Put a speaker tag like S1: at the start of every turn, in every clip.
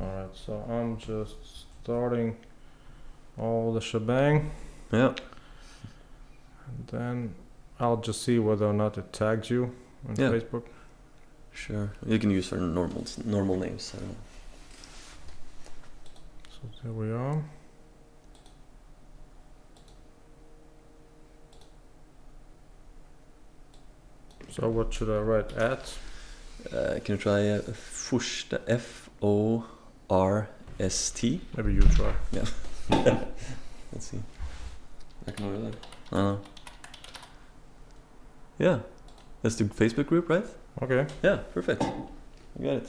S1: Alright, so I'm just starting all the shebang.
S2: Yeah.
S1: And then I'll just see whether or not it tagged you on
S2: Yeah.
S1: Facebook.
S2: Sure. You can use our normal normal names. I don't know.
S1: So there we are. So what should I write? At?
S2: Uh, can you try uh, Forst? F O R S T.
S1: Maybe you try.
S2: Let's see. I can order that. I don't know. Yeah. That's the Facebook group, right?
S1: Okay.
S2: Yeah, perfect. You got it.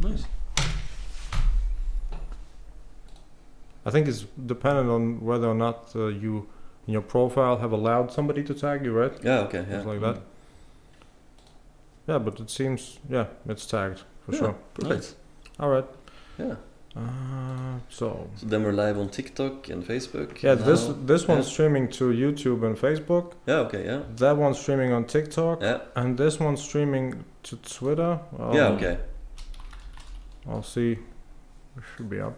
S2: nice.
S1: I think it's dependent on whether or not uh, you, in your profile, have allowed somebody to tag you, right?
S2: Yeah, okay. Yeah. Mm.
S1: Something like that. Yeah, but it seems, yeah, it's tagged for
S2: Yeah,
S1: sure.
S2: Perfect.
S1: All right.
S2: Yeah.
S1: Uh, so
S2: So then we're live on TikTok and Facebook.
S1: yeah,
S2: now.
S1: this this one's
S2: Yeah.
S1: streaming to YouTube and Facebook.
S2: Yeah, okay, yeah.
S1: That one's streaming on TikTok,
S2: Yeah.
S1: and this one's streaming to Twitter. Um,
S2: yeah, okay.
S1: I'll see. It should be up.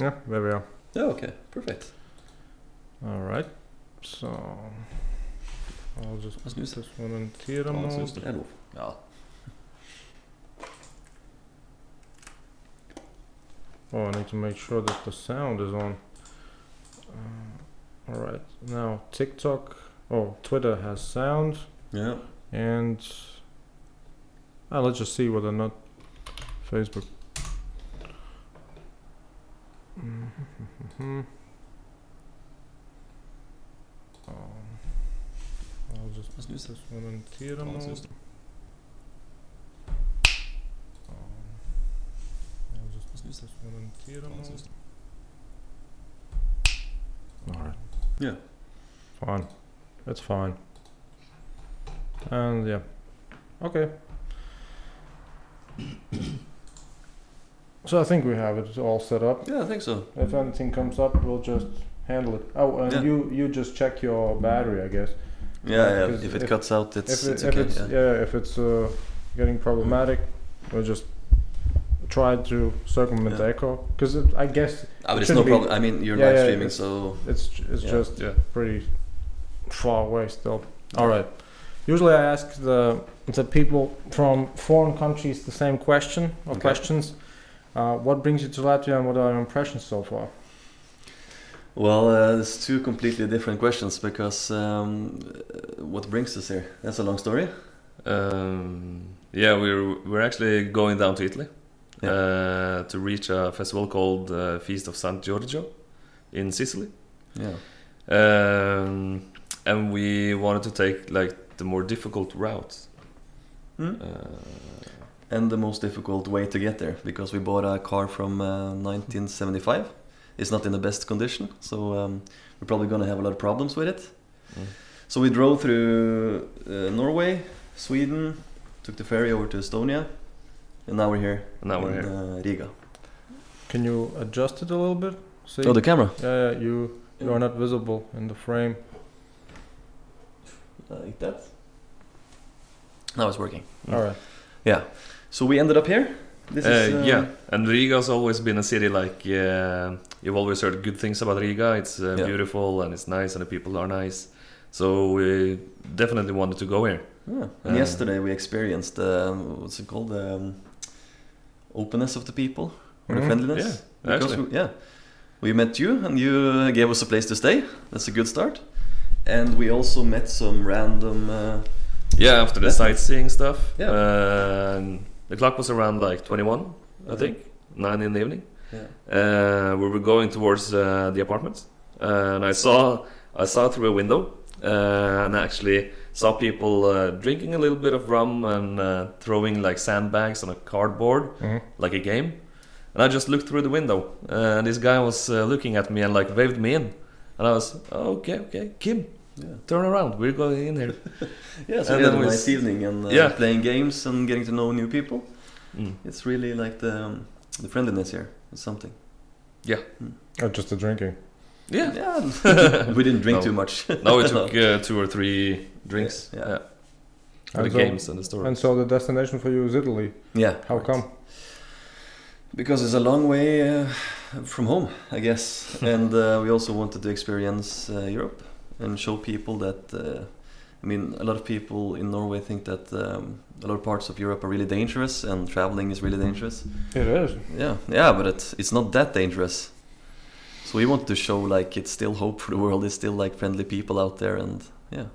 S1: Yeah, there we are.
S2: Yeah, okay. Perfect.
S1: All right. So I'll just put
S2: Let's use
S1: this one in theater
S2: Ja, så
S1: mode.
S2: just det. Elf. Ja.
S1: Oh, I need to make sure that the sound is on. Uh, all right, now TikTok. Oh, Twitter has sound,
S2: Yeah.
S1: and uh, let's just see whether or not Facebook. Mhm. Um, I'll just
S2: Let's
S1: put
S2: use
S1: this one in theater
S2: Let's
S1: mode.
S2: use
S1: Um, I'll just
S2: Let's
S1: put
S2: use
S1: this one in theater
S2: Let's
S1: mode.
S2: use
S1: Alright.
S2: Yeah.
S1: Fine. That's fine. And yeah. Okay. so I think we have it all set up.
S2: Yeah, I think so.
S1: If anything comes up, we'll just handle it. Oh, and
S2: Yeah.
S1: you you just check your battery, I guess.
S2: Yeah, yeah.
S1: because
S2: If it
S1: if-
S2: cuts out, it's,
S1: if
S2: it's
S1: it-
S2: okay.
S1: if it's
S2: yeah.
S1: if it's uh, getting problematic, we'll just try to circumvent
S2: Yeah.
S1: the echo because I guess
S2: Ah, but it's no
S1: shouldn't be-
S2: problem. I mean, you're
S1: Yeah,
S2: live
S1: yeah,
S2: streaming,
S1: it's-
S2: so
S1: It's ju- it's
S2: Yeah.
S1: just pretty far away still. All right. Usually I ask the the people from foreign countries the same question or
S2: Okay.
S1: questions. Uh, what brings you to Latvia and what are your impressions so far?
S2: well, uh, it's two completely different questions because um, uh, what brings us here? That's a long story.
S3: Um, yeah, we're we're actually going down to Italy
S2: Yeah.
S3: uh, to reach a festival called uh, Feast of San Giorgio in Sicily,
S2: Yeah.
S3: um, and we wanted to take like the more difficult route.
S2: Hmm?
S3: Uh,
S2: And the most difficult way to get there because we bought a car from uh, 1975. It's not in the best condition, so um, we're probably gonna have a lot of problems with it.
S3: Mm.
S2: So we drove through uh, Norway, Sweden, took the ferry over to Estonia, and now we're here.
S3: now we're
S2: in,
S3: here.
S2: Uh, Riga.
S1: Can you adjust it a little bit? See?
S2: Oh, the camera.
S1: yeah, yeah, you you are not visible in the frame.
S2: Uh, Like that. Now it's working.
S3: Mm.
S1: All right.
S2: So we ended up here. This is
S3: Uh,
S2: uh,
S3: yeah, and Riga's always been a city like uh, you've always heard good things about Riga. It's uh,
S2: Yeah.
S3: beautiful and it's nice, and the people are nice. So we definitely wanted to go here.
S2: yeah. And
S3: Uh,
S2: yesterday we experienced um, what's it called? Um, openness of the people or the
S1: Mhm.
S2: friendliness.
S3: Yeah,
S2: Because
S3: actually.
S2: we, yeah, we met you and you uh, gave us a place to stay. That's a good start. And we also met some random. Uh,
S3: Yeah, after the
S2: Yeah.
S3: sightseeing stuff.
S2: Yeah.
S3: Um, the clock was around like 21, I
S2: Yeah.
S3: think, 9 in the evening.
S2: yeah.
S3: Uh, we were going towards uh, the apartments. Uh, and I saw, I saw through a window uh, and actually saw people uh, drinking a little bit of rum and uh, throwing like sandbags on a cardboard,
S1: Mhm.
S3: like a game. And I just looked through the window uh, and this guy was uh, looking at me and like waved me in. And I was, "Oh, okay, okay, Kim,
S2: Yeah.
S3: turn around, we're going in here.
S2: Yeah, so
S3: And
S2: we had
S3: then
S2: a
S3: we
S2: nice
S3: s-
S2: evening and uh,
S3: Yeah.
S2: playing games and getting to know new people.
S3: Mm.
S2: It's really like the, um, the friendliness here. It's something.
S1: Oh, just the drinking.
S3: Yeah.
S2: yeah. we didn't drink
S3: No.
S2: too much.
S3: No, it took uh, two or three drinks.
S2: Yeah.
S3: Yeah. for the
S1: And so-
S3: games and the story.
S1: And so the destination for you is Italy.
S2: Yeah.
S1: How
S2: right.
S1: come?
S2: Because it's a long way uh, from home, I guess. and uh, we also wanted to experience uh, Europe and show people that. Uh, I mean, a lot of people in Norway think that um, a lot of parts of Europe are really dangerous and traveling is really
S3: Mm-hmm.
S2: dangerous.
S1: It is.
S2: Yeah, yeah, but it's it's not that dangerous. So we wanted to show like it's still hope for the world. It's still like friendly people out there, and yeah,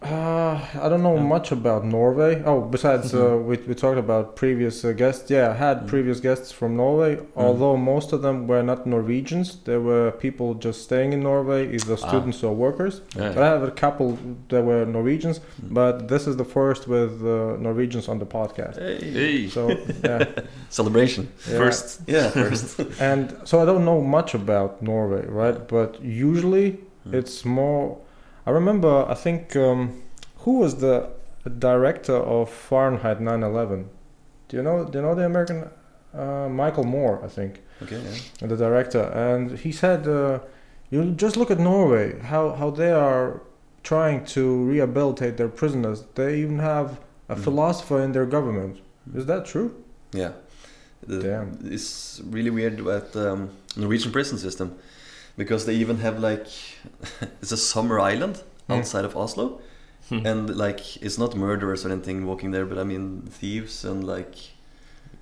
S1: Uh, I don't know
S2: Yeah.
S1: much about Norway. Oh, besides uh, we we talked about previous uh, guests. Yeah, I had
S2: Mhm.
S1: previous guests from Norway. Although most of them were not Norwegians, they were people just staying in Norway, either
S2: Ah.
S1: students or workers.
S3: Yeah.
S1: But I have a couple that were Norwegians.
S2: Mm.
S1: But this is the first with uh, Norwegians on the podcast.
S3: Hey,
S1: So yeah,
S2: celebration.
S1: yeah.
S3: first.
S2: Yeah, first.
S1: And so I don't know much about Norway, right? But usually
S2: Hmm.
S1: it's more. I remember, I think, um, who was the director of Fahrenheit 9/11? Do you know? Do you know the American uh, Michael Moore? I think
S2: okay, yeah.
S1: the director, and he said, uh, "You just look at Norway. How how they are trying to rehabilitate their prisoners. They even have a
S2: Hmm.
S1: philosopher in their government. Is that true?
S2: Yeah. The-
S1: Damn.
S2: It's really weird about um, Norwegian prison system because they even have like it's a summer island
S1: Mm.
S2: outside of Oslo and like it's not murderers or anything walking there but I mean thieves and like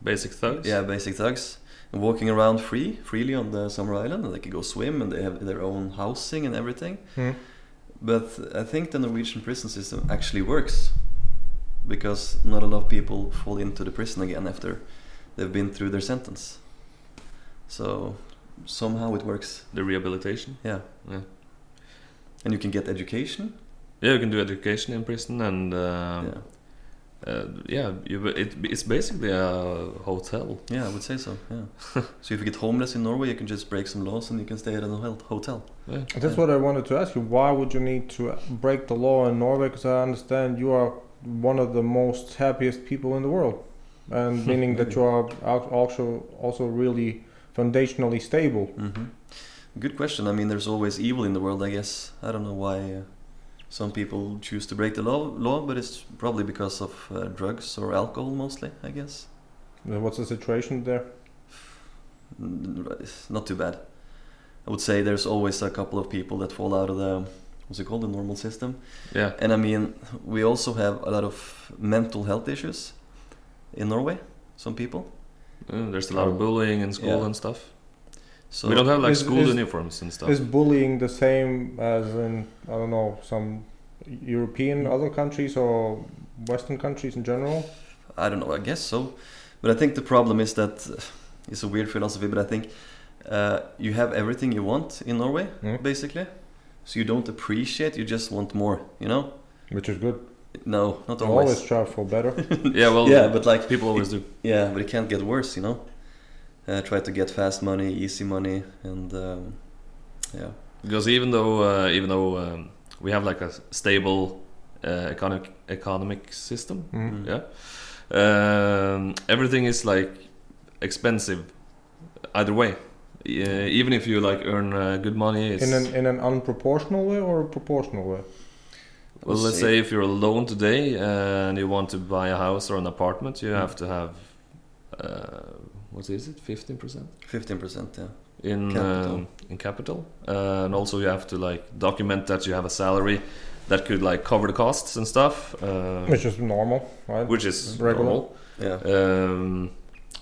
S3: Basic thugs.
S2: yeah basic thugs and walking around free freely on the summer island and they can go swim and they have their own housing and everything
S1: Hmm.
S2: but I think the Norwegian prison system actually works because not a lot of people fall into the prison again after they've been through their sentence. So somehow it works.
S3: The rehabilitation.
S2: Yeah.
S3: Yeah.
S2: And you can get education.
S3: Yeah, you can do education in prison and um, yeah, uh, yeah you, it, it's basically a hotel.
S2: yeah. Yeah, I would say so. Yeah. so if you get homeless in Norway, you can just break some laws and you can stay at a hel- hotel.
S3: Yeah.
S1: That's
S2: Yeah.
S1: what I wanted to ask you. Why would you need to break the law in Norway? Because I understand you are one of the most happiest people in the world, and meaning that
S2: Maybe.
S1: you are al- also also really foundationally stable.
S2: hmm Good question. I mean, there's always evil in the world, I guess. I don't know why uh, some people choose to break the law, law but it's probably because of uh, drugs or alcohol mostly, I guess.
S1: Uh, What's the situation there?
S2: N- it's Not too bad. I would say there's always a couple of people that fall out of the, what's it called, the normal system.
S3: Yeah.
S2: And I mean, we also have a lot of mental health issues in Norway, some people.
S3: Uh, there's a lot of bullying in school
S2: Yeah.
S3: and stuff.
S2: So
S3: we don't have like
S1: Is-
S3: school
S1: is-
S3: uniforms and stuff.
S1: Is bullying the same as in I don't know some European other countries or Western countries in general?
S2: I don't know. I guess so, but I think the problem is that it's a weird philosophy. But I think uh, you have everything you want in Norway,
S3: Hmm?
S1: Mm.
S2: basically. So you don't appreciate. You just want more. You know?
S1: Which is good.
S2: No, not
S1: You always.
S2: always.
S1: strive for better.
S3: yeah, well,
S2: yeah, but like
S3: people always do.
S2: yeah, but it can't get worse. You know? Uh, try to get fast money, easy money, and um, yeah,
S3: Because even though uh, even though um, we have like a s- stable uh, economic economic system,
S1: Mm.
S2: Mm.
S3: yeah, um, everything is like expensive either way. Yeah, even if you like earn uh, good money, it's,
S1: In an in an unproportional way or a proportional way?
S3: well, let's
S2: See.
S3: say if you're alone today and you want to buy a house or an apartment, you have to have uh, what is it, fifteen percent?
S2: fifteen percent. Yeah,
S3: in
S2: Capital.
S3: um, in capital, uh, and also you have to like document that you have a salary that could like cover the costs and stuff, uh,
S1: Which is normal, right?
S3: which is
S1: Regular.
S3: normal.
S2: yeah.
S3: Um,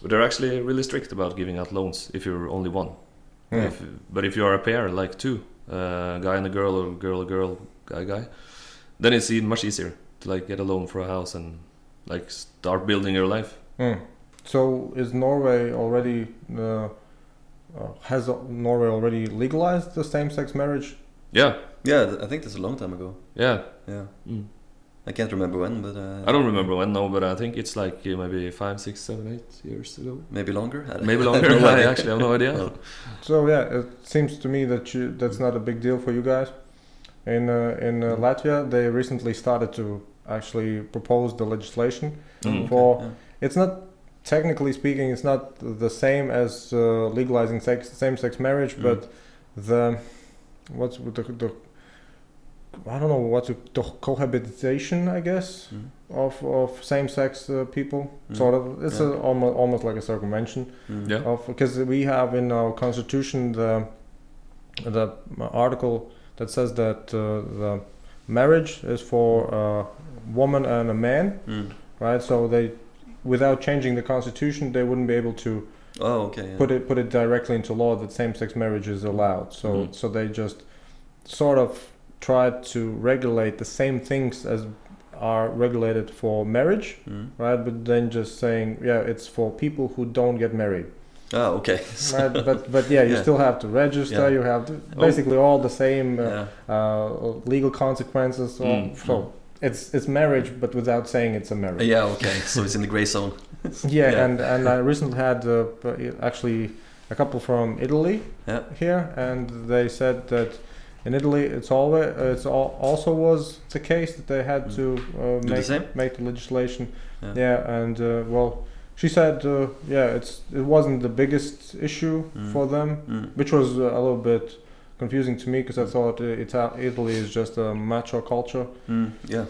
S3: but they're actually really strict about giving out loans if you're only one.
S2: Hmm.
S1: Mm.
S3: If, but if you are a pair, like two, uh, guy and a girl, or girl a girl, guy guy, then it's e- much easier to like get a loan for a house and like start building your life.
S1: Mm. So is Norway already uh, uh, has Norway already legalized the same-sex marriage?
S3: Yeah,
S2: Yeah, th- I think that's a long time ago.
S3: yeah.
S2: Yeah,
S3: Mm.
S2: I can't remember when, but uh,
S3: I don't remember when, no, but I think it's like uh, maybe five, six, seven, eight years ago.
S2: Maybe longer. I don't-
S3: Maybe
S2: I have
S3: longer.
S2: no Oh.
S3: I
S2: idea.
S3: actually have no idea. Hmm.
S2: No.
S1: So yeah, it seems to me that you, that's not a big deal for you guys. In uh, in uh, Latvia, they recently started to actually propose the legislation.
S3: Mm.
S1: For-
S2: Hmm. Yeah.
S1: It's not technically speaking, it's not the same as uh, legalizing sex, same-sex marriage,
S2: Mm.
S1: but the what's with the, the I don't know what to co- cohabitation, I guess,
S2: Mhm.
S1: of of same-sex uh, people.
S2: Mhm.
S1: Sort of, it's
S2: Yeah.
S1: a, almost almost like a circumvention
S2: Mm.
S3: Yeah.
S1: of because we have in our constitution the the article that says that uh, the marriage is for a woman and a man,
S2: Mm.
S1: right? So they, without changing the constitution, they wouldn't be able to
S2: Oh, okay. Yeah.
S1: put it put it directly into law that same-sex marriage is allowed. So
S2: Mm-hmm.
S3: Mhm.
S1: so they just sort of tried to regulate the same things as are regulated for marriage,
S2: Mm.
S1: right? But then just saying, yeah, it's for people who don't get married,
S2: Ah, okay.
S1: right? but but yeah, you
S2: Yeah.
S1: still have to register.
S2: Yeah.
S1: You have to,
S2: Oh.
S1: basically all the same uh,
S2: yeah.
S1: uh, legal consequences. So,
S3: Mm,
S1: so it's it's marriage, but without saying it's a marriage.
S2: Yeah. Okay. So it's in the gray zone.
S1: Yeah,
S2: Yeah.
S1: and and I recently had uh, p- actually a couple from Italy
S2: Yeah.
S1: here, and they said that in Italy it's always it's al- also was the case that they had
S2: Mm.
S1: to uh,
S2: the
S1: make
S2: same?
S1: make the legislation.
S2: Yeah.
S1: and uh, well, she said uh, yeah, it's it wasn't the biggest issue
S2: Mm.
S1: for them,
S2: Mm.
S1: which was uh, a little bit confusing to me because I thought uh, Ita- Italy is just a macho culture.
S2: Mm. Yeah.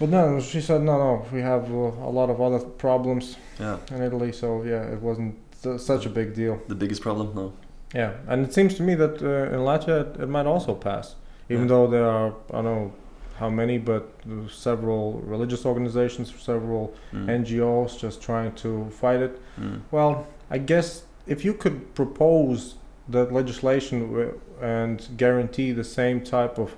S1: But no, she said no, no, we have uh, a lot of other problems
S2: Yeah.
S1: in Italy, so yeah, it wasn't su- such a big deal.
S2: The biggest problem. No.
S1: Yeah, and it seems to me that uh, in Latvia it, it might also pass, even
S2: Yeah.
S1: though there are I don't know how many, but uh, several religious organizations, several
S2: Mm.
S1: NGOs just trying to fight it.
S2: Mm.
S1: Well, I guess if you could propose that legislation wi- and guarantee the same type of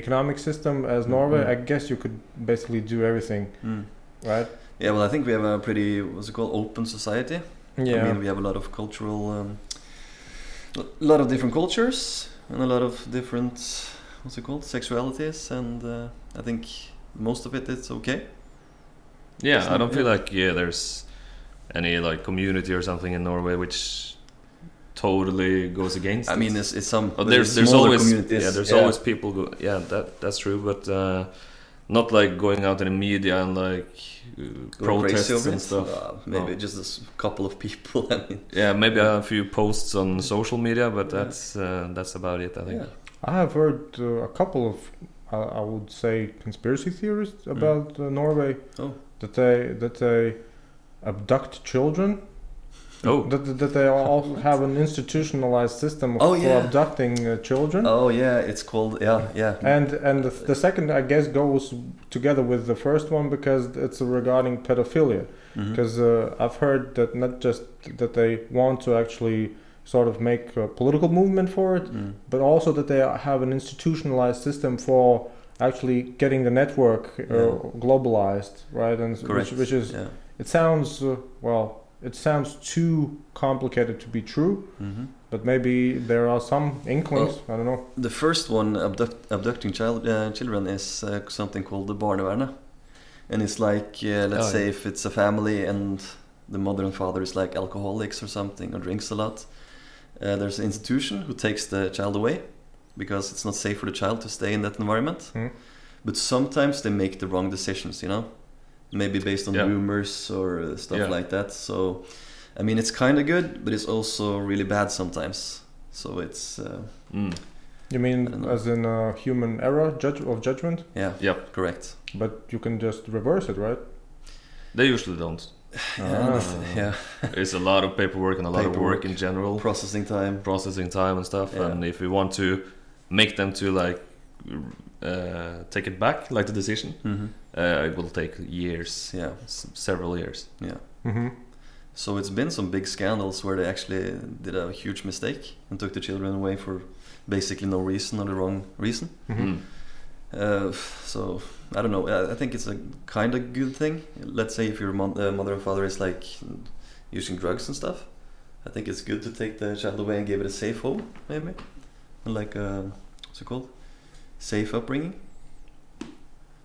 S1: economic system as Norway,
S2: Mhm.
S1: I guess you could basically do everything,
S2: Mm.
S1: right?
S2: Yeah. Well, I think we have a pretty what's it called open society. I mean, we have a lot of cultural, um, a lot of different cultures and a lot of different, what's it called, sexualities, and uh, I think most of it it's okay.
S3: Yeah,
S2: Isn't
S3: I
S2: it?
S3: don't feel
S2: Yeah.
S3: like yeah, there's any like community or something in Norway which totally goes against.
S2: I
S3: it.
S2: mean, it's, it's some.
S3: But
S2: the
S3: there's there's
S2: smaller
S3: always
S2: communities,
S3: yeah there's always people go yeah that that's true but uh, not like going out in the media and like uh,
S2: Going crazy
S3: protests
S2: over
S3: and
S2: it.
S3: stuff. Oh.
S2: Uh, maybe
S3: No.
S2: just a s- couple of people. I mean,
S3: Yeah, maybe a few posts on social media, but
S2: Yeah.
S3: that's uh, that's about it. I think.
S2: Yeah.
S1: I have heard uh, a couple of, uh, I would say, conspiracy theorists about uh, Norway.
S2: Mm. Oh.
S1: That they that they abduct children.
S3: Oh,
S1: That that they all have an institutionalized system
S2: Oh,
S1: for
S2: yeah.
S1: abducting uh, children.
S2: Oh yeah, it's called yeah yeah.
S1: And and the, the second I guess goes together with the first one because it's regarding pedophilia.
S2: Mhm.
S1: Because uh, I've heard that not just that they want to actually sort of make a political movement for it,
S2: Mm.
S1: but also that they have an institutionalized system for actually getting the network uh,
S2: Yeah.
S1: globalized, right? And s-
S2: Correct.
S1: which, which is
S2: yeah.
S1: it sounds uh, well, it sounds too complicated to be true,
S2: Mhm.
S1: but maybe there are some inklings.
S2: Oh.
S1: I don't know.
S2: The first one, abduct, abducting child uh, children, is uh, something called the barnevernet, and it's like uh, let's
S3: Oh,
S2: say
S3: yeah.
S2: if it's a family and the mother and father is like alcoholics or something or drinks a lot, uh, there's an institution who takes the child away because it's not safe for the child to stay in that environment.
S3: Hmm.
S1: Mm.
S2: But sometimes they make the wrong decisions, you know, maybe based on
S3: Yeah.
S2: rumors or uh, stuff
S3: Yeah.
S2: like that. So, I mean, it's kind of good, but it's also really bad sometimes. So it's uh,
S3: mm.
S1: You
S2: I
S1: mean
S2: don't know.
S1: as in uh, human error judge of judgment,
S2: yeah,
S3: Yep.
S2: correct.
S1: but you can just reverse it, right?
S3: they usually don't.
S2: Yeah,
S1: Ah.
S2: that's- yeah.
S3: It's a lot of paperwork and a lot of
S2: Paperwork.
S3: work in general,
S2: Processing time.
S3: processing time and stuff.
S2: Yeah.
S3: And if we want to make them to like uh, take it back, like the decision,
S2: Mm-hmm.
S3: uh, it will take years,
S2: Yeah,
S3: s- several years.
S2: yeah.
S1: Mm-hmm.
S2: So it's been some big scandals where they actually did a huge mistake and took the children away for basically no reason or the wrong reason.
S1: Mm-hmm.
S3: Mm.
S2: Uh, so I don't know. I- I think it's a kind of good thing. Let's say if your mon- uh, mother and father is like using drugs and stuff, I think it's good to take the child away and give it a safe home, maybe, and like a, what's it called, safe upbringing.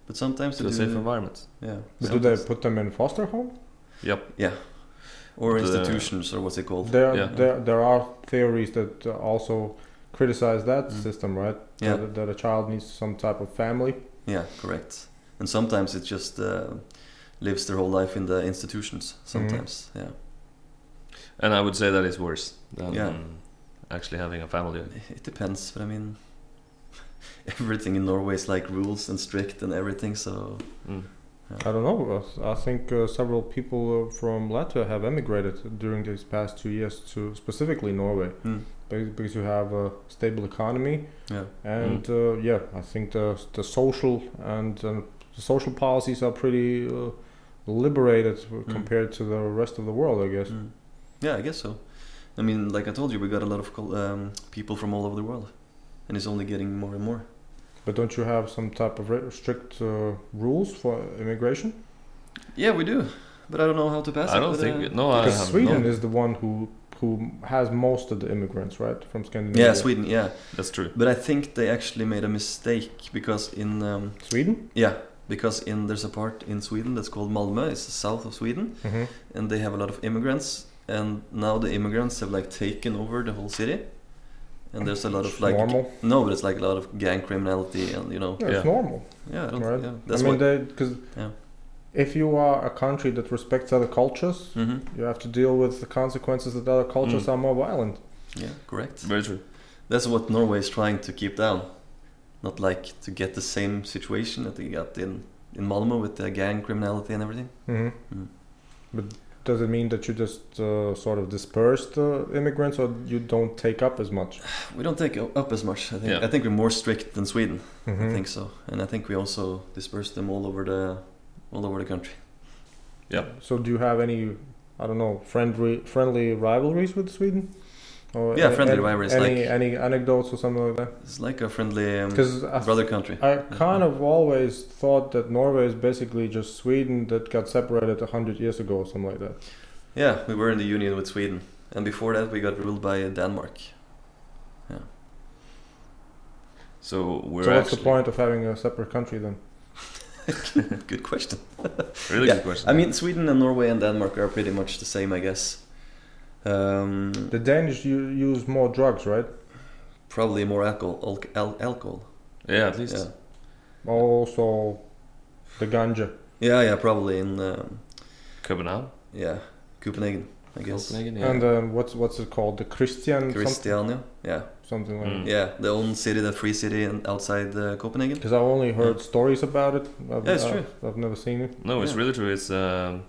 S2: But sometimes
S3: To
S2: they
S3: a
S2: do-
S3: safe environment.
S2: Yeah.
S1: But do they
S2: sometimes-
S1: put them in foster home?
S3: Yep.
S2: or
S3: the-
S2: institutions or what's it called?
S1: There,
S3: Yeah.
S1: there, there are theories that uh, also criticize that
S2: Mm.
S1: system, right?
S2: Yeah.
S1: That, that a child needs some type of family.
S2: Yeah, correct. And sometimes it just uh, lives their whole life in the institutions.
S1: Mm-hmm.
S2: Sometimes,
S3: And I would say that is worse than
S2: Yeah.
S3: um, actually having a family.
S2: yeah, it depends. But I mean, everything in Norway is like rules and strict and everything. So
S3: Mm.
S1: I don't know. I- I think uh, several people uh, from Latvia have emigrated during these past two years to specifically Norway
S2: mm,
S1: be- because you have a stable economy
S2: yeah,
S1: and uh, yeah, I think the the social and um, the social policies are pretty uh, liberated compared to the rest of the world, I guess.
S2: mm. yeah, I guess so. I mean, like I told you, we got a lot of col- um, people from all over the world, and it's only getting more and more.
S1: But don't you have some type of re- strict uh, rules for immigration?
S2: Yeah, we do, but I don't know how to pass it.
S3: I don't
S2: but,
S3: think
S2: uh,
S3: no. I
S1: Because
S3: have
S1: Sweden
S3: no.
S1: is the one who who has most of the immigrants, right, from Scandinavia.
S2: yeah, Sweden. Yeah,
S3: That's true.
S2: but I think they actually made a mistake because in um,
S1: Sweden.
S2: yeah because in there's a part in Sweden that's called Malmö. It's south of Sweden.
S1: Mm-hmm.
S2: and they have a lot of immigrants and now the immigrants have like taken over the whole city and there's a lot of like
S1: normal.
S2: no but it's like a lot of gang criminality and you know
S1: Yeah,
S3: Yeah.
S1: It's normal.
S2: yeah, I don't,
S1: Right.
S2: yeah that's
S1: I mean,
S2: what
S1: because
S2: Yeah.
S1: if you are a country that respects other cultures,
S2: hmm
S1: you have to deal with the consequences that other cultures
S3: Mm.
S1: are more violent.
S2: yeah correct
S3: Very true.
S2: that's what norway is trying to keep down not like to get the same situation that they got in in malmo with the gang criminality and everything
S1: hmm
S2: Mm.
S1: But does it mean that you just uh, sort of disperse the immigrants, or you don't take up as much?
S2: we don't take o- up as much i think
S3: Yeah.
S2: i think we're more strict than sweden i
S1: Mhm.
S2: think so and i think we also disperse them all over the all over the country
S3: Yeah.
S1: So do you have any, I don't know, friendly friendly rivalries with Sweden? Or
S2: Yeah,
S1: a-
S2: friendly
S1: an-
S2: rivalries,
S1: Any
S2: like-
S1: any anecdotes or something like that?
S2: it's like a friendly um,
S1: Because I
S2: brother country
S1: I kind of always thought that Norway is basically just Sweden that got separated a hundred years ago or something like that.
S2: Yeah, we were in the union with Sweden, and before that we got ruled by Denmark.
S3: So we're
S1: so what's
S3: actually
S1: the point of having a separate country then?
S2: Good question.
S3: really
S2: Yeah,
S3: good question.
S2: I mean, Sweden and Norway and Denmark are pretty much the same, I guess. Um,
S1: The Danish u- use more drugs, right?
S2: probably more alcohol. alc- al- alcohol.
S3: yeah, at least
S2: Yeah.
S1: Also, the ganja.
S2: yeah, yeah, probably in um,
S3: Copenhagen.
S2: yeah Copenhagen, I guess.
S3: Copenhagen, yeah.
S1: And then what's what's it called? The Christian something,
S2: Christiania, yeah,
S1: something like
S3: Mm.
S1: that.
S2: yeah, the own city, the free city, and outside uh, Copenhagen.
S1: Because I've only heard stories about it. I've,
S2: Yeah, it's
S1: I've, I've never seen it.
S3: No, it's
S2: Yeah.
S3: really true. It's um,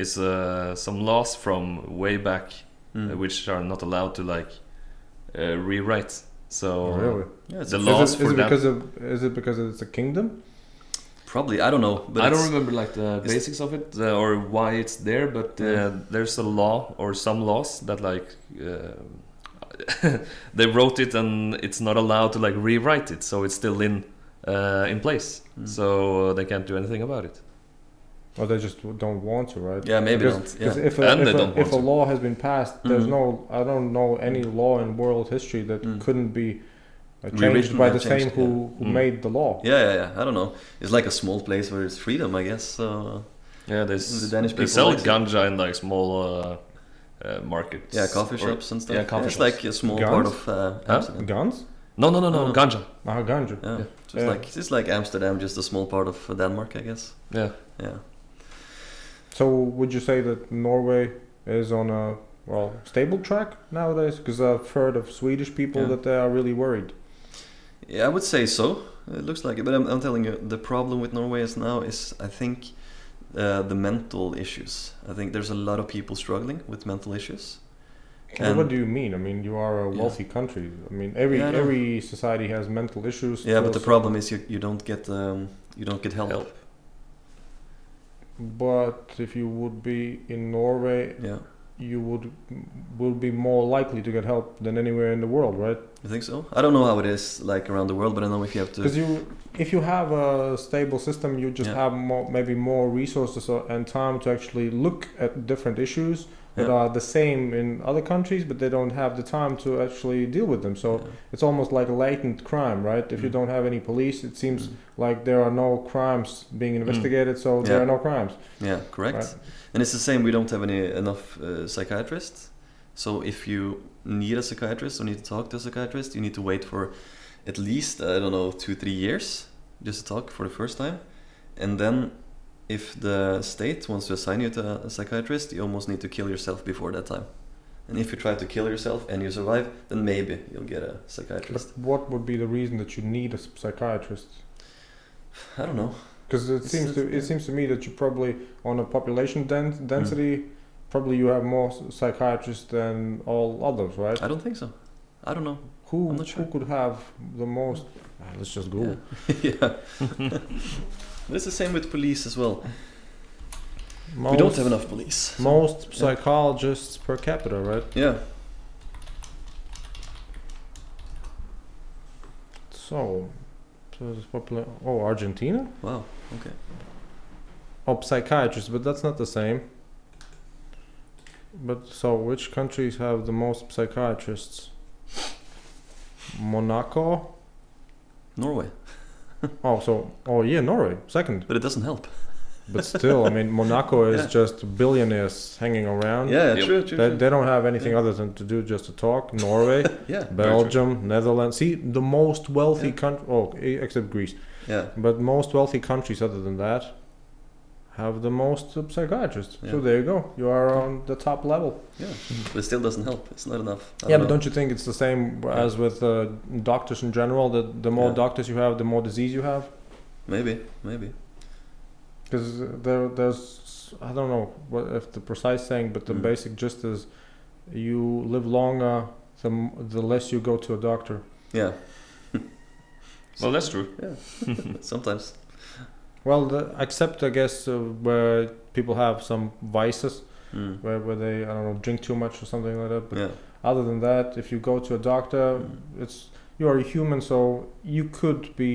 S3: it's uh, some laws from way back uh,
S2: Mm.
S3: which are not allowed to like uh, rewrite. So
S1: Oh, really?
S2: Yeah, it's
S3: Oh, The
S1: Is
S3: law- laws
S1: it,
S3: for
S1: is it
S3: them-
S1: because of, is it because it's a kingdom?
S2: probably I don't know, but
S3: I
S2: it's-
S3: don't remember like the
S2: it's-
S3: basics of it uh, or why it's there, but uh,
S2: Yeah.
S3: there's a law or some laws that like uh, they wrote it and it's not allowed to like rewrite it, so it's still in uh, in place.
S2: Mm.
S3: So uh, they can't do anything about it.
S1: Or they just don't want to, right?
S2: Yeah, maybe
S1: Because-
S2: not.
S1: because
S2: Yeah.
S1: if a,
S3: And they
S1: if,
S3: don't
S1: a, if
S3: want
S1: a
S3: to. Mm.
S1: law has been passed, there's
S2: Mhm.
S1: no I don't know any law in world history that
S2: Mm.
S1: couldn't be uh, changed
S2: Rewritten
S1: by
S2: or
S1: the same
S2: changed,
S1: who, who
S3: Mm.
S1: made the law.
S2: Yeah, yeah, yeah. I don't know. It's like a small place where it's freedom, I guess. So
S3: Yeah, there's
S2: The Danish
S3: they
S2: people
S3: sell
S2: likes it.
S3: ganja in like small uh, uh, markets.
S2: yeah, coffee
S3: or-
S2: shops and stuff.
S3: yeah, coffee
S2: it's
S3: shops.
S2: like a small
S1: Guns?
S2: part of uh,
S3: Huh?
S2: Amsterdam.
S1: Guns?
S3: No, no, no, no,
S2: No, no.
S3: ganja.
S1: Ah, ganja.
S2: Yeah,
S3: Yeah.
S2: Just
S1: Yeah.
S2: like it's like Amsterdam, just a small part of uh, Denmark, I guess.
S3: Yeah,
S2: Yeah,
S1: So would you say that Norway is on a well stable track nowadays? Because I've heard of Swedish people
S2: Yeah.
S1: that they are really worried.
S2: yeah, I would say so. It looks like it, but I'm, I'm telling you, the problem with Norway is now is I think uh, the mental issues. I think there's a lot of people struggling with mental issues.
S1: But what do you mean? I mean, you are a
S2: Yeah.
S1: wealthy country. I mean, every
S2: Yeah, I know.
S1: every society has mental issues.
S2: Yeah,
S1: to
S2: but
S1: a
S2: the
S1: certain-
S2: problem is you, you don't get um, you don't get help.
S3: Help.
S1: But if you would be in Norway,
S2: Yeah,
S1: you would will be more likely to get help than anywhere in the world, right?
S2: you think so? I don't know how it is like around the world, but I know if you have to.
S1: Because you, if you have a stable system, you just
S2: Yeah.
S1: have more, maybe more resources or- and time to actually look at different issues that
S2: Yeah.
S1: are the same in other countries, but they don't have the time to actually deal with them. So
S2: Yeah.
S1: it's almost like a latent crime, right? If you
S2: Mm.
S1: don't have any police, it seems
S2: Mm.
S1: like there are no crimes being investigated, so there
S2: Yeah.
S1: are no crimes.
S2: Yeah, correct.
S1: Right.
S2: And it's the same. We don't have any enough uh, psychiatrists. So if you need a psychiatrist or need to talk to a psychiatrist, you need to wait for at least I don't know two three years just to talk for the first time, and then if the state wants to assign you to a psychiatrist, you almost need to kill yourself before that time, And if you try to kill yourself and you survive, then maybe you'll get a psychiatrist.
S1: But what would be the reason that you need a s- psychiatrist?
S2: I don't know.
S1: Because it
S2: It's-
S1: seems to
S2: it's-
S1: it seems to me that you probably on a population dens-
S2: Mm.
S1: density, probably you have more s- psychiatrists than all others, right?
S2: I don't think so. I don't know.
S1: Who
S2: I'm not sure.
S1: who could have the most? Ah, Let's just Google.
S2: yeah. but it's the same with police as well.
S1: Most,
S2: We don't have enough police.
S1: Most psychologists per capita, right?
S2: Yeah.
S1: So, so it's popular. Oh, Argentina.
S2: Wow.
S1: Oh, psychiatrists, but that's not the same. But so, which countries have the most psychiatrists? Monaco.
S2: Norway.
S1: Oh, so oh yeah, Norway second.
S2: But it doesn't help.
S1: But still, I mean, Monaco is
S2: Yeah.
S1: just billionaires hanging around.
S2: Yeah,
S3: Yep.
S2: true, true.
S1: Um, They,
S2: true.
S1: they don't have anything
S2: Yeah.
S1: other than to do just to talk. Norway,
S2: yeah.
S1: Belgium, Netherlands. See, the most wealthy
S2: Yeah.
S1: country, oh, e- except Greece,
S2: Yeah.
S1: but most wealthy countries other than that have the most psychiatrists.
S2: Yeah.
S1: So there you go. You are on the top level.
S2: Yeah. But it still doesn't help. It's not enough. I
S1: Yeah, but
S2: know.
S1: don't you think it's the same as with uh, doctors in general? That the more
S2: Yeah.
S1: doctors you have, the more disease you have.
S2: Maybe, maybe.
S1: Because there, there's I don't know what if the precise thing, but the
S2: Mm.
S1: basic gist is you live longer, the m- the less you go to a doctor.
S2: Yeah.
S3: Well, that's true.
S2: Sometimes.
S1: Well, the, except I guess uh, where people have some vices,
S2: Mm.
S1: where where they I don't know drink too much or something like that. But
S2: Yeah.
S1: other than that, if you go to a doctor,
S2: Mm.
S1: it's you are a human, so you could be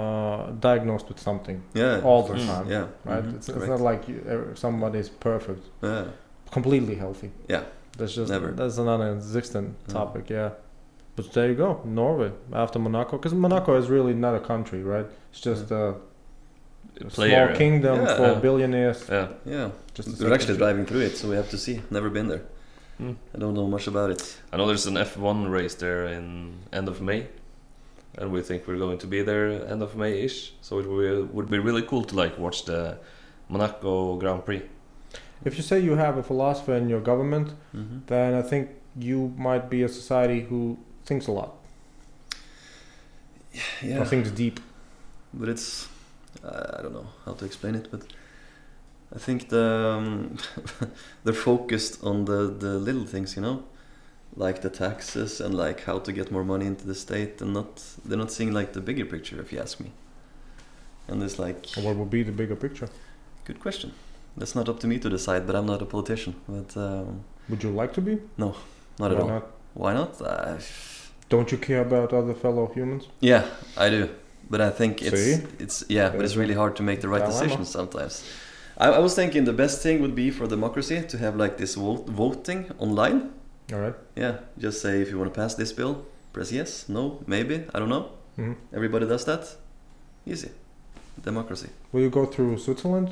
S1: uh, diagnosed with something
S2: Yeah.
S1: all the
S3: Mm.
S1: time,
S2: Yeah.
S1: Um, right?
S2: Mhm.
S1: It's, it's
S2: Correct.
S1: not like you, uh, somebody's perfect,
S2: Yeah.
S1: completely healthy.
S2: Yeah.
S1: that's just
S2: Never.
S1: that's an non-existent
S2: Yeah.
S1: topic. Yeah, but there you go, Norway after Monaco, because Monaco is really not a country, right? It's just a, a small
S3: Play area.
S1: kingdom
S2: Yeah.
S1: for billionaires.
S3: Yeah.
S2: Yeah.
S1: Just a
S2: We're actually
S1: second.
S2: driving through it, so we have to see. Never been there.
S3: Mm.
S2: I don't know much about it.
S3: I know there's an F1 race there in end of May, and we think we're going to be there end of May-ish. So it would would be really cool to like watch the Monaco Grand Prix.
S1: If you say you have a philosopher in your government,
S2: Mm-hmm.
S1: then I think you might be a society who thinks a lot
S2: Yeah.
S1: or thinks deep.
S2: but it's I I don't know how to explain it, but I think the um, they're focused on the the little things, you know, like the taxes and like how to get more money into the state, and not they're not seeing like the bigger picture, if you ask me. And it's like
S1: What would be the bigger picture?
S2: good question. That's not up to me to decide, but I'm not a politician. But um,
S1: Would you like to be?
S2: not at
S1: Why
S2: all.
S1: not?
S2: Why not? I,
S1: Don't you care about other fellow humans?
S2: Yeah, I do. But I think it's
S1: See?
S2: it's yeah, but it's really hard to make the right
S1: Dilemma.
S2: decisions sometimes. I, I was thinking the best thing would be for democracy to have like this vote, voting online.
S1: All right.
S2: Yeah, just say if you want to pass this bill, press yes, no, maybe, I don't know.
S1: Mhm.
S2: Everybody does that. Easy. Democracy.
S1: Will you go through Switzerland?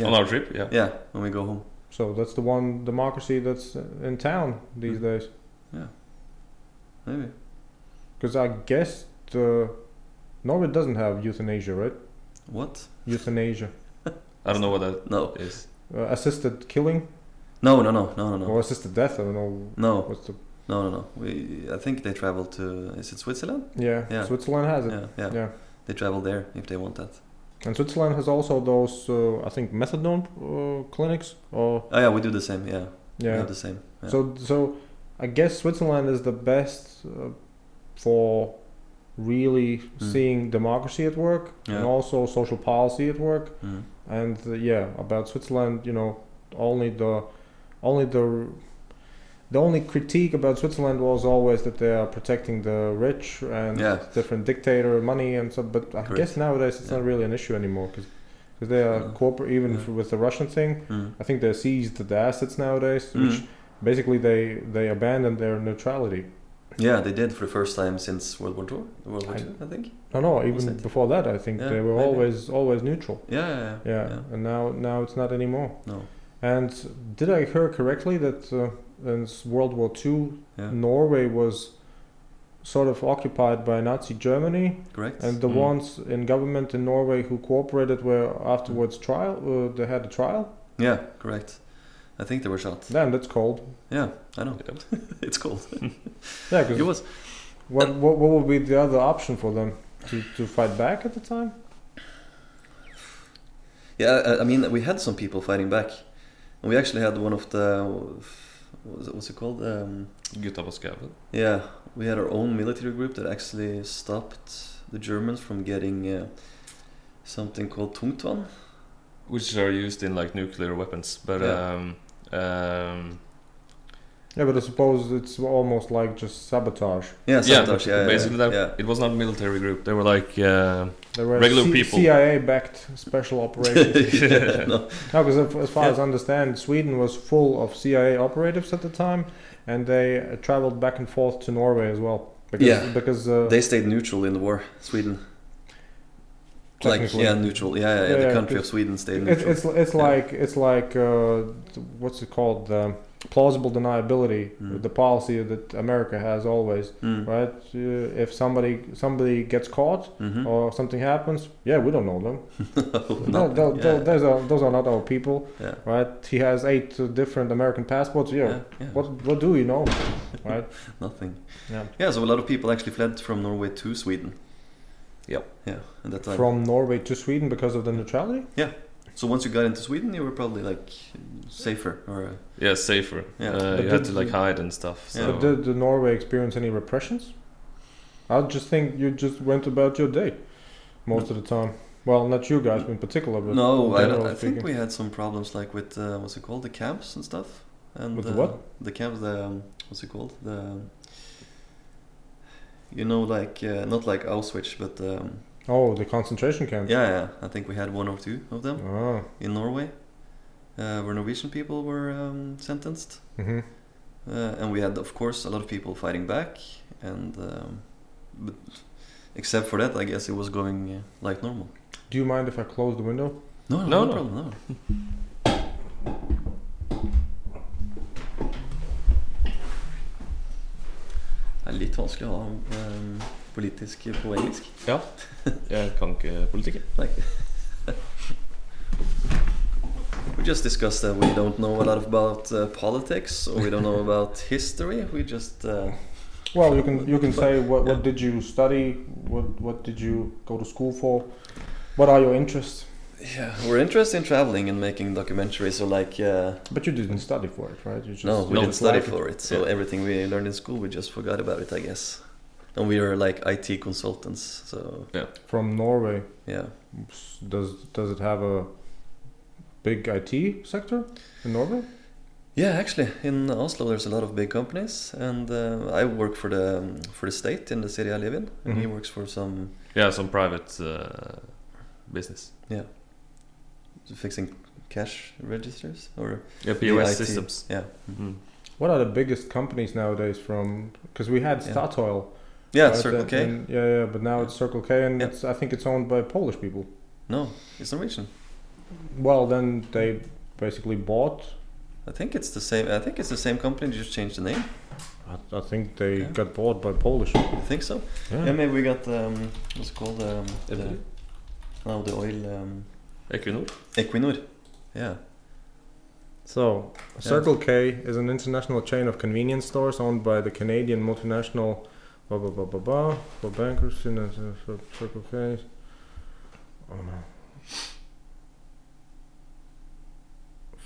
S2: Yeah.
S3: On our trip, yeah.
S2: Yeah, when we go home.
S1: So that's the one democracy that's in town these
S2: Mm.
S1: days.
S2: Maybe.
S1: Because I guess the Norway doesn't have euthanasia, right?
S2: What?
S1: Euthanasia,
S3: I don't know what that
S2: No.
S3: is.
S1: uh, assisted killing
S2: No, no, no, no, no,
S1: or
S2: no.
S1: assisted death. I don't know
S2: No,
S1: what's the
S2: no, no, no. We, I think they travel to is it Switzerland?
S1: yeah.
S2: Yeah.
S1: Switzerland has it.
S2: Yeah, yeah.
S1: yeah.
S2: They travel there if they want that.
S1: And Switzerland has also those, uh, I think, methadone uh, clinics. Or
S2: Oh yeah, we do the same. Yeah, we
S1: yeah.
S2: have the same. Yeah.
S1: So so, I guess Switzerland is the best uh, for really
S2: Mm.
S1: seeing democracy at work and
S2: Yeah.
S1: also social policy at work.
S2: Mm.
S1: And uh, yeah, about Switzerland, you know, only the only the the only critique about Switzerland was always that they are protecting the rich and
S2: Yeah.
S1: different dictator money and so. But I
S2: Correct.
S1: guess nowadays it's
S2: Yeah.
S1: not really an issue anymore because they are
S2: No.
S1: corporate even
S2: Yeah.
S1: f with the Russian thing.
S2: Mm.
S1: I think they seized the assets nowadays, which
S2: Mm.
S1: basically they they abandoned their neutrality.
S2: Yeah, they did for the first time since World War Two. World War
S1: I-
S2: Two, I think.
S1: No, no,
S2: Was
S1: even
S2: it?
S1: before that, I think
S2: Yeah,
S1: they were
S2: maybe.
S1: always always neutral.
S2: Yeah, yeah, yeah.
S1: Yeah. and now now it's not anymore.
S2: No.
S1: And did I hear correctly that uh, in s- World War II,
S2: Yeah.
S1: Norway was sort of occupied by Nazi Germany,
S2: Correct.
S1: and the
S3: Mm.
S1: ones in government in Norway who cooperated were afterwards trial. Uh, they had a trial.
S2: yeah, correct. I think they were shot.
S1: Damn, that's cold.
S2: Yeah, I know. it's cold.
S1: Yeah,
S2: It
S1: because
S2: was.
S1: what, what what would be the other option for them to, to fight back at the time?
S2: Yeah, I, I mean, we had some people fighting back, and we actually had one of the. What was it, what's it called? Um,
S3: Gutta på skaven.
S2: yeah, we had our own military group that actually stopped the Germans from getting uh, something called Tungtvan.
S3: Which are used in like nuclear weapons. But
S2: Yeah.
S3: um, um,
S1: Yeah, but I suppose it's almost like just sabotage.
S2: Yeah,
S3: yeah,
S2: sabotage, yeah, yeah,
S3: basically
S2: yeah,
S3: that it was not a military group. They were like uh,
S1: There were
S3: Regular
S1: C-
S3: people.
S1: CIA-backed special operations.
S2: yeah. no.
S1: No, because as far
S2: Yeah.
S1: as I understand, Sweden was full of CIA operatives at the time, and they uh, traveled back and forth to Norway as well. Because,
S2: Yeah.
S1: because uh,
S2: They stayed neutral in the war, Sweden. Like,
S1: Technically.
S2: yeah, neutral. Yeah, yeah, yeah,
S1: Yeah,
S2: the
S1: yeah,
S2: country of
S1: it's-
S2: Sweden stayed
S1: it's
S2: neutral.
S1: it's it's
S2: Yeah.
S1: like it's like uh, what's it called? Um plausible deniability,
S2: Mm.
S1: the policy that America has always,
S2: Mm.
S1: right? Uh, if somebody somebody gets caught
S2: Mhm.
S1: or something happens, yeah, we don't know them. Oh. No,
S2: Nothing,
S1: tho-
S2: yeah,
S1: tho- those are those are not our people,
S2: Yeah.
S1: right? He has eight uh, different American passports. Yeah,
S2: yeah, yeah,
S1: what what do you know, right?
S2: nothing.
S1: Yeah.
S2: Yeah, so a lot of people actually fled from Norway to Sweden.
S3: Yep.
S2: Yeah, at that time.
S1: From Norway to Sweden because of the neutrality.
S2: so once you got into Sweden, you were probably like safer or uh,
S3: yeah safer.
S2: Yeah.
S3: Uh,
S1: But
S3: you had
S1: did-
S3: to like hide and stuff. So.
S1: But did, did Norway experience any repressions? I just think you just went about your day most of the time. Well, not you guys in particular, but
S2: no. I,
S1: generally
S2: I think
S1: speaking.
S2: we had some problems like with uh, what's it called the camps and stuff. And
S1: With the
S2: uh,
S1: what?
S2: The camps. The um, what's it called the. um, You know, like uh, not like Auschwitz, but um,
S1: Oh, the concentration camp.
S2: yeah, yeah. I think we had one or two of them
S1: Ah,
S2: in Norway, uh, where Norwegian people were um, sentenced.
S1: mhm.
S2: Uh, and we had, of course, a lot of people fighting back, and um, but except for that, I guess it was going uh, like normal.
S1: Do you mind if I close the window?
S2: No, no, no,
S3: No, no.
S2: problem. No. Det er litt vanskelig å ha um, politisk på engelsk.
S3: Ja. Jeg kan ikke politikken.
S2: We just discussed that we don't know a lot about uh, politics or we don't know about history. We just uh,
S1: Well, you can you can say what
S2: Yeah.
S1: what did you study? What what did you go to school for? What are your interests?
S2: yeah, we're interested in traveling and making documentaries or like uh,
S1: But you didn't study for it, right? You just
S2: no, we
S1: you
S2: didn't
S1: just
S2: study
S1: like
S2: for it. So
S3: Yeah.
S2: everything we learned in school, we just forgot about it, I guess. And we are like IT consultants, so
S1: from Norway.
S2: yeah.
S1: Does does it have a big IT sector in Norway?
S2: Yeah, actually, in Oslo, there's a lot of big companies, and uh, I work for the um, for the state in the city I live in, and he
S1: Mhm.
S2: works for some
S3: Yeah, some private uh, business.
S2: fixing cash registers or
S3: Yeah,
S2: the
S3: POS
S2: IT.
S3: systems.
S2: Yeah,
S3: Mm.
S1: What are the biggest companies nowadays from? Because we had
S2: Yeah.
S1: Statoil.
S2: yeah,
S1: right,
S2: Circle
S1: and-
S2: K.
S1: and- yeah, yeah, but now it's Circle K, and
S2: Yeah.
S1: it's, I think it's owned by Polish people.
S2: No, it's Norwegian.
S1: Well, then they basically bought.
S2: I think it's the same. I think it's the same company. Just changed the name.
S1: I, I think they
S2: Yeah.
S1: got bought by Polish. Yeah.
S2: I think so. Yeah, maybe we got um, what's it called? Um, the,
S3: Everything?
S2: no, the oil. Um,
S3: Equinor.
S2: Equinor. Yeah.
S1: So Circle K is an international chain of convenience stores owned by the Canadian multinational. Blah blah blah blah blah for bankruptcy. no, so- so Circle K. Oh no.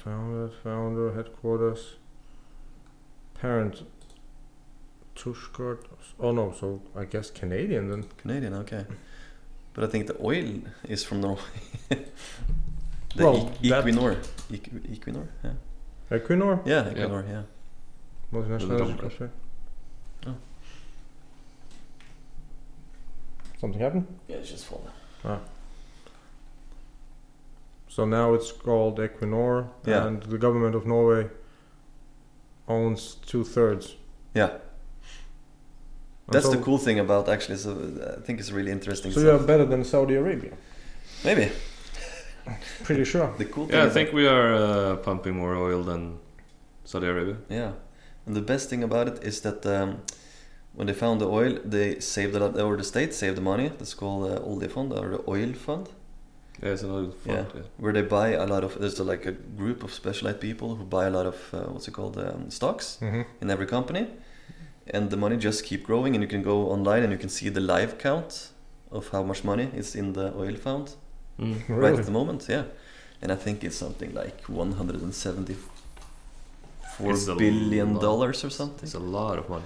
S1: Founded, founder, headquarters, parent. Tushkart. Oh no, so I guess Canadian then.
S2: Canadian, okay. But I think the oil is from Norway. the
S1: Well,
S2: E-
S1: that-
S2: Equinor. Equ- Equinor? Yeah.
S1: Equinor.
S2: Yeah, Equinor, yeah.
S1: Multinational
S3: Little
S1: energy
S3: company.
S1: company.
S2: Oh.
S1: Something happened?
S2: Yeah, it's just falling.
S1: Ah. So now it's called Equinor,
S2: Yeah.
S1: and the government of Norway owns two thirds.
S2: Yeah. That's the cool thing about actually, so uh, I think it's really interesting.
S1: So
S2: stuff.
S1: you are better than Saudi Arabia.
S2: Maybe.
S1: Pretty sure.
S2: The cool thing.
S3: Yeah, I
S2: about-
S3: think we are uh, pumping more oil than Saudi Arabia.
S2: Yeah. And the best thing about it is that um, when they found the oil, they saved a lot, or the state saved the money. That's called uh, Oljefond, or the oil fund.
S3: Yeah, it's another font. Yeah.
S2: where they buy a lot of. There's a, like a group of specialized people who buy a lot of uh, what's it called um, stocks
S1: hmm
S2: in every company, and the money just keep growing. And you can go online and you can see the live count of how much money is in the oil fund
S3: Mm.
S2: right
S1: Really?
S2: at the moment. Yeah, and I think it's something like 174
S3: It's a
S2: billion
S3: lot.
S2: dollars or something.
S3: It's a lot of money.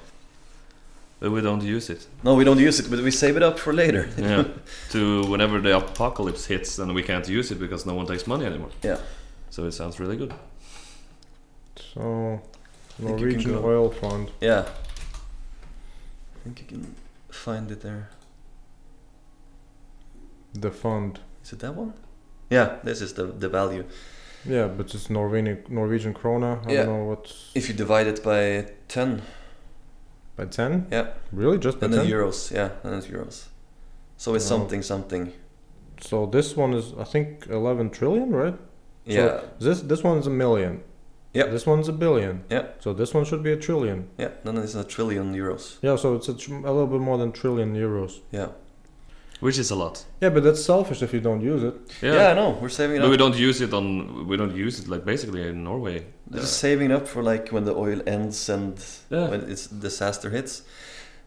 S3: But we don't use it.
S2: No, we don't use it, but we save it up for later.
S3: Yeah. to whenever the apocalypse hits, then we can't use it because no one takes money anymore.
S2: Yeah.
S3: So it sounds really good.
S1: So,
S2: you can
S1: Norwegian
S2: go-
S1: oil fund.
S2: Yeah. I think you can find it there.
S1: The fund.
S2: Is it that one? Yeah, this is the the value.
S1: Yeah, but it's Norwegian Norwegian krona. I
S2: Yeah.
S1: don't know what's
S2: If you divide it by ten,
S1: by ten.
S2: Yeah.
S1: Really, just by
S2: and then
S1: ten.
S2: euros, yeah, and then it's euros. So it's
S1: Oh.
S2: something something.
S1: So this one is, I think, eleven trillion, right?
S2: Yeah,
S1: This this one's a million.
S2: Yep.
S1: This one's a billion.
S2: Yep.
S1: So this one should be a trillion.
S2: yeah. Then it's a trillion euros.
S1: Yeah. So it's a, tr- a little bit more than trillion euros.
S2: Yeah.
S3: Which is a lot.
S1: Yeah, but that's selfish if you don't use it.
S2: Yeah, I know. We're saving it
S3: But we
S2: up.
S3: don't use it on. We don't use it like basically in Norway.
S2: We're just saving up for like when the oil ends and
S3: Yeah.
S2: when it's disaster hits.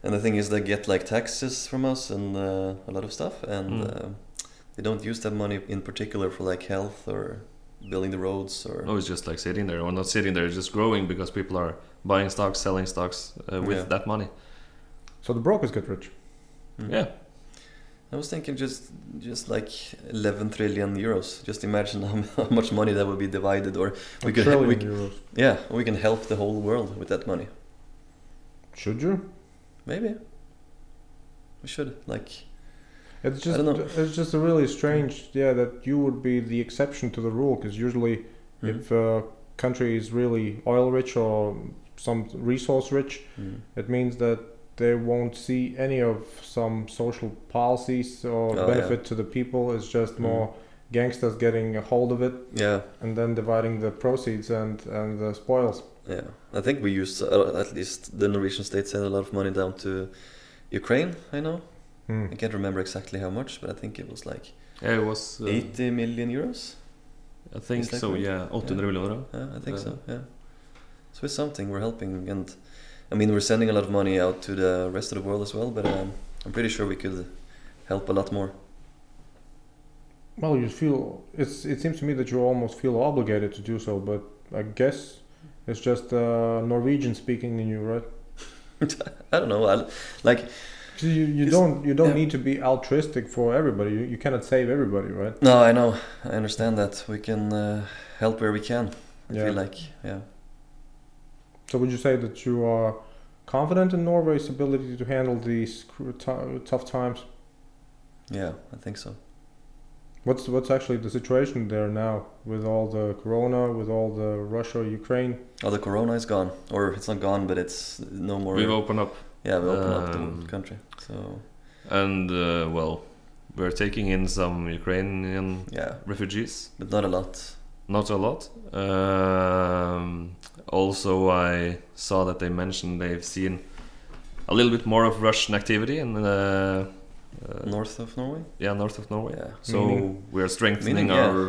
S2: And the thing is, they get like taxes from us and uh, a lot of stuff, and
S3: Mm.
S2: uh, they don't use that money in particular for like health or building the roads or.
S3: No, it's just like sitting there. Well, not sitting there. It's just growing because people are buying stocks, selling stocks uh, with
S2: Yeah.
S3: that money.
S1: So the brokers get rich.
S2: Mm.
S3: Yeah.
S2: I was thinking just just like 11 trillion euros. Just imagine how, how much money that would be divided or
S1: A
S2: We could-
S1: trillion
S2: we c-
S1: euros.
S2: yeah, we can help the whole world with that money.
S1: Should you?
S2: Maybe. We should like
S1: It's just
S2: don't know.
S1: it's just a really strange yeah that you would be the exception to the rule because usually
S2: Mm-hmm.
S1: if a country is really oil rich or some resource rich,
S3: Hmm.
S2: Mm.
S1: it means that they won't see any of some social policies or
S2: Oh,
S1: benefit to the people. It's just
S2: Mm.
S1: more gangsters getting a hold of it
S2: yeah,
S1: and then dividing the proceeds and, and the spoils.
S2: yeah. I think we used uh, at least the Norwegian state sent a lot of money down to Ukraine, I know.
S1: Hmm.
S2: I can't remember exactly how much, but I think it was like
S3: Yeah, it was. Uh,
S2: 80 million euros.
S3: I think
S2: It's like
S3: so.
S2: that.
S3: Yeah, 800 miljoner.
S2: Yeah, I think
S3: Yeah.
S2: so. Yeah. So it's something we're helping, and I mean we're sending a lot of money out to the rest of the world as well. But um, I'm pretty sure we could help a lot more.
S1: Well, you feel it's. It seems to me that you almost feel obligated to do so, but I guess it's just uh, Norwegian speaking in you, right?
S2: I don't know. I, like
S1: 'Cause you, you
S2: It's-
S1: don't you don't
S2: yeah.
S1: need to be altruistic for everybody. You, you cannot save everybody, right?
S2: no, I know. I understand that we can uh, help where we can. I
S1: Yeah.
S2: feel like yeah.
S1: So would you say that you are confident in Norway's ability to handle these cr- tou- tough times?
S2: Yeah, I think so.
S1: What's what's actually the situation there now with all the corona, with all the Russia Ukraine?
S2: Oh, the corona is gone, or it's not gone, but it's no more.
S3: We've opened up,
S2: yeah, we opened up the
S3: um,
S2: country. So
S3: and uh, well, we're taking in some Ukrainian
S2: yeah,
S3: refugees.
S2: but not a lot.
S3: Not a lot. Um, also, I saw that they mentioned they've seen a little bit more of Russian activity in uh, uh,
S2: North of Norway.
S3: yeah north of Norway.
S2: Yeah,
S3: So
S1: Meaning-
S3: we are strengthening
S2: Meaning, yeah.
S3: our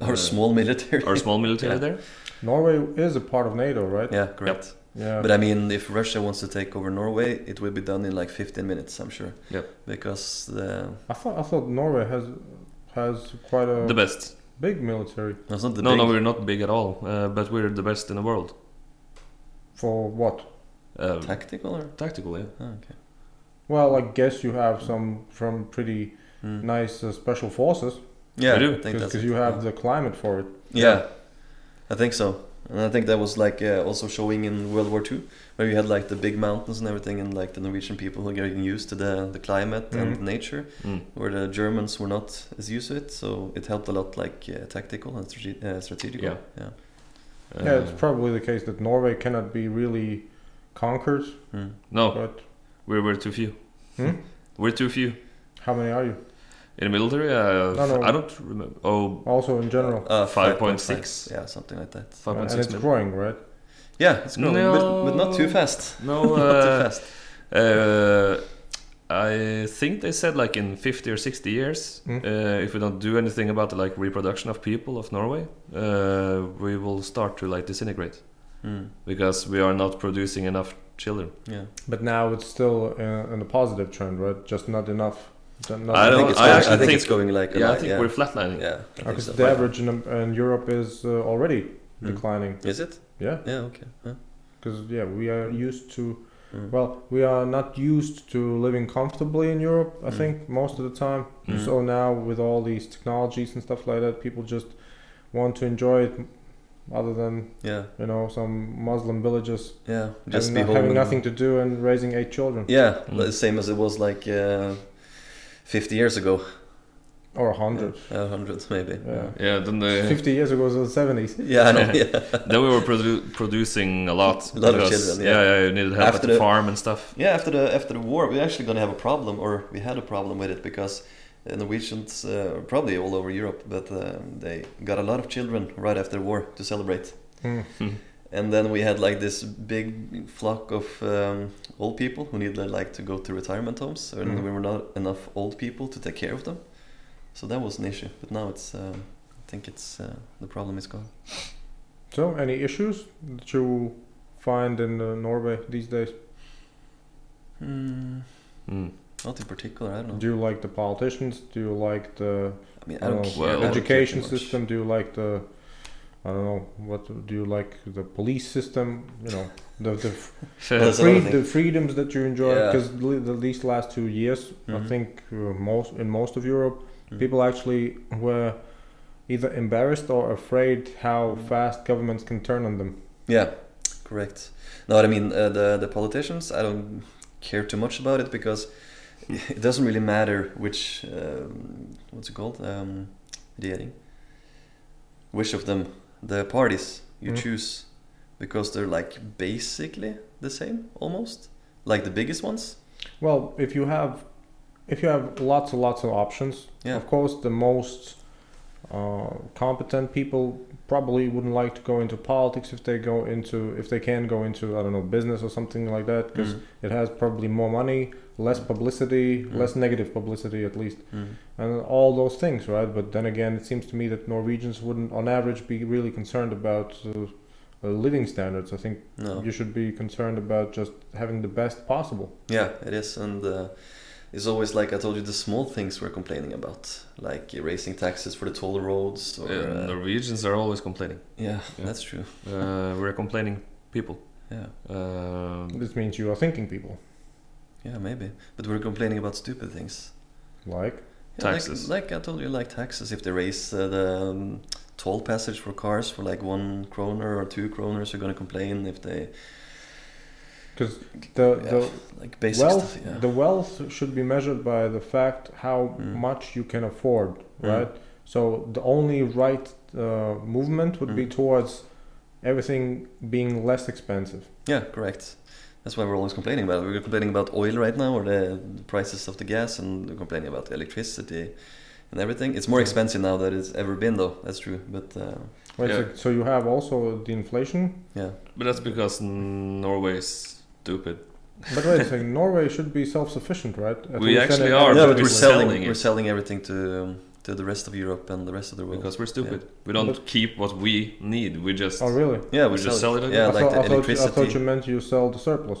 S2: our
S3: uh,
S2: small military.
S3: our small military
S2: Yeah.
S3: there.
S1: Norway is a part of NATO, right?
S2: yeah, correct.
S1: Yeah.
S2: But I mean, if Russia wants to take over Norway, it will be done in like 15 minutes, I'm sure.
S3: Yep.
S2: Because the
S1: I thought I thought Norway has has quite a
S3: The best.
S1: big military
S2: no, it's not the
S3: no,
S2: big,
S3: no, we're not big at all, uh, but we're the best in the world.
S1: for what?
S3: Uh,
S2: tactical or
S3: tactical, yeah.
S2: oh, okay.
S1: Well, I guess you have some from pretty
S3: Mm.
S2: Hmm.
S1: nice uh, special forces
S2: Yeah,
S3: We do.
S2: I think that's
S1: because
S2: it.
S1: you have the climate for it.
S2: yeah. yeah, I think so. And I think that was like uh, also showing in World War II, where you had like the big mountains and everything, and like the Norwegian people were getting used to the the climate and
S1: Mhm.
S2: nature,
S3: Mm.
S2: where the Germans were not as used to it. So it helped a lot, like uh, tactical and strate- uh, strategical.
S3: Yeah.
S2: yeah.
S1: yeah, it's
S3: Uh,
S1: probably the case that Norway cannot be really conquered,
S2: Hmm.
S3: no,
S1: but
S3: we're, we're too few.
S1: Hmm?
S3: We're too few
S1: how many are you?
S3: in the military. Uh,
S1: No, no.
S3: I don't remember. Oh,
S1: Also in general.
S2: Uh,
S3: 5.6.
S2: Yeah, something like that.
S1: Uh, and
S3: 5.6
S1: it's
S3: million.
S1: growing, right?
S2: Yeah, it's growing, but, but not too
S3: No.
S2: fast.
S3: No,
S2: not too
S3: uh,
S2: fast.
S3: uh, I think they said like in 50 or 60 years,
S1: Mm.
S3: uh, if we don't do anything about the like reproduction of people of Norway, uh, we will start to like disintegrate
S2: Mm.
S3: because we are not producing enough children.
S2: Yeah.
S1: But now it's still uh, in a positive trend, right? Just not enough. Not
S3: I
S2: think
S3: don't-
S2: it's
S3: I
S2: going-
S3: actually
S2: I think,
S3: think-
S2: it's going like
S3: yeah, I
S2: like,
S3: think
S2: yeah.
S3: we're flatlining.
S2: yeah. I think
S1: Because
S2: so.
S1: the average in, in Europe is uh, already
S2: Mm.
S1: declining.
S2: Is it?
S1: Yeah,
S2: Yeah. Okay. Yeah.
S1: because yeah, we are used to.
S2: Mm.
S1: Well, we are not used to living comfortably in Europe. I
S2: Mm.
S1: think most of the time.
S2: Hmm.
S3: Mm.
S1: So now with all these technologies and stuff like that, people just want to enjoy it, other than
S2: yeah.
S1: you know some Muslim villages
S2: Yeah. Just
S1: just
S2: be home
S1: having
S2: and-
S1: nothing to do and raising eight children
S2: Yeah,
S3: Mm.
S2: the same as it was like uh, 50 years ago.
S1: or a hundred.
S2: Uh, 100 maybe.
S1: Yeah.
S3: Yeah, then they,
S1: Fifty years ago it was the seventies.
S2: Yeah, I know. Yeah.
S3: then we were produ- producing a lot.
S2: A lot of
S3: because,
S2: children, yeah.
S3: yeah, you needed help
S2: After
S3: at the
S2: the-
S3: farm and stuff.
S2: yeah, after the after the war, we're actually going to have a problem, or we had a problem with it because uh, Norwegians, uh, probably all over Europe, but uh, they got a lot of children right after the war to celebrate. And then we had like this big flock of um, old people who needed like to go to retirement homes, and
S1: Mhm.
S2: we were not enough old people to take care of them. So that was an issue. But now it's, um I think it's uh, the problem is gone.
S1: So, any issues that you find in uh, Norway these days?
S2: Mm,
S3: Mm.
S2: not in particular. I don't know.
S1: Do you like the politicians? Do you like the
S2: I mean, I don't
S1: uh,
S2: care.
S3: Well-
S2: I don't care
S1: education
S2: too much.
S1: system? Do you like the I don't know what? Do you like the police system? You know the the, the,
S2: Well, That's another
S1: free,
S2: thing.
S1: the freedoms that you enjoy
S2: Yeah.
S1: because the these last two years, I
S2: Mhm.
S1: think uh, most in most of Europe,
S2: Mm.
S1: people actually were either embarrassed or afraid how fast governments can turn on them.
S2: Yeah, correct. No, I mean uh, the the politicians. I don't care too much about it because it doesn't really matter which um, what's it called um, regering. Which of them the parties you
S1: Mm.
S2: choose because they're like basically the same almost like the biggest ones.
S1: Well, if you have if you have lots and lots of options,
S2: Yeah.
S1: of course the most uh, competent people probably wouldn't like to go into politics if they go into if they can go into I don't know business or something like that because
S2: Mm.
S1: it has probably more money, less publicity,
S2: Mm.
S1: less negative publicity at least,
S2: Mm.
S1: and all those things, right? But then again, it seems to me that Norwegians wouldn't, on average, be really concerned about. Uh, uh, living standards. I think
S2: No.
S1: you should be concerned about just having the best possible.
S2: Yeah, it is, and uh, it's always like I told you, the small things we're complaining about, like raising taxes for the toll roads, or
S3: Yeah,
S2: uh,
S3: Norwegians are always complaining.
S2: yeah,
S3: Yeah.
S2: that's true.
S3: Uh, we're complaining people.
S2: Yeah,
S3: Um,
S1: This means you are thinking people.
S2: yeah, maybe. But we're complaining about stupid things.
S1: Like,
S2: Yeah, like-
S3: Taxes.
S2: Like, I told you, like taxes. If they raise uh, the um, toll passage for cars for like one kroner or two kroners, you're gonna complain. If they
S1: because the
S2: Yeah,
S1: the
S2: like basic
S1: wealth
S2: stuff, yeah.
S1: the wealth should be measured by the fact how
S2: Mm.
S1: much you can afford,
S2: Mm.
S1: right? So the only right uh, movement would be
S2: Mm.
S1: towards everything being less expensive.
S2: yeah, correct. That's why we're always complaining about it. We're complaining about oil right now, or the, the prices of the gas, and we're complaining about electricity and everything. It's more expensive now than it's ever been, though. That's true. But uh,
S1: Right?
S3: Yeah.
S1: So, so you have also the inflation,
S2: yeah,
S3: but that's because Norway is stupid.
S1: but wait a second, Norway should be self-sufficient, right? At
S3: We
S1: least in
S3: actually
S1: a-
S3: are,
S2: yeah, but
S3: but we're
S2: we're selling,
S3: selling it.
S2: we're selling everything to um, to the rest of Europe and the rest of the world.
S3: Because we're stupid. We don't keep what we need. We just
S1: Oh really?
S2: Yeah, we
S3: We just sell it
S2: Yeah,
S1: I,
S2: like
S1: thought, I,
S2: the
S1: thought you, I
S2: electricity.
S1: thought you meant you sell the surplus.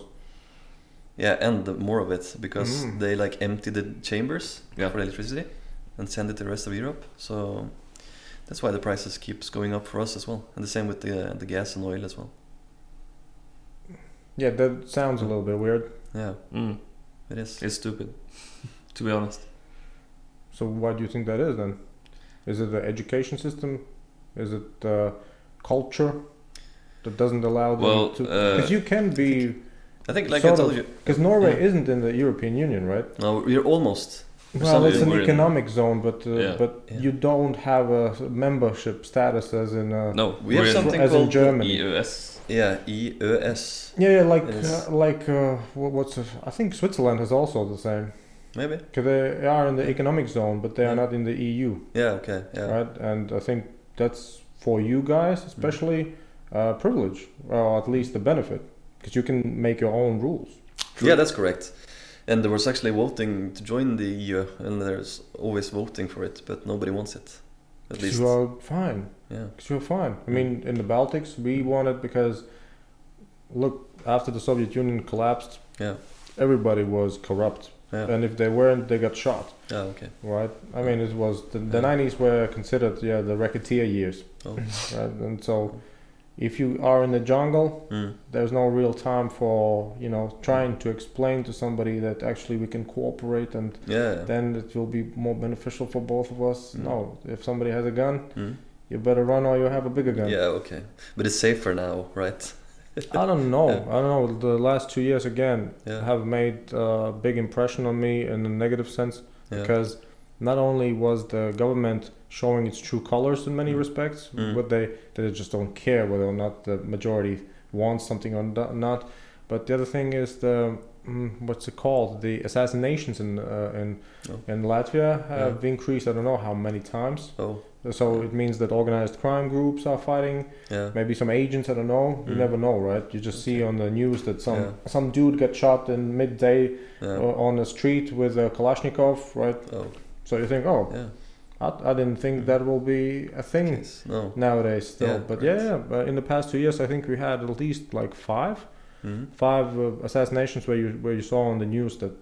S2: Yeah, and the, more of it because
S1: Mm.
S2: they like empty the chambers
S3: Yeah.
S2: for electricity and send it to the rest of Europe. So that's why the prices keeps going up for us as well, and the same with the uh, the gas and oil as well.
S1: Yeah, that sounds a little bit weird.
S2: Yeah,
S3: Mm,
S2: it is.
S3: it's stupid. to be honest.
S1: So why do you think that is then? Is it the education system? Is it the culture that doesn't allow them
S3: Well,
S1: to?
S3: uh,
S1: Because you can be,
S2: I think, like I
S1: Sort
S2: told
S1: of.
S2: you,
S1: because Norway
S2: yeah.
S1: isn't in the European Union, right?
S2: no, we're almost. For
S1: well,
S2: some
S1: it's
S2: reason
S1: an
S3: we're in-
S1: economic zone, but uh,
S3: Yeah.
S1: but
S2: Yeah.
S1: you don't have a membership status as in uh,
S3: No,
S2: We have
S3: we're in E
S2: something
S1: as in
S2: called
S1: Germany.
S3: EES.
S2: Yeah, E EES
S1: Yeah, yeah, like
S2: Yes.
S1: uh, like uh, wha- what's the- I think Switzerland is also the same
S2: maybe.
S1: because they are in the economic zone, but they are
S2: Yeah.
S1: not in the E EU.
S2: Yeah, okay. Yeah, Mm.
S1: right? And I think that's for you guys, especially uh, privilege, or at least the benefit, because you can make your own rules.
S2: yeah, that's correct. And there was actually voting to join the EU, and there's always voting for it, but nobody wants it. At least, Mm.
S1: You are fine.
S2: yeah,
S1: Because you're fine. I mean, in the Baltics, we won it because, look, after the Soviet Union collapsed,
S2: Yeah.
S1: everybody was corrupt,
S2: yeah,
S1: and if they weren't, they got shot.
S2: ah, okay.
S1: Right? I mean, it was the, the
S2: Yeah.
S1: 90s were considered yeah the racketeer years,
S2: Oh.
S1: right? And so, if you are in the jungle,
S2: Mm.
S1: there's no real time for you know trying to explain to somebody that actually we can cooperate and
S2: Yeah.
S1: then it will be more beneficial for both of us.
S2: Mm.
S1: No, if somebody has a gun,
S2: Mm.
S1: you better run or you have a bigger gun.
S2: Yeah, okay. But it's safer now, right?
S1: I don't know.
S2: Yeah.
S1: I don't know. The last two years again
S2: Yeah.
S1: have made a big impression on me in a negative sense
S2: Yeah.
S1: because not only was the government showing its true colors in many
S2: Mm.
S1: respects,
S2: Mm.
S1: but they they just don't care whether or not the majority wants something or no- not. But the other thing is the mm, what's it called? The assassinations in uh, in
S2: Oh.
S1: in Latvia have increased. I don't know how many times.
S2: Oh,
S1: So it means that organized crime groups are fighting
S2: yeah.
S1: maybe some agents i don't know you
S2: Mm.
S1: never know right you just see on the news that some
S2: Yeah.
S1: some dude got shot in midday uh,
S2: Yeah.
S1: on a street with a kalashnikov right
S2: Oh,
S1: so you think oh
S2: yeah.
S1: I, I didn't think that will be a thing
S2: Jeez, No.
S1: nowadays still
S2: Yeah,
S1: but
S2: right.
S1: yeah, yeah but in the past two years i think we had at least like five
S2: Mm.
S1: five uh, assassinations where you where you saw on the news that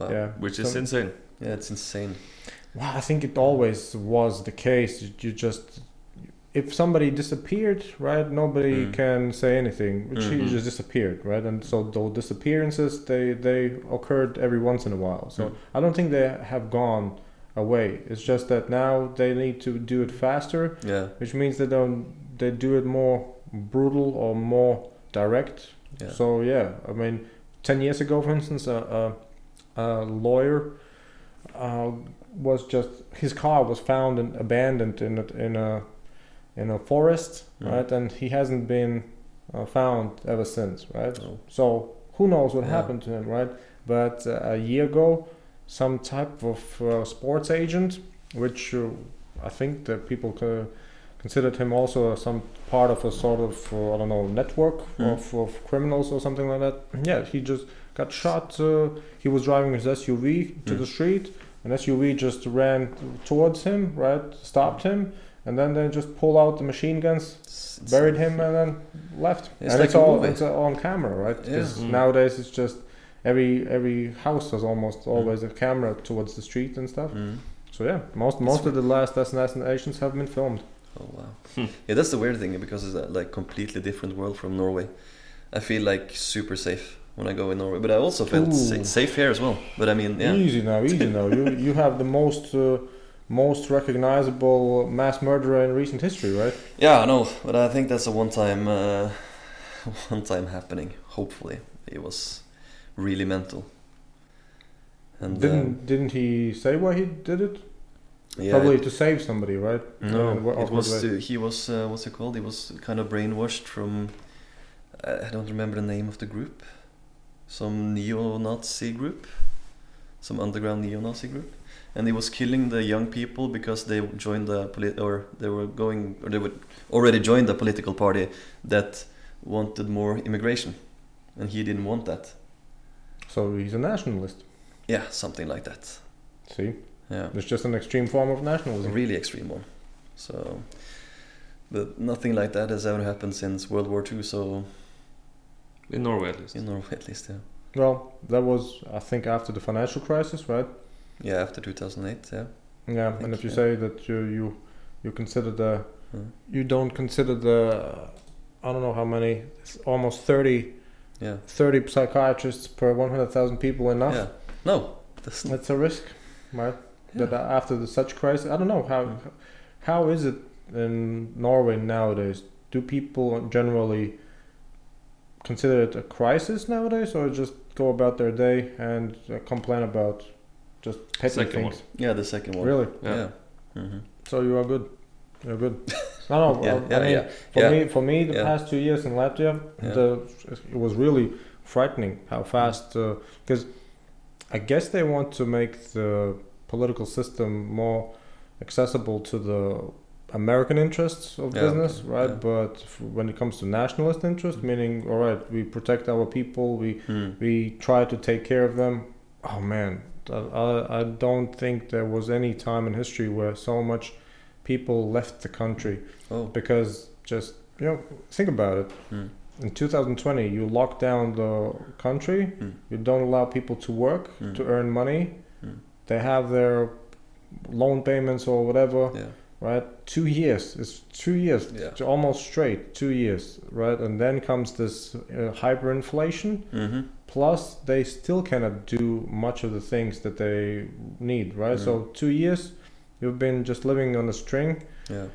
S2: Wow.
S1: yeah
S3: which is
S1: some-
S3: insane.
S2: Yeah, it's insane.
S1: Well, I think it always was the case. You- You just, if somebody disappeared, right? Nobody
S2: Mm.
S1: can say anything. She
S2: Mhm.
S1: just disappeared, right? And so those disappearances they they occurred every once in a while. So
S2: Mm.
S1: I don't think they have gone away. It's just that now they need to do it faster,
S2: Yeah,
S1: which means they don't they do it more brutal or more direct.
S2: yeah.
S1: So yeah, I mean, ten years ago, for instance, a, a, a lawyer uh, was just his car was found and abandoned in a, in a in a forest,
S2: Mm.
S1: right? And he hasn't been uh, found ever since, right?
S2: Oh,
S1: So who knows what
S2: Yeah.
S1: happened to him, right? But uh, a year ago, some type of uh, sports agent, which uh, I think that people co- considered him also some part of a sort of uh, I don't know network
S2: Mm.
S1: of, of criminals or something like that. Yeah, he just got shot. Uh, he was driving his SUV to
S2: Mm.
S1: the street. An SUV just ran towards him, right? Stopped him, and then they just pull out the machine guns
S2: it's- it's-
S1: buried him and then left.
S2: It's
S1: and
S2: like
S1: it's
S2: a
S1: all
S2: movie.
S1: it's uh, on camera, right?
S2: Yeah.
S1: Because
S3: Mm.
S1: nowadays it's just every every house has almost always a camera towards the street and stuff.
S2: Mm.
S1: So yeah, most most of the last assassinations have been filmed.
S2: Oh wow.
S3: Hmm.
S2: yeah, that's the weird thing because it's a like completely different world from Norway. I feel like super safe when I go in Norway, but I also felt sa-
S1: Ooh.
S2: safe here as well. But I mean, Mm, yeah,
S1: Easy now, easy now. You you have the most. Uh, most recognizable mass murderer in recent history, right?
S2: yeah, I know. But I think that's a one-time, uh, one-time happening. Hopefully, it was really mental. And
S1: didn't
S2: um,
S1: didn't he say why he did it?
S2: yeah,
S1: Probably
S2: it-
S1: to save somebody, right? Uh,
S2: no,
S1: And what-
S2: it
S1: what-
S2: was to, he was uh, what's it called? He was kind of brainwashed from. uh, I I don't remember the name of the group. Some neo-Nazi group, some underground neo-Nazi group, and he was killing the young people because they joined the polit or they were going or they would already joined the political party that wanted more immigration, and he didn't want that.
S1: So he's a nationalist.
S2: Yeah, something like that.
S1: See,
S2: Yeah.
S1: it's just an extreme form of
S2: was a
S1: nationalism.
S2: really extreme one. So, but nothing like that has ever happened since World War II. So
S3: In Norway, at least.
S2: in Norway, at least, yeah,
S1: Well, that was, I think, after the financial crisis, right?
S2: yeah, after 2008, yeah,
S1: Yeah, and
S2: think,
S1: if you
S2: yeah.
S1: say that you you you consider the
S2: Mm.
S1: you don't consider the I don't know how many it's almost 30,
S2: yeah,
S1: 30 psychiatrists per one hundred thousand people enough.
S2: yeah. No, that's not.
S1: That's a risk, right?
S2: Yeah.
S1: That after the such crisis, I don't know how
S2: Mm.
S1: how is it in Norway nowadays? Do people generally consider it a crisis nowadays, or just go about their day and uh, complain about just petty
S3: Second one.
S1: things?
S2: Yeah, the second one.
S1: Really?
S3: Yeah.
S2: Yeah. hmm
S1: So you are good. You're good. No, no.
S2: Yeah,
S1: I- I
S2: yeah,
S1: mean,
S2: yeah,
S1: For
S2: yeah.
S1: me, for me, the
S2: Yeah.
S1: past two years in Latvia,
S2: Yeah.
S1: the, it was really frightening how fast. Because I guess they want to make the political system more accessible to the American interests of
S2: Yeah,
S1: business, right?
S2: yeah. Mm-hmm.
S1: But f- when it comes to nationalist interest, meaning, all right, we protect our people, we
S2: Mm.
S1: we try to take care of them. oh man, I, I, I don't think there was any time in history where so much people left the country
S2: Oh.
S1: because just you know think about it.
S2: Mm.
S1: In 2020, you lock down the country.
S2: Mm.
S1: You don't allow people to work
S2: Mm.
S1: to earn money.
S2: Mm.
S1: They have their loan payments or whatever,
S2: Yeah.
S1: right? Two years. It's two years.
S2: Yeah.
S1: It's almost straight. Two years, right? And then comes this uh, hyperinflation.
S2: Mm-hmm.
S1: Plus, they still cannot do much of the things that they need, right?
S2: Mm.
S1: So two years, you've been just living on a string,
S2: Yeah.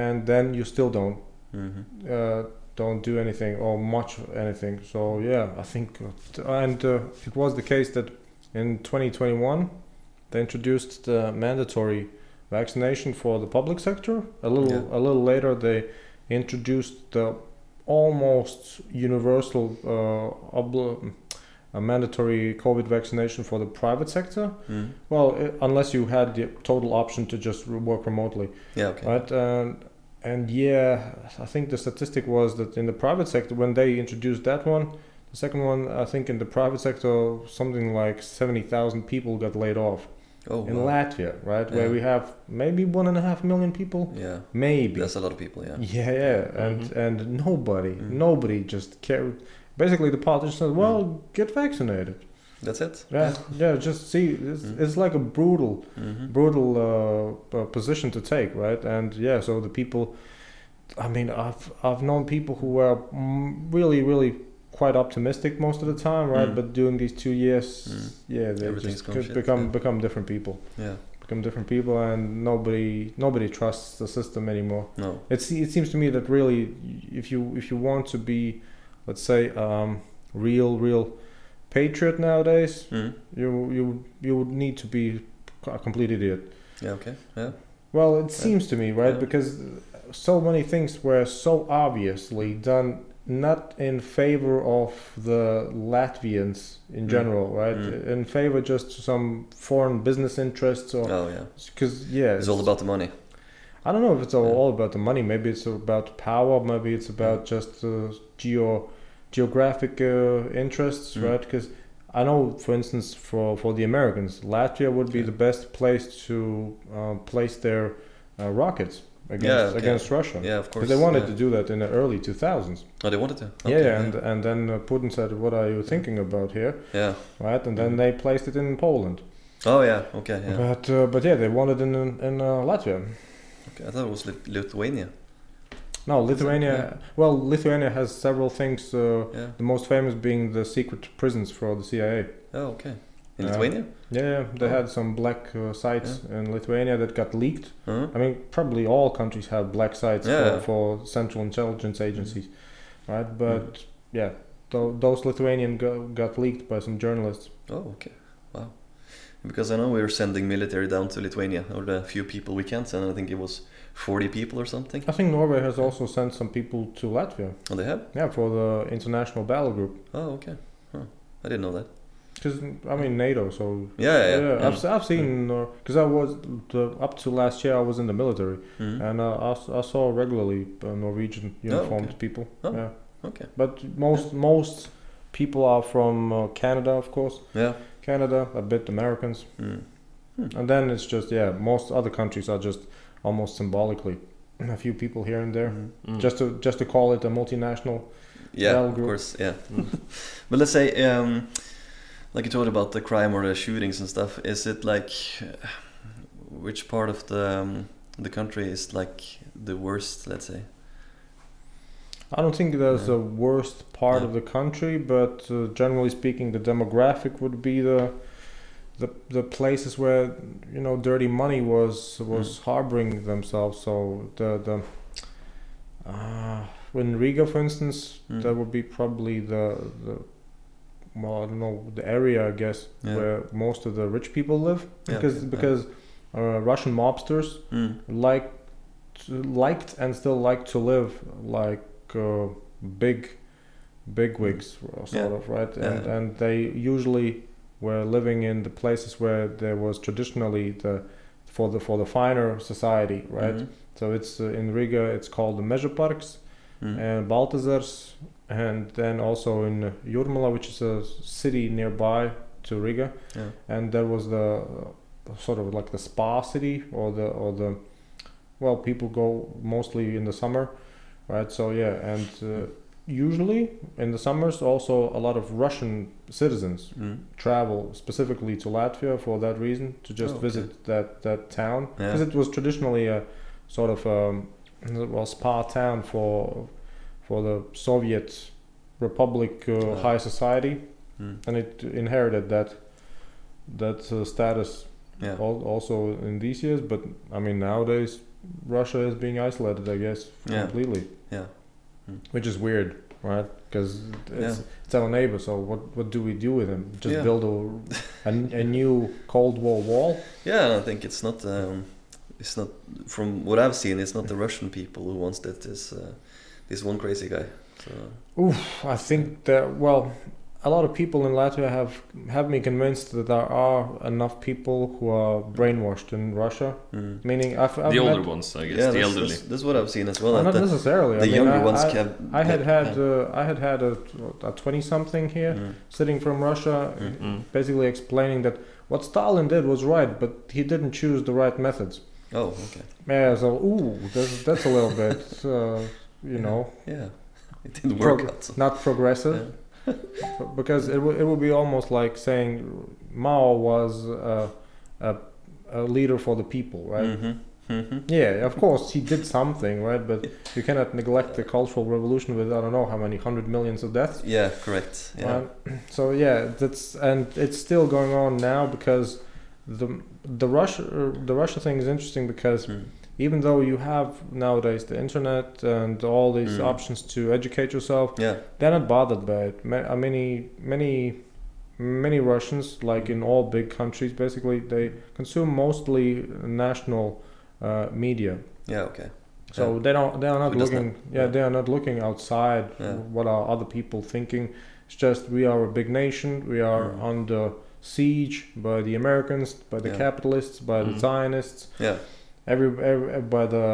S1: and then you still don't
S2: Mm-hmm.
S1: uh, don't do anything or much of anything. So yeah, I think, and uh, it was the case that in 2021 they introduced the mandatory vaccination for the public sector. A little
S2: Yeah.
S1: a little later they introduced the almost universal uh, obli- a mandatory COVID vaccination for the private sector.
S2: Mm-hmm.
S1: Well, i unless you had the total option to just re- work remotely.
S2: Yeah. Okay.
S1: Right, and and yeah, I think the statistic was that in the private sector, when they introduced that one, the second one, I think in the private sector, something like seventy thousand people got laid off
S2: Oh.
S1: in
S2: wow.
S1: Latvia, right, where
S2: Yeah.
S1: we have maybe one and a half million people,
S2: Yeah.
S1: maybe.
S2: That's a lot of people. Yeah. Mm-hmm.
S1: yeah, yeah, and
S3: Mhm.
S1: and nobody,
S2: Mm.
S1: nobody just cared. Basically, the politicians said, "Well, get vaccinated."
S2: That's it.
S1: Yeah, yeah, just see, it's,
S2: Mm.
S1: it's like a brutal
S2: Mm-hmm.
S1: brutal uh, uh, position to take, right? And yeah, so the people, I mean, I've I've known people who were mm, really, really quite optimistic most of the time, right?
S2: Mm.
S1: But during these two years,
S2: Mm.
S1: yeah, they
S2: Everything's
S1: just
S2: gone
S1: could
S2: shit,
S1: become
S2: yeah.
S1: become different people,
S2: Yeah.
S1: become different people, and nobody nobody trusts the system anymore.
S2: No.
S1: It se- it seems to me that really, if you if you want to be, let's say, um, real real patriot nowadays,
S2: Mm-hmm.
S1: you you you would need to be a complete idiot.
S2: Yeah. Okay. Yeah.
S1: Well, it seems to me, right?
S2: Yeah.
S1: Because so many things were so obviously done not in favor of the Latvians in
S2: Mm.
S1: general, right?
S2: Mm.
S1: In favor just to some foreign business interests or
S2: Oh yeah.
S1: because yeah,
S2: It's all about the money.
S1: I don't know if it's all,
S2: Yeah.
S1: all about the money. Maybe it's about power. Maybe it's about just uh, geo geographic uh, interests,
S2: Mm.
S1: right? Because I know, for instance, for for the Americans, Latvia would be
S2: Yeah.
S1: the best place to uh, place their uh, rockets against
S2: okay.
S1: against Russia.
S2: Yeah. Of course.
S1: Because they wanted
S2: yeah.
S1: to do that in the early 2000s.
S2: Oh, they wanted to.
S1: Yeah,
S2: Okay,
S1: yeah, and and then uh, Putin said, "What are you thinking about here?"
S2: yeah.
S1: Right, and then they placed it in Poland.
S2: Oh yeah. Okay. Mm. Yeah.
S1: But uh, but yeah, they wanted it in in uh, Latvia.
S2: Okay. I thought it was Lit- Lithuania.
S1: No, Lithuania. Well, Lithuania has several things. Uh,
S2: Yeah.
S1: the most famous being the secret prisons for the CIA.
S2: Oh, okay. In
S1: Yeah.
S2: Lithuania?
S1: Yeah, yeah they
S2: Oh.
S1: had some black uh, sites in Lithuania that got leaked.
S2: Huh?
S1: I mean, probably all countries have black sites
S2: Yeah.
S1: for, for central intelligence agencies, right? But yeah, tho- those Lithuanian go- got leaked by some journalists.
S2: Oh, okay. Wow. Because I know we are sending military down to Lithuania, or the few people we can send. I think it was 40 people or something.
S1: I think Norway has also sent some people to Latvia.
S2: Oh, they have?
S1: Yeah, for the international battle group.
S2: Oh, okay. Huh. I didn't know that.
S1: Because I mean, NATO. So
S2: Yeah, yeah.
S1: yeah,
S2: yeah.
S1: I've, se- I've seen because I was the, up to last year I was in the military
S2: Mhm.
S1: and uh, I, s- I saw regularly uh, Norwegian uniformed people.
S2: Oh,
S1: yeah.
S2: okay.
S1: But most most people are from uh, Canada, of course.
S2: Yeah.
S1: Canada, a bit Americans,
S2: Mm.
S1: and then it's just yeah. Most other countries are just almost symbolically a few people here and there.
S2: Mhm.
S3: Mm.
S1: Just to just to call it a multinational,
S2: Yeah,
S1: Well,
S2: of
S1: group.
S2: course. Yeah.
S3: Mm.
S2: But let's say, um, like you told about the crime or the shootings and stuff, is it like uh, which part of the um, the country is like the worst? Let's say.
S1: I don't think there's
S2: Yeah.
S1: the worst part
S2: Yeah.
S1: of the country, but uh, generally speaking, the demographic would be the the the places where you know dirty money was
S2: Mm.
S1: was harboring themselves. So the the uh, in Riga, for instance,
S2: Mm.
S1: that would be probably the the well, I don't know the area, I guess,
S2: Yeah.
S1: where most of the rich people live,
S2: Yeah,
S1: because
S2: okay, yeah.
S1: because uh, Russian mobsters
S2: Mm.
S1: like liked and still like to live like uh, big big wigs uh, sort
S2: Mm. Yeah.
S1: of right
S2: Yeah.
S1: and and they usually were living in the places where there was traditionally the for the for the finer society right
S2: Mhm.
S1: so it's uh, in riga it's called the measure parks
S2: Mm.
S1: and baltazars and then also in jurmala which is a city nearby to Riga,
S2: Yeah.
S1: and there was the uh, sort of like the spa city or the or the well people go mostly in the summer, right? So yeah, and uh, usually in the summers also a lot of Russian citizens
S2: Mm.
S1: travel specifically to Latvia for that reason to just
S2: Oh, okay.
S1: visit that that town
S2: Yeah.
S1: because it was traditionally a sort of um, well spa town for for the Soviet Republic uh,
S2: Ah.
S1: high society
S2: Mm.
S1: and it inherited that that uh, status
S2: Yeah.
S1: al- also in these years but I mean nowadays Russia is being isolated I guess
S2: Yeah.
S1: completely
S2: Yeah. Mm.
S1: which is weird right because it's, it's our neighbor so what what do we do with him just
S2: Yeah.
S1: build a, a, a new Cold War wall
S2: Yeah, I think it's not. Um, it's not from what I've seen. It's not the Russian people who wants that. This uh, this one crazy guy. So,
S1: Oof, I think that well, a lot of people in Latvia have have me convinced that there are enough people who are brainwashed in Russia.
S2: mm.
S1: Meaning, I've, I've
S3: the older
S1: met,
S3: ones, I guess,
S2: yeah,
S3: the
S2: that's,
S3: elderly.
S2: that's, that's what I've seen as well.
S1: Well, not
S2: that the
S1: necessarily.
S2: the
S1: I mean,
S2: younger
S1: I,
S2: ones
S1: I,
S2: have.
S1: I had had
S2: yeah.
S1: uh, I had had a a twenty something here
S2: Mm.
S1: sitting from Russia,
S2: Mm.
S3: Mm.
S1: basically explaining that what Stalin did was right, but he didn't choose the right methods.
S2: Oh, okay.
S1: Yeah, so ooh, that's, that's a little bit, uh, you know,
S2: Yeah, it didn't work
S1: Prog-
S2: out. So.
S1: not progressive.
S2: Yeah.
S1: B- because it, w- it would be almost like saying Mao was a, a, a leader for the people, right?
S2: Mm-hmm. Mm-hmm.
S1: Yeah, of course he did something, right? But you cannot neglect the Cultural Revolution with I don't know how many hundred millions of deaths.
S2: Yeah, correct. Yeah.
S1: Right? Um, So yeah, that's and it's still going on now because the the Russia the Russia thing is interesting because
S2: Mm.
S1: even though you have nowadays the internet and all these
S2: Mm.
S1: options to educate yourself,
S2: Yeah.
S1: they're not bothered by it. Ma- uh, Many, many, many Russians, like in all big countries, basically they consume mostly national uh, media.
S2: Yeah. Okay.
S1: So they don't, they are not
S2: So it does
S1: looking.
S2: not-
S1: yeah,
S2: yeah.
S1: they are not looking outside.
S2: Yeah.
S1: What are other people thinking? It's just we are a big nation. We are
S2: Mhm.
S1: under siege by the Americans, by the
S2: Yeah. Mm-hmm.
S1: capitalists, by the
S3: Mhm.
S1: Zionists,
S2: Yeah.
S1: every, every by the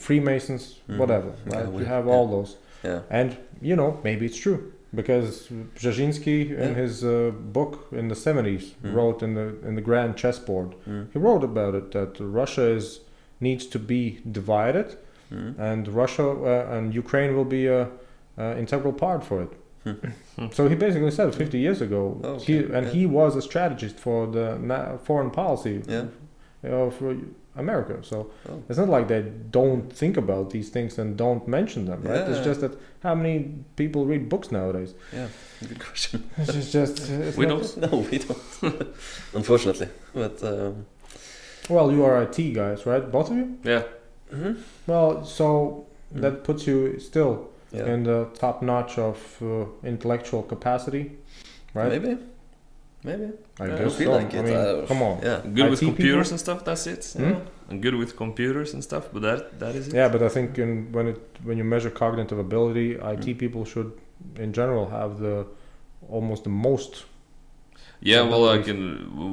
S1: Freemasons,
S2: Mhm.
S1: whatever.
S2: Yeah,
S1: Right?
S2: we-
S1: you have
S2: yeah.
S1: all those.
S2: Yeah.
S1: And you know, maybe it's true because Brzezinski, in
S2: Yeah.
S1: his uh, book in the 70s,
S2: Mhm.
S1: wrote in the in the Grand Chessboard,
S2: Mm.
S1: he wrote about it that Russia is needs to be divided,
S2: Mm.
S1: and Russia uh, and Ukraine will be a uh, integral part for it.
S3: Hmm.
S1: so he basically said 50 years ago,
S2: Oh,
S1: he,
S2: okay.
S1: and
S2: Yeah.
S1: he was a strategist for the na- foreign policy
S2: Yeah.
S1: of uh, America. So
S2: Oh.
S1: it's not like they don't think about these things and don't mention them, right? It's
S2: Yeah.
S1: just that how many people read books nowadays?
S2: Yeah. Good question.
S1: It's just, just it's
S3: We
S1: not-
S3: don't.
S2: no, we don't. Unfortunately, but um,
S1: Well, you are IT guys, right? Both of you.
S3: Yeah.
S2: mhm.
S1: Well, so
S2: Mm.
S1: Mm-hmm. that puts you still
S2: yeah.
S1: in the top notch of uh, intellectual capacity, right?
S2: Maybe. Maybe.
S1: I
S3: Yeah,
S1: guess
S2: I feel
S1: so.
S2: like
S1: I
S2: it,
S1: mean,
S2: uh,
S1: come on.
S2: Yeah.
S3: Good with
S1: IT
S3: computers and stuff, that's it.
S1: Hmm?
S3: And good with computers and stuff, but that that is it.
S1: Yeah, but I think in, when it when you measure cognitive ability,
S2: Mm.
S1: IT people should, in general, have the almost the most.
S3: Yeah,
S1: So
S3: well,
S1: that
S3: I
S1: we-
S3: can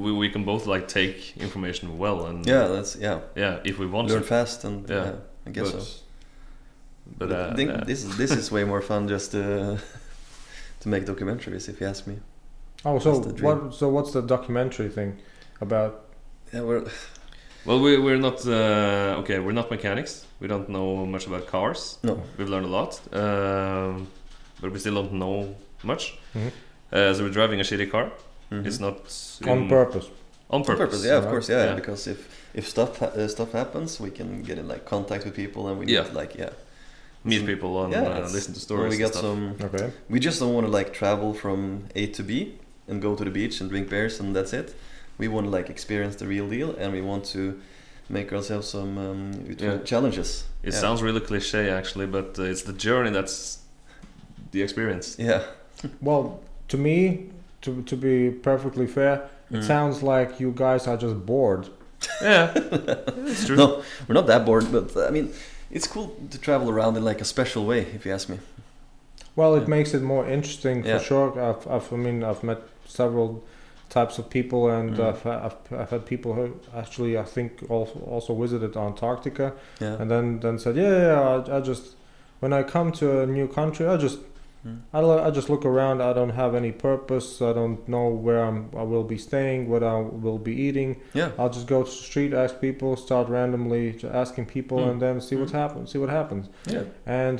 S3: we, we can both like take information well and
S2: Yeah. That's yeah.
S3: yeah if we want
S2: Learn
S3: to.
S2: fast and
S3: Yeah.
S2: yeah. I guess
S3: but
S2: so.
S3: but,
S2: I
S3: uh,
S2: think
S3: yeah.
S2: this is this is way more fun just to to make documentaries. If you ask me.
S1: Oh, so
S2: That's the dream.
S1: what? So what's the documentary thing about?
S2: Yeah. We're
S3: well we we're not uh, okay we're not mechanics we don't know much about cars
S2: no.
S3: we've learned a lot um, but we still don't know much
S2: Mm-hmm.
S1: Mhm.
S3: uh, so we're driving a shitty car it's
S2: Mhm.
S3: not
S1: On
S3: in-
S1: purpose.
S3: on
S2: On
S3: purpose,
S2: purpose, yeah, of
S1: right?
S2: course, yeah,
S3: Yeah.
S2: because if if stuff ha- uh, stuff happens, we can get in like contact with people, and we
S3: Yeah.
S2: need like yeah,
S3: meet people and
S2: Yeah,
S3: uh,
S2: it's-
S3: listen to
S2: Well,
S3: stories
S2: we
S3: and
S2: got
S3: stuff.
S2: some.
S1: Okay.
S2: We just don't want to like travel from A to B and go to the beach and drink beers and that's it. We want to like experience the real deal, and we want to make ourselves some um, it-
S3: Yeah.
S2: challenges.
S3: It
S2: yeah.
S3: sounds really cliche, actually, but uh, it's the journey that's the experience.
S2: Yeah.
S1: Well, to me, to to be perfectly fair, it
S2: Mm.
S1: sounds like you guys are just bored.
S3: Yeah, it's true.
S2: No, we're not that bored, but uh, I mean, it's cool to travel around in like a special way, if you ask me.
S1: Well, it
S2: Yeah.
S1: makes it more interesting for
S2: Yeah.
S1: sure. I've, I've I mean I've met several types of people, and
S2: Mm.
S1: I've, I've I've had people who actually I think also also visited Antarctica,
S2: Yeah.
S1: and then then said, yeah, yeah, I, I just when I come to a new country, I just
S2: Mm.
S1: I, lo- I just look around. I don't have any purpose. I don't know where I'm. I will be staying. What I will be eating.
S2: Yeah.
S1: I'll just go to the street, ask people, start randomly to asking people,
S2: Hmm.
S1: and then see what
S2: Hmm.
S1: happens. See what happens.
S2: Yeah.
S1: And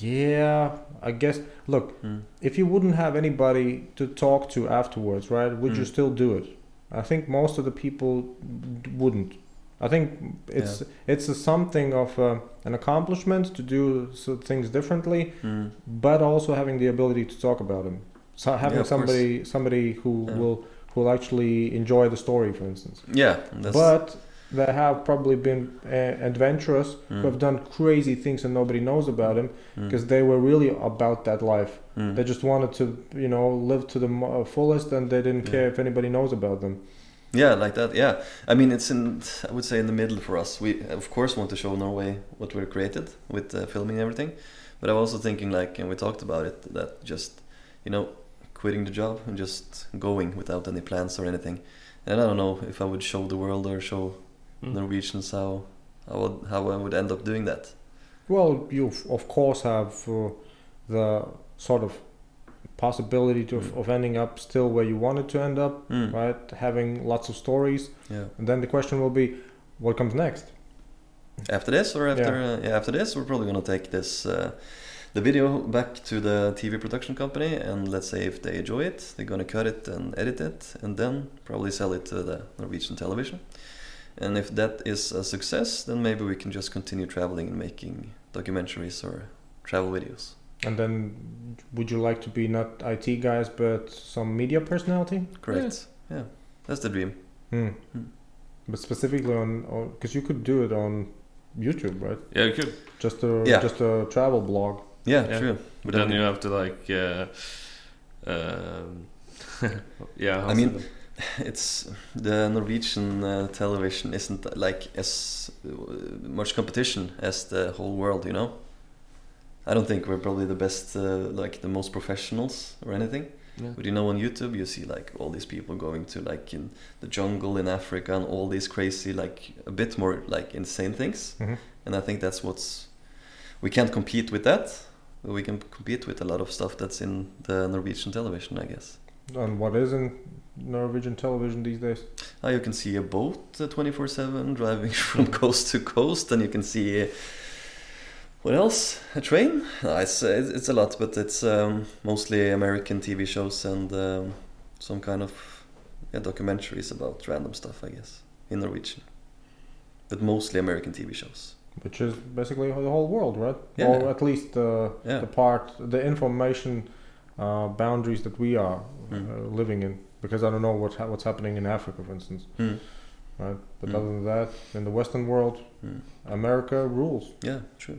S1: yeah, I guess. Look,
S2: Mm.
S1: if you wouldn't have anybody to talk to afterwards, right? Would you
S2: Hmm.
S1: still do it? I think most of the people d- wouldn't. I think it's it's a something of uh an accomplishment to do so things differently
S2: Mm.
S1: but also having the ability to talk about them. So having
S2: of course.
S1: somebody somebody who
S2: Yeah.
S1: will who will actually enjoy the story, for instance.
S2: Yeah. That's,
S1: but they have probably been uh, adventurous
S2: Mm.
S1: who have done crazy things and nobody knows about them
S2: Mm.
S1: because they were really about that life.
S2: Mm.
S1: They just wanted to, you know, live to the mo- uh, fullest, and they didn't
S2: Yeah.
S1: care if anybody knows about them.
S2: Yeah, like that. Yeah, I mean, it's in. I would say in the middle for us. We of course want to show Norway what we're created with uh, filming and everything, but I'm also thinking like, and we talked about it, that just you know, quitting the job and just going without any plans or anything. And I don't know if I would show the world or show
S3: Mm.
S2: Norwegians how how would, how I would end up doing that.
S1: Well, you f- of course have uh, the sort of possibility to,
S2: Mm.
S1: of ending up still where you wanted to end up,
S2: Mm.
S1: right? Having lots of stories.
S2: Yeah.
S1: And then the question will be, what comes next?
S2: After this or after uh, yeah after this, we're probably gonna take this. Uh, the video back to the TV production company, and let's say if they enjoy it, they're gonna cut it and edit it, and then probably sell it to the Norwegian television. And if that is a success, then maybe we can just continue traveling and making documentaries or travel videos.
S1: And then, would you like to be not IT guys but some media personality?
S2: Correct? Yeah, that's the dream.
S1: Hmm.
S2: Hmm.
S1: But specifically on, because you could do it on YouTube, right?
S3: Yeah, you could.
S1: Just a
S2: Yeah.
S1: just a travel blog.
S2: Yeah,
S3: Yeah.
S2: true.
S3: But then you have to like, uh, um, yeah. how's
S2: I mean,
S3: it?
S2: it's the Norwegian uh, television isn't uh, like as uh, much competition as the whole world, you know. I don't think we're probably the best, uh, like the most professionals or anything.
S3: Yeah.
S2: But you know, on YouTube, you see like all these people going to like in the jungle in Africa and all these crazy, like a bit more like insane things.
S1: Mhm.
S2: And I think that's what's we can't compete with that. But we can compete with a lot of stuff that's in the Norwegian television, I guess.
S1: And what is in Norwegian television these days?
S2: Now you can see a boat 24 7 driving from coast to coast, and you can see uh, what else? A train? No, it's, uh, it's it's a lot, but it's um, mostly American TV shows and um, some kind of yeah, documentaries about random stuff, I guess, in Norwegian. But mostly American TV shows.
S1: Which is basically the whole world, right?
S2: Yeah.
S1: Or at least the
S2: Yeah.
S1: the part, the information uh, boundaries that we are
S2: Hmm.
S1: uh, living in. Because I don't know what ha- what's happening in Africa, for instance.
S2: Mm.
S1: right? But
S2: Mm.
S1: other than that, in the Western world,
S2: Mm.
S1: America rules.
S2: Yeah, true.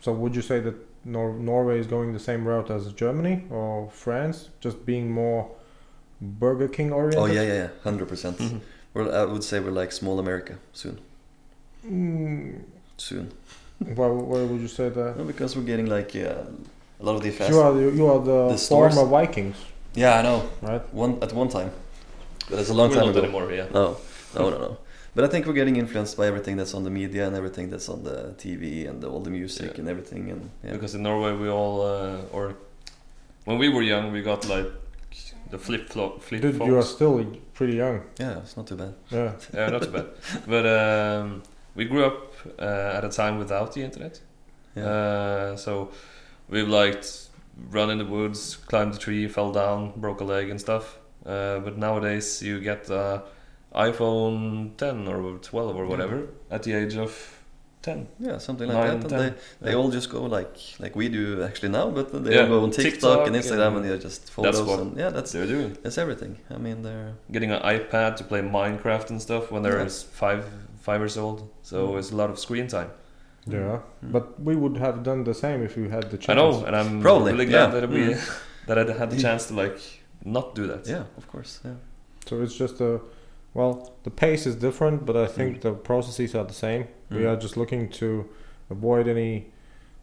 S1: So would you say that Nor- Norway is going the same route as Germany or France, just being more Burger King oriented?
S2: Oh, yeah, yeah, yeah, 100%.
S1: Mm-hmm.
S3: Mhm.
S2: Well, I would say we're like small America soon.
S1: Mm,
S2: Soon.
S1: why, why would you say that?
S2: No, because we're getting like uh, a lot of the fast.
S1: You are the, you are the,
S2: The stores-
S1: former Vikings,
S2: Yeah, I know.
S1: right?
S2: One at one time, but it's a long
S3: We're
S2: time
S3: not
S2: ago.
S3: anymore. Yeah.
S2: No, no, no, no. But I think we're getting influenced by everything that's on the media and everything that's on the TV and the, all the music
S3: Yeah.
S2: and everything. And yeah.
S3: Because in Norway, we all, uh, or when we were young, we got like the flip flop, flip
S1: Dude, you are
S3: flops.
S1: still pretty young.
S2: yeah, it's not too bad.
S1: Yeah.
S3: Yeah, not too bad. But um, we grew up uh, at a time without the internet.
S2: Yeah,
S3: Uh, so we've like run in the woods, climbed a tree, fell down, broke a leg and stuff. Uh, but nowadays you get uh, iPhone 10 or 12 or whatever at the age of 10.
S2: yeah, something like
S3: Nine,
S2: that.
S3: ten.
S2: And they they
S3: Yeah.
S2: all just go like like we do actually now, but then they
S3: Yeah,
S2: all go on TikTok,
S3: TikTok
S2: and Instagram
S3: and-
S2: and they're just photos.
S3: what-
S2: and yeah,
S3: That's
S2: that's
S3: they're doing.
S2: that's everything. I mean, they're
S3: Getting an iPad to play Minecraft and stuff when they're
S2: Yeah.
S3: five five years old. So it's a lot of screen time.
S1: Yeah.
S2: Mm.
S1: But we would have done the same if we had the chance.
S3: I know, and I'm
S2: Probably,
S3: really glad
S2: yeah.
S3: that we that I had the chance to like not do that.
S2: yeah, of course, yeah,
S1: So it's just a, well, the pace is different, but I think
S2: Mm.
S1: the processes are the same. We
S2: Mm.
S1: are just looking to avoid any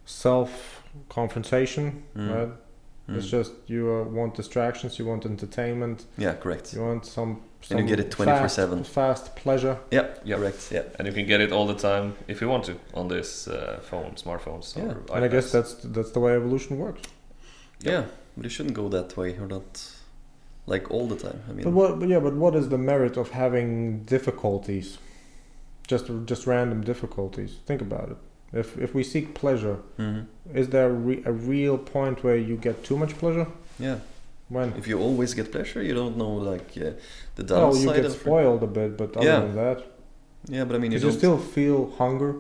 S1: self confrontation,
S2: Mm.
S1: right? It's
S2: Mm.
S1: just you uh, want distractions, you want entertainment,
S2: yeah, correct.
S1: you want some
S2: And you get it 24/7.
S1: fast, fast pleasure.
S2: Yeah,
S3: Yeah.
S2: correct. Yeah.
S3: And you can get it all the time if you want to on this uh, phone, smartphones.
S2: Yeah.
S3: Or
S1: And I guess
S3: iPads.
S1: that's that's the way evolution works.
S2: Yeah, but it shouldn't go that way or not like all the time. I mean,
S1: But what? But yeah, but what is the merit of having difficulties? Just just random difficulties. Think about it. If if we seek pleasure,
S2: Mhm.
S1: is there a, re- a real point where you get too much pleasure?
S2: yeah,
S1: When?
S2: if you always get pleasure, you don't know like uh, the
S1: Well,
S2: downside.
S1: Oh, you get
S2: of
S1: spoiled a bit, but other
S2: Yeah.
S1: than that,
S2: Yeah, but I mean, you
S1: because you,
S2: don't.
S1: still feel hunger,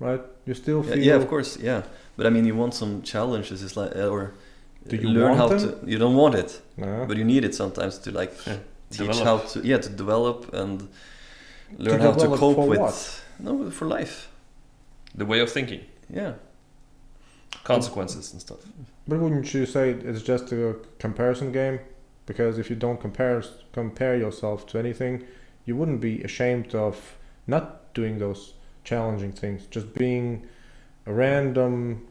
S1: right? You still
S2: yeah,
S1: feel.
S2: yeah, of course, yeah. But I mean, you want some challenges, it's like uh, or
S1: Do you
S2: learn
S1: want
S2: how
S1: them?
S2: to. You don't want it,
S1: Nah.
S2: but you need it sometimes to like
S3: Yeah,
S2: teach
S3: develop.
S2: how to yeah to develop and learn how to
S1: develop
S2: cope
S1: for
S2: with
S1: what?
S2: no for life.
S3: the way of thinking,
S2: Yeah,
S3: consequences and stuff.
S1: But wouldn't you say it's just a comparison game? Because if you don't compare compare yourself to anything, you wouldn't be ashamed of not doing those challenging things. Just being a random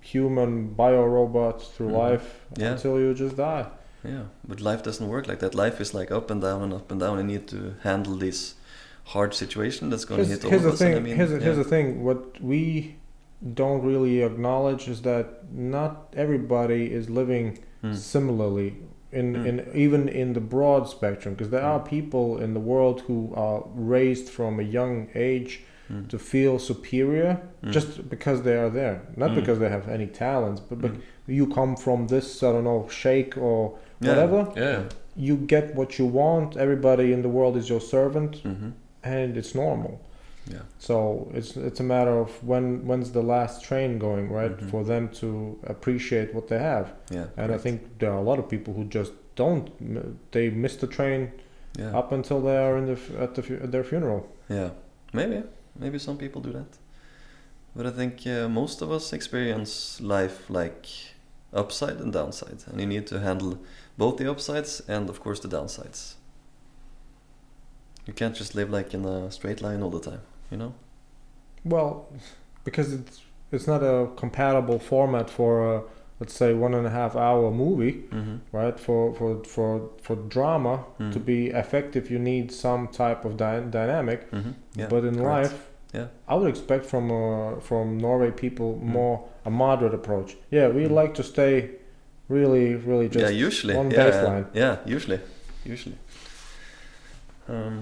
S1: human bio robot through
S2: Mhm.
S1: life
S2: Yeah.
S1: until you just die.
S2: yeah. But life doesn't work like that. Life is like up and down and up and down. I need to handle this hard situation that's going to
S1: Here's,
S2: hit all
S1: here's
S2: of
S1: the
S2: us. and
S1: thing.
S2: I mean,
S1: here's, the-
S2: yeah.
S1: here's the thing. What we don't really acknowledge is that not everybody is living
S2: Mm.
S1: similarly in,
S2: Mm.
S1: in even in the broad spectrum because there
S2: Mm.
S1: are people in the world who are raised from a young age
S2: Mm.
S1: to feel superior
S2: Mm.
S1: just because they are there not
S2: Mm.
S1: because they have any talents but, but
S2: Mm.
S1: you come from this i don't know shake or
S2: Yeah.
S1: whatever
S3: Yeah.
S1: you get what you want everybody in the world is your servant
S2: Mhm.
S1: and it's normal
S2: Yeah.
S1: so it's it's a matter of when when's the last train going right
S2: Mhm.
S1: for them to appreciate what they have
S2: Yeah.
S1: and I
S2: correct.
S1: think there are a lot of people who just don't. m- They miss the train
S2: yeah.
S1: up until they are in the f- at the fu- at their funeral.
S2: Yeah, maybe. Maybe some people do that. But I think uh, most of us experience life like upside and downside. And you need to handle both the upsides and, of course, the downsides. You can't just live like in a straight line all the time, you know?
S1: Well, because it's it's not a compatible format for a, let's say one and a half hour movie,
S2: Mm-hmm.
S1: right? For for for for drama to be effective, you need some type of dy- dynamic.
S2: hmm Yeah.
S1: but in
S2: correct.
S1: life,
S2: Yeah.
S1: I would expect from uh, from Norway people
S2: Mm.
S1: more a moderate approach. Yeah, we
S2: Mm.
S1: like to stay really, really just
S2: yeah, usually.
S1: on
S2: yeah,
S1: baseline.
S2: Yeah, usually. Usually. Um,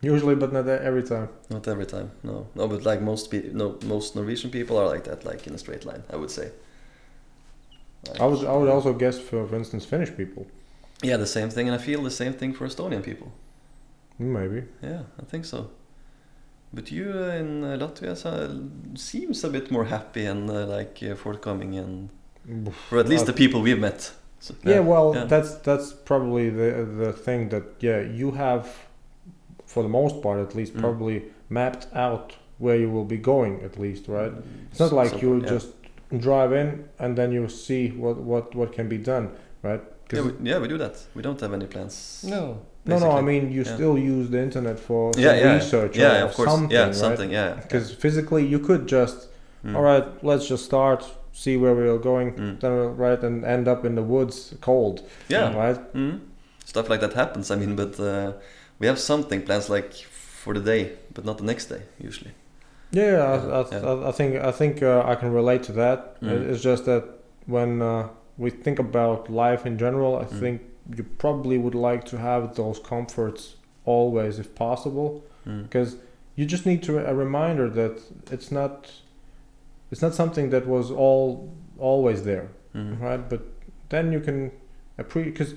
S1: usually, but not e, every time.
S2: Not every time, no. No, but like most people, no, most Norwegian people are like that, like in a straight line. I would say.
S1: I would I would also guess for for instance Finnish people
S2: Yeah, the same thing, and I feel the same thing for Estonian people.
S1: maybe
S2: Yeah, I think so. But you uh, in uh, Latvia so- seems a bit more happy and uh, like uh, forthcoming, and or at least the people we've met. So,
S1: Uh, yeah, well
S2: yeah.
S1: that's that's probably the the thing that yeah you have for the most part at least
S2: Mm.
S1: probably mapped out where you will be going at least right it's not like you
S2: yeah.
S1: just drive in and then you see what what what can be done right
S2: Yeah
S1: 'Cause-
S2: we, yeah, we do that. We don't have any plans.
S3: No.
S1: no no I
S2: basically,
S1: mean you
S2: yeah.
S1: still use the internet for some
S2: Yeah, yeah,
S1: research or
S2: yeah, of course.
S1: something
S2: yeah,
S1: right?
S2: something. Yeah.
S1: because physically you could just
S2: Mm.
S1: all right let's just start see where we are going
S2: Mm.
S1: then we'll- right and end up in the woods cold
S2: Yeah.
S1: right
S2: mm Stuff like that happens. I mean, but uh, we have something plans like for the day, but not the next day usually.
S1: yeah,
S2: Yeah,
S1: I, I,
S2: yeah.
S1: I, I think i think uh, i can relate to that
S2: Mm.
S1: it's just that when uh, we think about life in general i
S2: Mm.
S1: think you probably would like to have those comforts always if possible
S2: Mm.
S1: because you just need to a reminder that it's not it's not something that was all always there
S2: Mm.
S1: right? But then you can appreciate because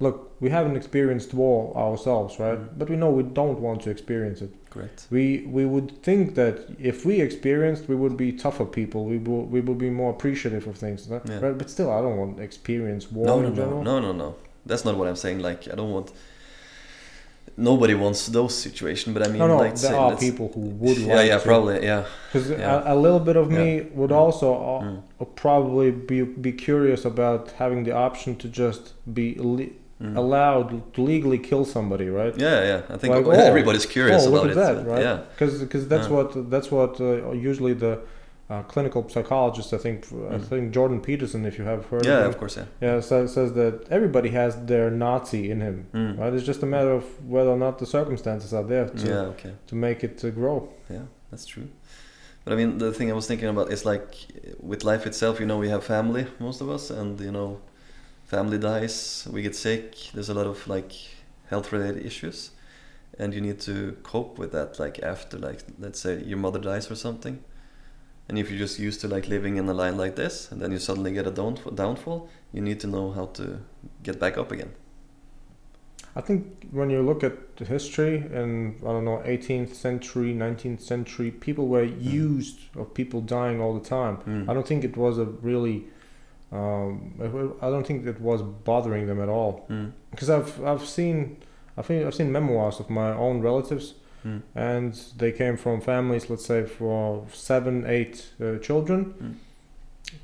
S1: look, we haven't experienced war ourselves, right?
S2: Mhm.
S1: But we know we don't want to experience it.
S2: Correct.
S1: We we would think that if we experienced, we would be tougher people. We will we would be more appreciative of things, right?
S2: Yeah.
S1: But still, I don't want to experience war
S2: No,
S1: in
S2: no, no,
S1: general.
S2: no, no, no. That's not what I'm saying. Like, I don't want. Nobody wants those situation, but I mean,
S1: No, no,
S2: like,
S1: there
S2: say,
S1: are
S2: let's-
S1: people who would
S2: Yeah,
S1: like
S2: yeah,
S1: to.
S2: probably, yeah.
S1: Because
S2: yeah.
S1: a, a little bit of me would
S2: Mhm.
S1: also uh,
S2: Mm.
S1: probably be be curious about having the option to just be le-
S2: Mm.
S1: allowed to legally kill somebody, right?
S2: Yeah, yeah. I think
S1: Like, oh,
S2: everybody's curious
S1: oh, look
S2: about
S1: at
S2: it.
S1: that,
S2: but
S1: right?
S2: Yeah,
S1: because that's
S2: Yeah.
S1: what that's what uh, usually the uh, clinical psychologist. I think I
S2: Mm.
S1: think Jordan Peterson, if you have heard.
S2: Yeah,
S1: of
S2: of
S1: him,
S2: course, yeah.
S1: yeah. So says that everybody has their Nazi in him.
S2: Mm.
S1: Right. It's just a matter of whether or not the circumstances are there to
S2: Yeah, okay.
S1: to make it to grow.
S2: Yeah, that's true. But I mean, the thing I was thinking about is like with life itself, you know, we have family, most of us, and you know, family dies, we get sick, there's a lot of like health related issues, and you need to cope with that, like after, like, let's say your mother dies or something. And if you're just used to like living in a line like this, and then you suddenly get a downf- downfall, you need to know how to get back up again.
S1: I think when you look at the history and I don't know 18th century, 19th century, people were used of people dying all the time.
S2: Mm.
S1: Hmm. I don't think it was a really. Um, I don't think it was bothering them at all
S2: Mm.
S1: because I've I've seen I think I've seen memoirs of my own relatives
S2: Mm.
S1: and they came from families let's say for seven eight uh, children.
S2: Mm.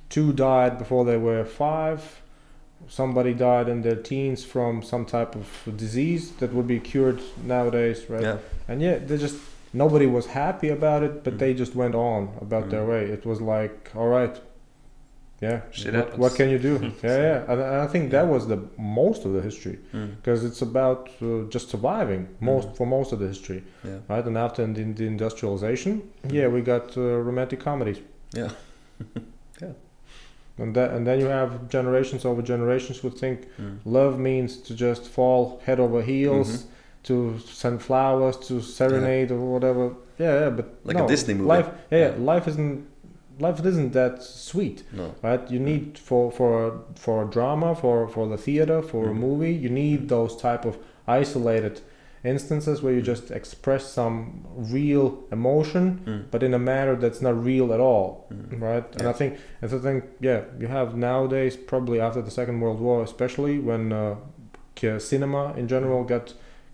S1: Two died before they were five. Somebody died in their teens from some type of disease that would be cured nowadays, right?
S2: Yeah.
S1: and yeah, they just nobody was happy about it, but
S2: Mm.
S1: they just went on about their
S2: Mm.
S1: way. It was like, all right, yeah, what,
S3: Shit
S1: what
S3: happens.
S1: can you do? yeah, yeah, and and I think that
S2: Yeah.
S1: was the most of the history
S2: Mm.
S1: because it's about uh, just surviving most
S2: Mm.
S1: for most of the history,
S2: Yeah.
S1: right? And after the, the industrialization,
S2: Mm.
S1: yeah, we got uh, romantic comedies.
S2: Yeah. Yeah.
S1: And, that, and then you have generations over generations who think
S2: Mm.
S1: love means to just fall head over heels,
S2: Mm-hmm.
S1: to send flowers, to serenade or whatever. Yeah, yeah, but
S2: Like
S1: no,
S2: a Disney movie.
S1: Life, yeah, yeah,
S2: Yeah.
S1: life isn't life isn't that sweet,
S2: No.
S1: right? You need for for for drama, for for the theater, for a
S2: Mhm.
S1: movie, you need those type of isolated instances where you just express some real emotion,
S2: Mm.
S1: but in a manner that's not real at all
S2: Mm.
S1: right and
S2: Yeah.
S1: i think and i think yeah you have nowadays probably after the second world war especially when uh, k- cinema in general got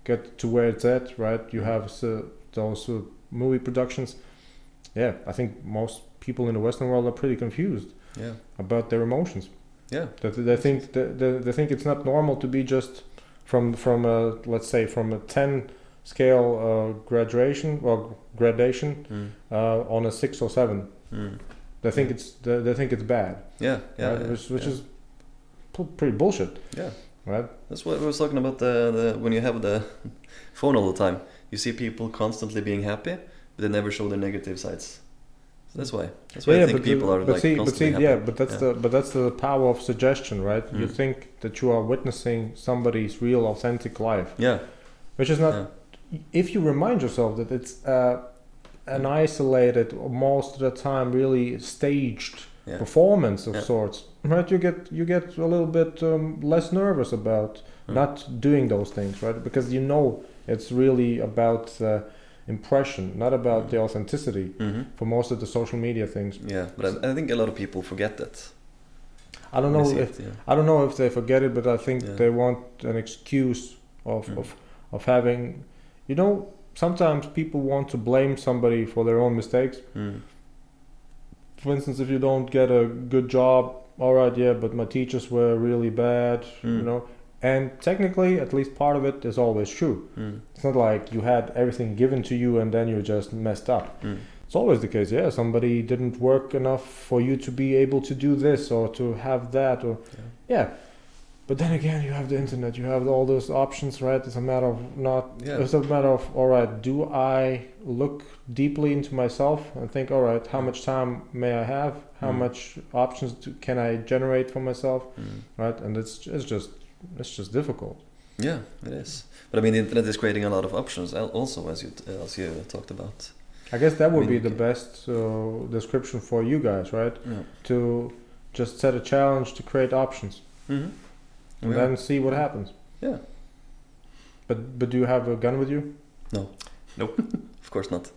S1: got to where it's at right you
S2: Mhm.
S1: have uh, those uh, movie productions yeah i think most people in the western world are pretty confused
S2: Yeah.
S1: about their emotions
S2: Yeah.
S1: that they think that they, they think it's not normal to be just from from a let's say from a 10 scale uh, graduation or gradation
S2: Mm.
S1: uh, on a 6 or 7
S2: Mm.
S1: they think it's they, they think it's bad,
S2: Yeah, yeah,
S1: right?
S2: yeah,
S1: which, which
S2: yeah.
S1: is p- pretty bullshit,
S2: yeah.
S1: right?
S2: That's what I was talking about. The, the when you have the phone all the time, you see people constantly being happy, but they never show their negative sides. So that's why. That's why I think
S1: the-
S2: people are
S1: but
S2: like
S1: see, but see,
S2: constantly happy.
S1: yeah, but that's
S2: Yeah.
S1: the but that's the power of suggestion, right? You
S2: Mm.
S1: think that you are witnessing somebody's real, authentic life,
S2: yeah,
S1: which is not. If you remind yourself that it's uh, an isolated, or most of the time, really staged
S2: yeah,
S1: performance of
S2: Yeah.
S1: sorts, right? You get you get a little bit um, less nervous about
S2: Mm.
S1: not doing those things, right? Because you know it's really about uh, impression, not
S2: Mm.
S1: about the authenticity.
S2: hmm
S1: For most of the social media things,
S2: yeah. But I, I think a lot of people forget that.
S1: I don't
S2: They
S1: know
S2: see
S1: if
S2: it, yeah.
S1: I don't know if they forget it, but I think
S2: Yeah.
S1: they want an excuse of
S2: Mm.
S1: of of having, you know. Sometimes people want to blame somebody for their own mistakes.
S2: Mm.
S1: For instance, if you don't get a good job, all right, yeah, but my teachers were really bad, you
S2: Mm.
S1: know. And technically, at least part of it is always true.
S2: Mm.
S1: It's not like you had everything given to you and then you just messed up.
S2: Mm.
S1: It's always the case, yeah. Somebody didn't work enough for you to be able to do this or to have that, or
S2: Yeah.
S1: yeah. But then again, you have the internet, you have all those options, right? It's a matter of not.
S2: Yeah.
S1: It's a matter of all right. Do I look deeply into myself and think, all right, how much time may I have? How
S2: Mm.
S1: much options do, can I generate for myself?
S2: Mm.
S1: right? And it's it's just it's just difficult.
S2: Yeah, it is. But I mean, the internet is creating a lot of options al- also, as you t- as you talked about.
S1: I guess that would
S2: I mean,
S1: be the best uh, description for you guys, right?
S2: Yeah.
S1: To just set a challenge to create options
S2: hmm
S1: and then see what happens.
S2: Yeah.
S1: But but do you have a gun with you?
S2: of course not.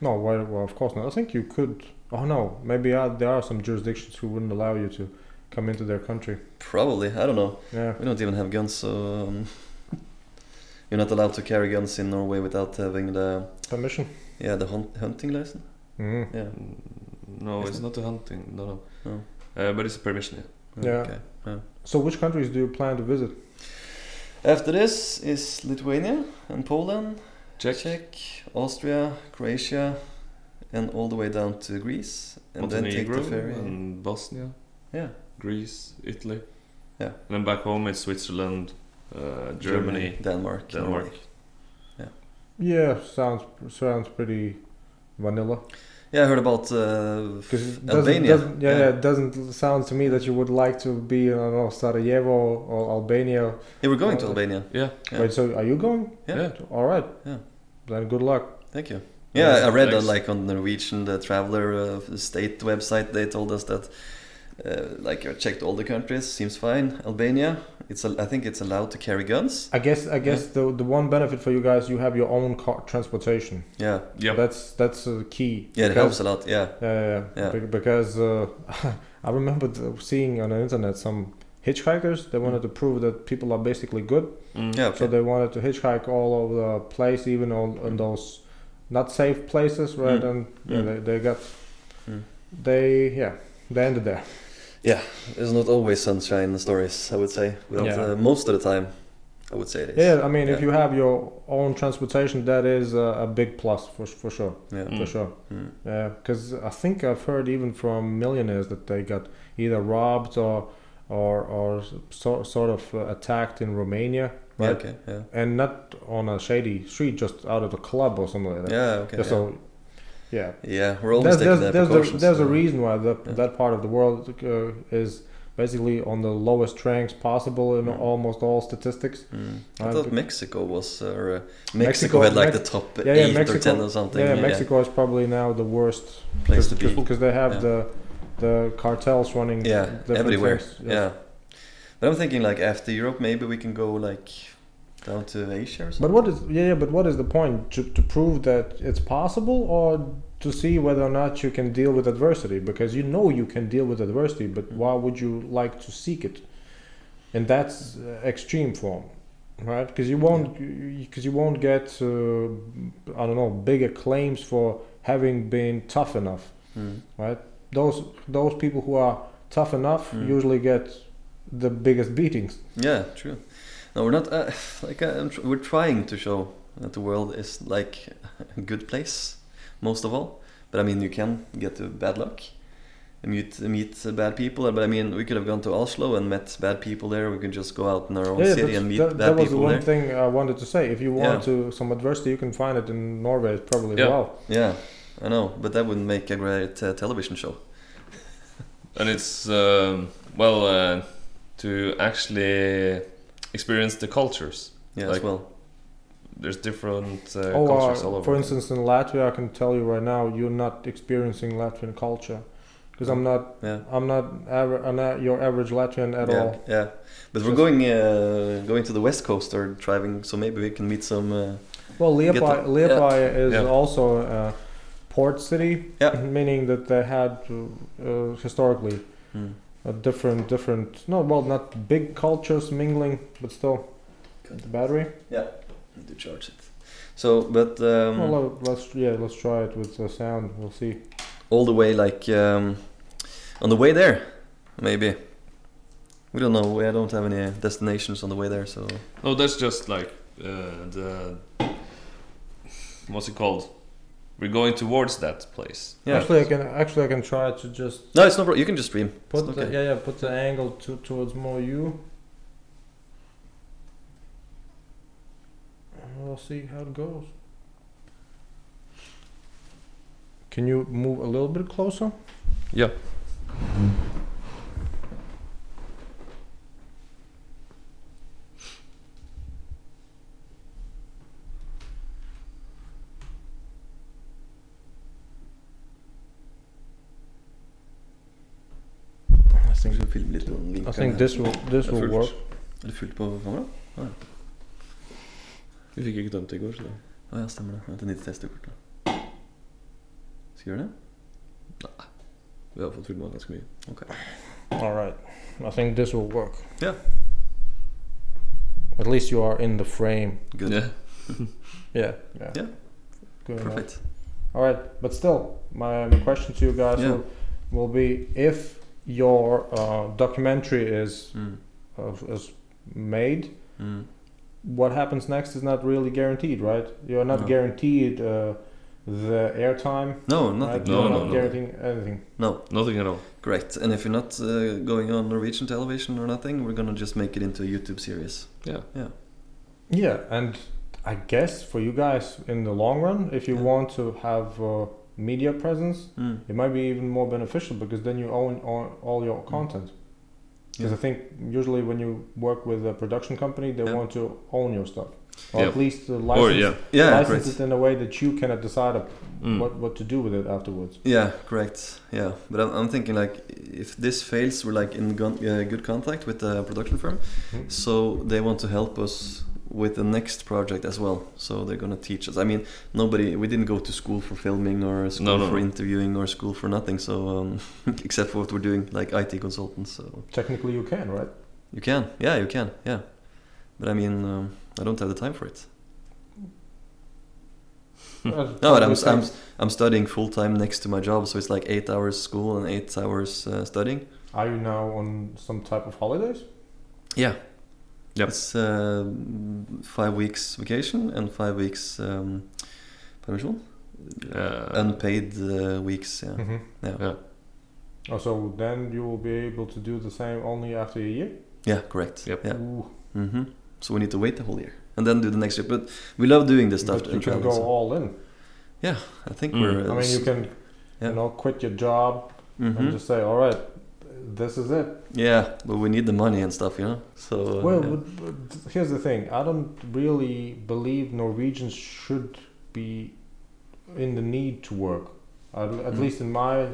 S1: No, well, well of course not. I think you could. Oh no, maybe uh, there are some jurisdictions who wouldn't allow you to come into their country.
S2: Probably, I don't know.
S1: Yeah.
S2: We don't even have guns, so um, you're not allowed to carry guns in Norway without having the
S1: Permission.
S2: yeah the hunt- hunting license.
S1: Mm.
S2: Yeah.
S3: No,
S2: Isn't
S3: it's
S2: it?
S3: not a hunting. No, no.
S2: No.
S3: Uh, but it's a permission. Yeah.
S1: Yeah.
S2: Okay. Yeah.
S1: So which countries do you plan to visit?
S2: After this is Lithuania and Poland,
S3: Czech.
S2: Czech, Austria, Croatia, and all the way down to Greece, and then
S3: Montenegro
S2: take the ferry.
S3: and Bosnia,
S2: Yeah,
S3: Greece, Italy.
S2: Yeah.
S3: And then back home it's Switzerland, uh, Germany,
S2: Denmark,
S3: Denmark.
S2: Norway.
S1: Yeah, sounds sounds pretty vanilla.
S2: Yeah, I heard about uh,
S1: Because it doesn't,
S2: Albania.
S1: doesn't- yeah, yeah, it doesn't sound to me that you would like to be in I don't know, Sarajevo or Albania.
S2: Yeah, we're going to Albania.
S3: Yeah.
S2: Yeah.
S1: Wait, so are you going?
S2: Yeah.
S3: Yeah.
S1: All right.
S2: Yeah.
S1: Then good luck.
S2: Thank you.
S1: Yeah,
S2: Yeah, I read that
S3: thanks.
S2: like on the Norwegian the Traveler uh, State website. They told us that uh, like I checked all the countries, seems fine. Albania, it's al- I think it's allowed to carry guns.
S1: I guess I guess the the one benefit for you guys, you have your own car transportation.
S2: Yeah,
S3: Yep.
S1: That's that's uh, key.
S2: yeah, it
S1: Because-
S2: helps a lot. Yeah,
S1: Yeah, yeah.
S2: Yeah.
S1: Be- because uh, I remember th- seeing on the internet some hitchhikers. They wanted to prove that people are basically good,
S3: Mm.
S2: yeah. Okay.
S1: so they wanted to hitchhike all over the place, even on in those not safe places, right?
S2: Mm.
S1: And yeah,
S2: Mm.
S1: They, they got
S2: Mm.
S1: they yeah they ended there.
S2: There's not always sunshine stories. I would say, but
S1: Yeah.
S2: uh, most of the time, I would say it is.
S1: Yeah, I mean, if
S2: Yeah.
S1: you have your own transportation, that is a, a big plus for s- for sure,
S2: yeah.
S3: Mm.
S1: for sure.
S2: Mm.
S1: Because Uh, I think I've heard even from millionaires that they got either robbed or or or so, sort of uh, attacked in Romania,
S2: Yeah,
S1: right?
S2: okay. Yeah.
S1: And not on a shady street, just out of the club or something like that.
S2: Yeah. Okay.
S1: Yeah,
S2: yeah.
S1: So, yeah.
S2: yeah, we're always
S1: There's,
S2: taking
S1: there's,
S2: that
S1: there's, a,
S2: precautions.
S1: there's a
S2: yeah.
S1: reason why that
S2: Yeah.
S1: that part of the world uh, is basically on the lowest ranks possible in
S2: Mm.
S1: almost all statistics.
S2: Mm.
S1: Right,
S2: I thought
S1: but-
S2: Mexico was, or uh, Mexico,
S1: Mexico-
S2: had like
S1: Mex-
S2: the top
S1: yeah, yeah,
S2: eight or
S1: Mexico-
S2: ten or something.
S1: yeah, Mexico is probably now the worst
S2: place to be.
S1: because they have
S2: Yeah.
S1: the the cartels running
S2: yeah
S1: different
S2: everywhere
S1: things.
S2: yeah. but i'm thinking like after europe maybe we can go like down to asia or something
S1: but what is yeah, yeah but what is the point to, to prove that it's possible or to see whether or not you can deal with adversity because you know you can deal with adversity
S2: Mm.
S1: but why would you like to seek it and that's uh, extreme form right because you won't because you won't get uh, i don't know bigger claims for having been tough enough
S2: Mm.
S1: right? Those those people who are tough enough
S2: Mm.
S1: usually get the biggest beatings.
S2: yeah true no we're not uh, like uh, I'm tr- we're trying to show that the world is like a good place most of all but i mean you can get to bad luck and meet meet uh, bad people but i mean we could have gone to oslo and met bad people there we could just go out in our own city
S1: that's-
S2: and meet
S1: that,
S2: bad
S1: that was the
S2: people
S1: one
S2: there
S1: thing I wanted to say. If you
S2: Yeah.
S1: want to some adversity, you can find it in Norway probably as
S3: Yeah.
S1: well.
S2: yeah i know but that would make a great uh, television show
S3: And it's um, well uh, to actually experience the cultures.
S2: yeah as
S3: Like,
S2: well
S3: There's different uh,
S1: oh,
S3: cultures
S1: uh,
S3: all over.
S1: for instance, in Latvia, I can tell you right now, you're not experiencing Latvian culture because I'm not.
S2: yeah
S1: I'm not aver- I'm not your average Latvian at
S2: yeah,
S1: all.
S2: Yeah, but we're
S1: Just-
S2: going uh, going to the west coast or driving, so maybe we can meet some. Uh,
S1: Well,
S2: Get the-
S1: Liepāja Liepāja is
S3: Yeah.
S1: also a port city,
S2: Yeah.
S1: meaning that they had uh, uh, historically
S2: hmm.
S1: a different different no well not big cultures mingling but still
S2: Good.
S1: the battery
S2: Need to charge it. So, but um,
S1: well let- let's yeah let's try it with the sound we'll see
S2: all the way, like um, on the way there, maybe. We don't know. We don't have any destinations on the way there, so
S3: No, that's just like uh, the what's it called? We're going towards that place.
S2: yeah.
S1: actually i can actually i can try to just
S2: no, it's no problem. You can just stream.
S1: put
S2: okay.
S1: the, yeah yeah put the angle to, towards more you we'll see how it goes can you move a little bit closer
S3: Yeah.
S1: i think
S2: Kanskje filme litt om
S1: i
S2: vinkene
S1: think
S2: her.
S1: this will this
S2: Det er
S1: will
S2: fullt.
S1: work
S2: Er det fullt på kamera?
S3: Vi fikk ikke dømt i går, så
S2: Å ja, stemmer det. Vent, jeg nytt testekort. da. Skal vi gjøre det?
S3: vi har fått filma ganske mye.
S1: All right. I think this will work.
S2: Yeah.
S1: At least you are in the frame.
S2: Good.
S3: Yeah.
S1: Yeah. Yeah.
S2: Yeah.
S1: Good enough.
S2: Perfect.
S1: All right. But still, my, my question to you guys
S2: Yeah.
S1: will, will be if your uh, documentary is
S2: Mm.
S1: uh, is made,
S2: Mm.
S1: what happens next is not really guaranteed, right? You're not
S2: No.
S1: guaranteed uh, the airtime.
S2: No, nothing.
S1: right?
S3: No,
S1: You're
S3: no,
S1: not
S3: no.
S1: guaranteeing anything.
S3: Nothing at all.
S2: Great. And if you're not uh, going on Norwegian television or nothing, we're gonna just make it into a YouTube series.
S3: Yeah.
S1: Yeah, and I guess for you guys in the long run, if you
S2: Yeah.
S1: want to have uh media presence,
S2: Mm.
S1: it might be even more beneficial because then you own all, all your content. Because
S2: Mm.
S1: I
S2: Yeah.
S1: think usually when you work with a production company, they
S2: Yeah. want
S1: want to own your stuff, or
S3: Yeah.
S1: at least uh, license,
S3: Or yeah.
S2: Yeah,
S1: license
S2: great.
S1: it in a way that you cannot decide up
S3: Mm.
S1: what what to do with it afterwards.
S2: Yeah, correct. Yeah, but I'm, I'm thinking like if this fails, we're like in gon- uh, good contact with the production firm,
S1: Mhm.
S2: so they want to help us with the next project as well. So they're gonna teach us. I mean, nobody. We didn't go to school for filming or school
S3: No, no,
S2: for
S3: no.
S2: interviewing or school for nothing. So um, except for what we're doing, like IT consultants. So
S1: Technically, you can, right?
S2: you can, yeah, you can, yeah. But I mean, um, I don't have the time for it. Hmm. No, but I'm, I'm, I'm studying full time next to my job, so it's like eight hours school and eight hours uh, studying.
S1: Are you now on some type of holidays?
S2: Yeah.
S3: Yep.
S2: It's uh, five weeks vacation and five weeks um, permission.
S3: Uh,
S2: Unpaid uh, weeks, yeah.
S1: Mm-hmm.
S2: Yeah.
S3: Yeah.
S1: Oh, so then you will be able to do the same only after a year.
S2: Yeah, correct.
S3: Yep.
S2: Yeah.
S1: Ooh,
S2: hmm So we need to wait the whole year and then do the next year. But we love doing this stuff.
S1: but you
S2: and
S1: can go
S2: traveling, so
S1: all in.
S2: I think
S3: Mm.
S2: we're.
S1: I mean, you can,
S2: Yeah.
S1: you know, quit your job
S2: hmm
S1: and just say, "All right, this is it."
S2: Yeah, but we need the money and stuff, you know? So. uh,
S1: Well,
S2: yeah.
S1: but, but here's the thing. I don't really believe Norwegians should be in the need to work. At, at
S2: Mm.
S1: least in my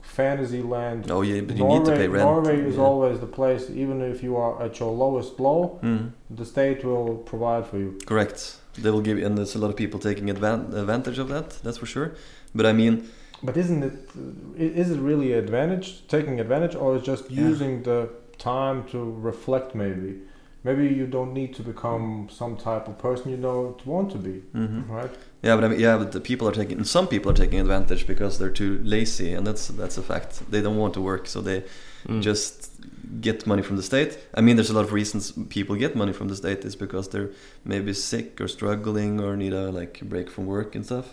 S1: fantasy land,
S2: Oh yeah, but you
S1: Norway,
S2: need to pay rent.
S1: Norway is
S2: yeah.
S1: always the place. Even if you are at your lowest low,
S2: Mm,
S1: the state will provide for you.
S2: correct. They will give, and there's a lot of people taking advan- advantage of that. That's for sure. But I mean,
S1: But isn't it? uh, i- Is it really advantage taking advantage, or is just
S2: Yeah.
S1: using the time to reflect? Maybe, maybe you don't need to become some type of person you don't want to be,
S2: mhm.
S1: right?
S2: yeah, but I mean, yeah, but the people are taking. Some people are taking advantage because they're too lazy, and that's that's a fact. They don't want to work, so they
S3: mm.
S2: just get money from the state. I mean, there's a lot of reasons people get money from the state is because they're maybe sick or struggling or need a like break from work and stuff.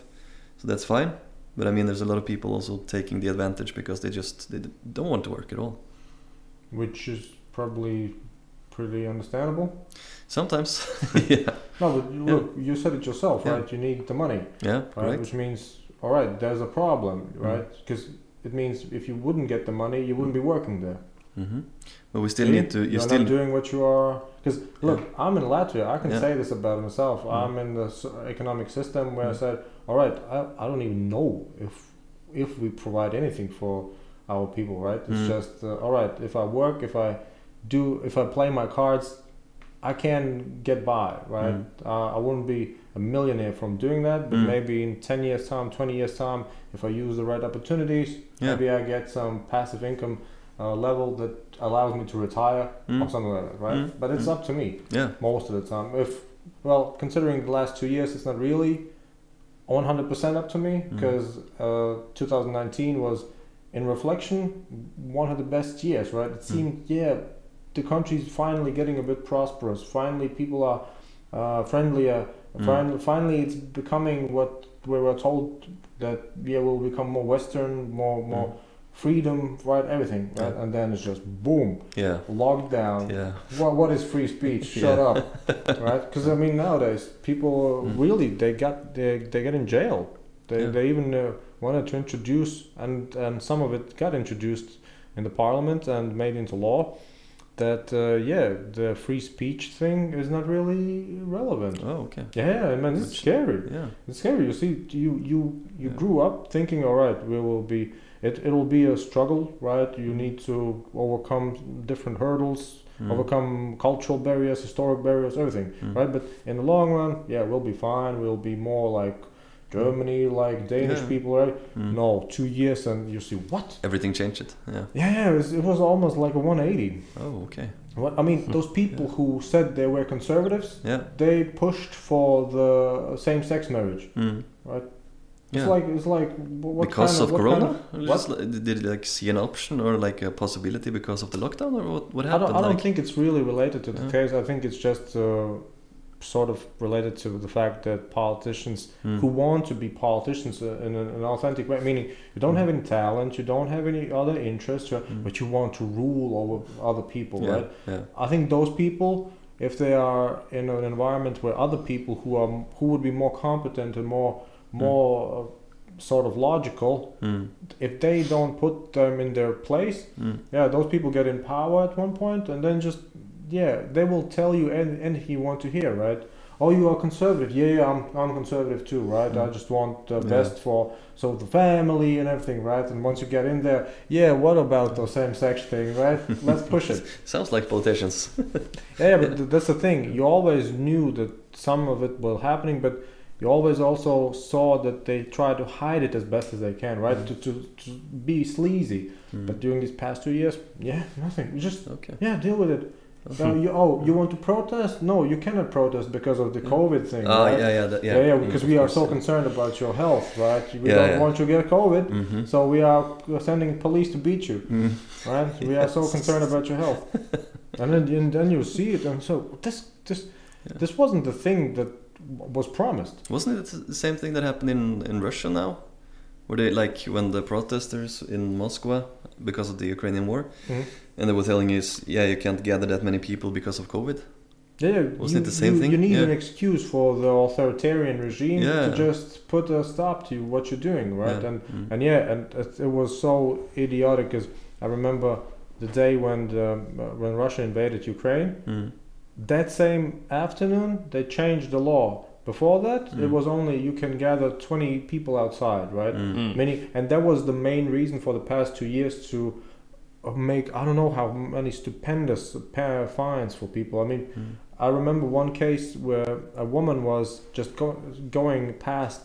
S2: So that's fine. But I mean, there's a lot of people also taking the advantage because they just they d- don't want to work at all.
S1: which is probably pretty understandable.
S2: Sometimes, yeah,
S1: No, but you-
S2: Yeah.
S1: look, you said it yourself,
S2: Yeah.
S1: right? You need the money,
S2: yeah,
S1: right?
S2: correct.
S1: Which means, all right, there's a problem,
S2: Mhm.
S1: right? Because it means if you wouldn't get the money, you wouldn't be working there.
S2: hmm But we still
S1: See?
S2: need to. You
S1: You're
S2: still
S1: not doing what you are. Because look, I'm in Latvia. I can
S2: Yeah.
S1: say this about myself.
S2: Mhm.
S1: I'm in the s- economic system where
S2: Mhm.
S1: I said, all right, I, I don't even know if if we provide anything for our people, right? It's
S2: Mhm.
S1: just uh, all right. If I work, if I do, if I play my cards, I can get by, right?
S2: Mhm.
S1: Uh, I wouldn't be a millionaire from doing that, but
S2: Mhm.
S1: maybe in ten years time, twenty years time, if I use the right opportunities,
S2: Yeah.
S1: maybe I get some passive income uh, level that allows me to retire or
S2: Mm.
S1: something like that, right?
S2: Mm.
S1: But it's
S2: Mm.
S1: up to me
S2: yeah,
S1: most of the time. If well, considering the last two years, it's not really 100% up to me
S2: Mm.
S1: because uh, 2019 was, in reflection, one of the best years, right?
S2: Mm.
S1: It seemed yeah, the country's finally getting a bit prosperous. Finally, people are uh, friendlier.
S2: Mm.
S1: Finally, finally, it's becoming what we were told that yeah, we'll become more Western, more more. Freedom, right? Everything, right?
S2: Mm. Yeah.
S1: And then it's just boom,
S2: yeah,
S1: lockdown,
S2: yeah.
S1: what, what is free speech? Shut
S2: Yeah.
S1: up, right? Because I mean nowadays people
S2: Mm.
S1: really they got they, they get in jail. They
S2: Yeah.
S1: they even uh, wanted to introduce and and some of it got introduced in the parliament and made into law. That uh, yeah, the free speech thing is not really relevant.
S2: Oh, okay.
S1: Yeah, I mean it's
S2: Which-
S1: scary.
S2: Yeah,
S1: It's scary. You see, you you you
S2: Yeah.
S1: grew up thinking, all right, we will be. It it'll be a struggle, right? You need to overcome different hurdles,
S2: Mm.
S1: overcome cultural barriers, historic barriers, everything,
S2: Mm.
S1: right? But in the long run, yeah, we'll be fine. We'll be more like Germany, like Danish
S2: Yeah.
S1: people, right?
S2: Mm.
S1: No, two years and you see what?
S2: Everything changed it. Yeah.
S1: Yeah, yeah, it was, it was almost like a 180.
S2: Oh, okay.
S1: What I mean, those people who said they were conservatives,
S2: Yeah.
S1: they pushed for the same-sex marriage.
S2: Mm.
S1: Right. It's
S2: Yeah.
S1: like it's like wh- what
S2: because
S1: kind
S2: of
S1: what kind
S2: Corona, Or just like- did you like see an option or like a possibility because of the lockdown, or what? What
S1: I
S2: happened?
S1: don't, I don't
S2: like,
S1: think it's really related to the
S2: Yeah.
S1: case. I think it's just uh, sort of related to the fact that politicians
S2: hmm.
S1: who want to be politicians uh, in an, an authentic way, meaning you don't have any talent, you don't have any other interests, you-
S2: Mm.
S1: but you want to rule over other people,
S2: yeah,
S1: right?
S2: yeah,
S1: I think those people, if they are in an environment where other people who are who would be more competent and more more uh, sort of logical,
S2: mm,
S1: if they don't put them in their place,
S2: mm,
S1: yeah, those people get in power at one point, and then just yeah, they will tell you and anything you want to hear, right? Oh, you are conservative. Yeah, yeah, I'm I'm conservative too, right? I just want the
S2: Yeah.
S1: best for so the family and everything, right? And once you get in there, yeah, what about the same sex thing, right? Let's push it.
S2: sounds like politicians.
S1: Yeah, yeah, but th- that's the thing. You always knew that some of it was happening, but you always also saw that they try to hide it as best as they can, right? To, to, to be sleazy.
S2: Mm.
S1: But during these past two years, yeah, nothing. You just,
S2: okay.
S1: yeah, deal with it. Uh, you, oh, you want to protest? No, you cannot protest because of the COVID thing.
S2: Ah,
S1: right?
S2: yeah, yeah, that, yeah,
S1: yeah, because we are so concerned about your health, right? We
S2: Yeah,
S1: don't
S2: yeah.
S1: want you to get COVID,
S2: Mm-hmm.
S1: so we are sending police to beat you.
S2: Mm.
S1: Right? We are so concerned about your health. and then and then you see it and so this this
S2: Yeah.
S1: this wasn't the thing that w- was promised.
S2: Wasn't it the same thing that happened in, in Russia now? Were they like when the protesters in Moscow because of the Ukrainian war,
S1: Mhm.
S2: and they were telling us, yeah, you can't gather that many people because of COVID.
S1: Yeah, yeah,
S2: Wasn't
S1: you,
S2: it the same
S1: you,
S2: thing?
S1: You need
S2: Yeah.
S1: an excuse for the authoritarian regime
S2: Yeah.
S1: to just put a stop to what you're doing, right?
S2: Yeah.
S1: And
S2: Mm.
S1: and yeah, and it, it was so idiotic because I remember the day when the, uh, when Russia invaded Ukraine.
S2: Mm.
S1: That same afternoon, they changed the law. Before that, it
S2: Mm.
S1: was only you can gather 20 people outside, right?
S2: Mm.
S3: Mm.
S1: many and that was the main reason for the past two years to uh, make i don't know how many stupendous pa- fines for people i mean
S2: Mm.
S1: i remember one case where a woman was just go- going past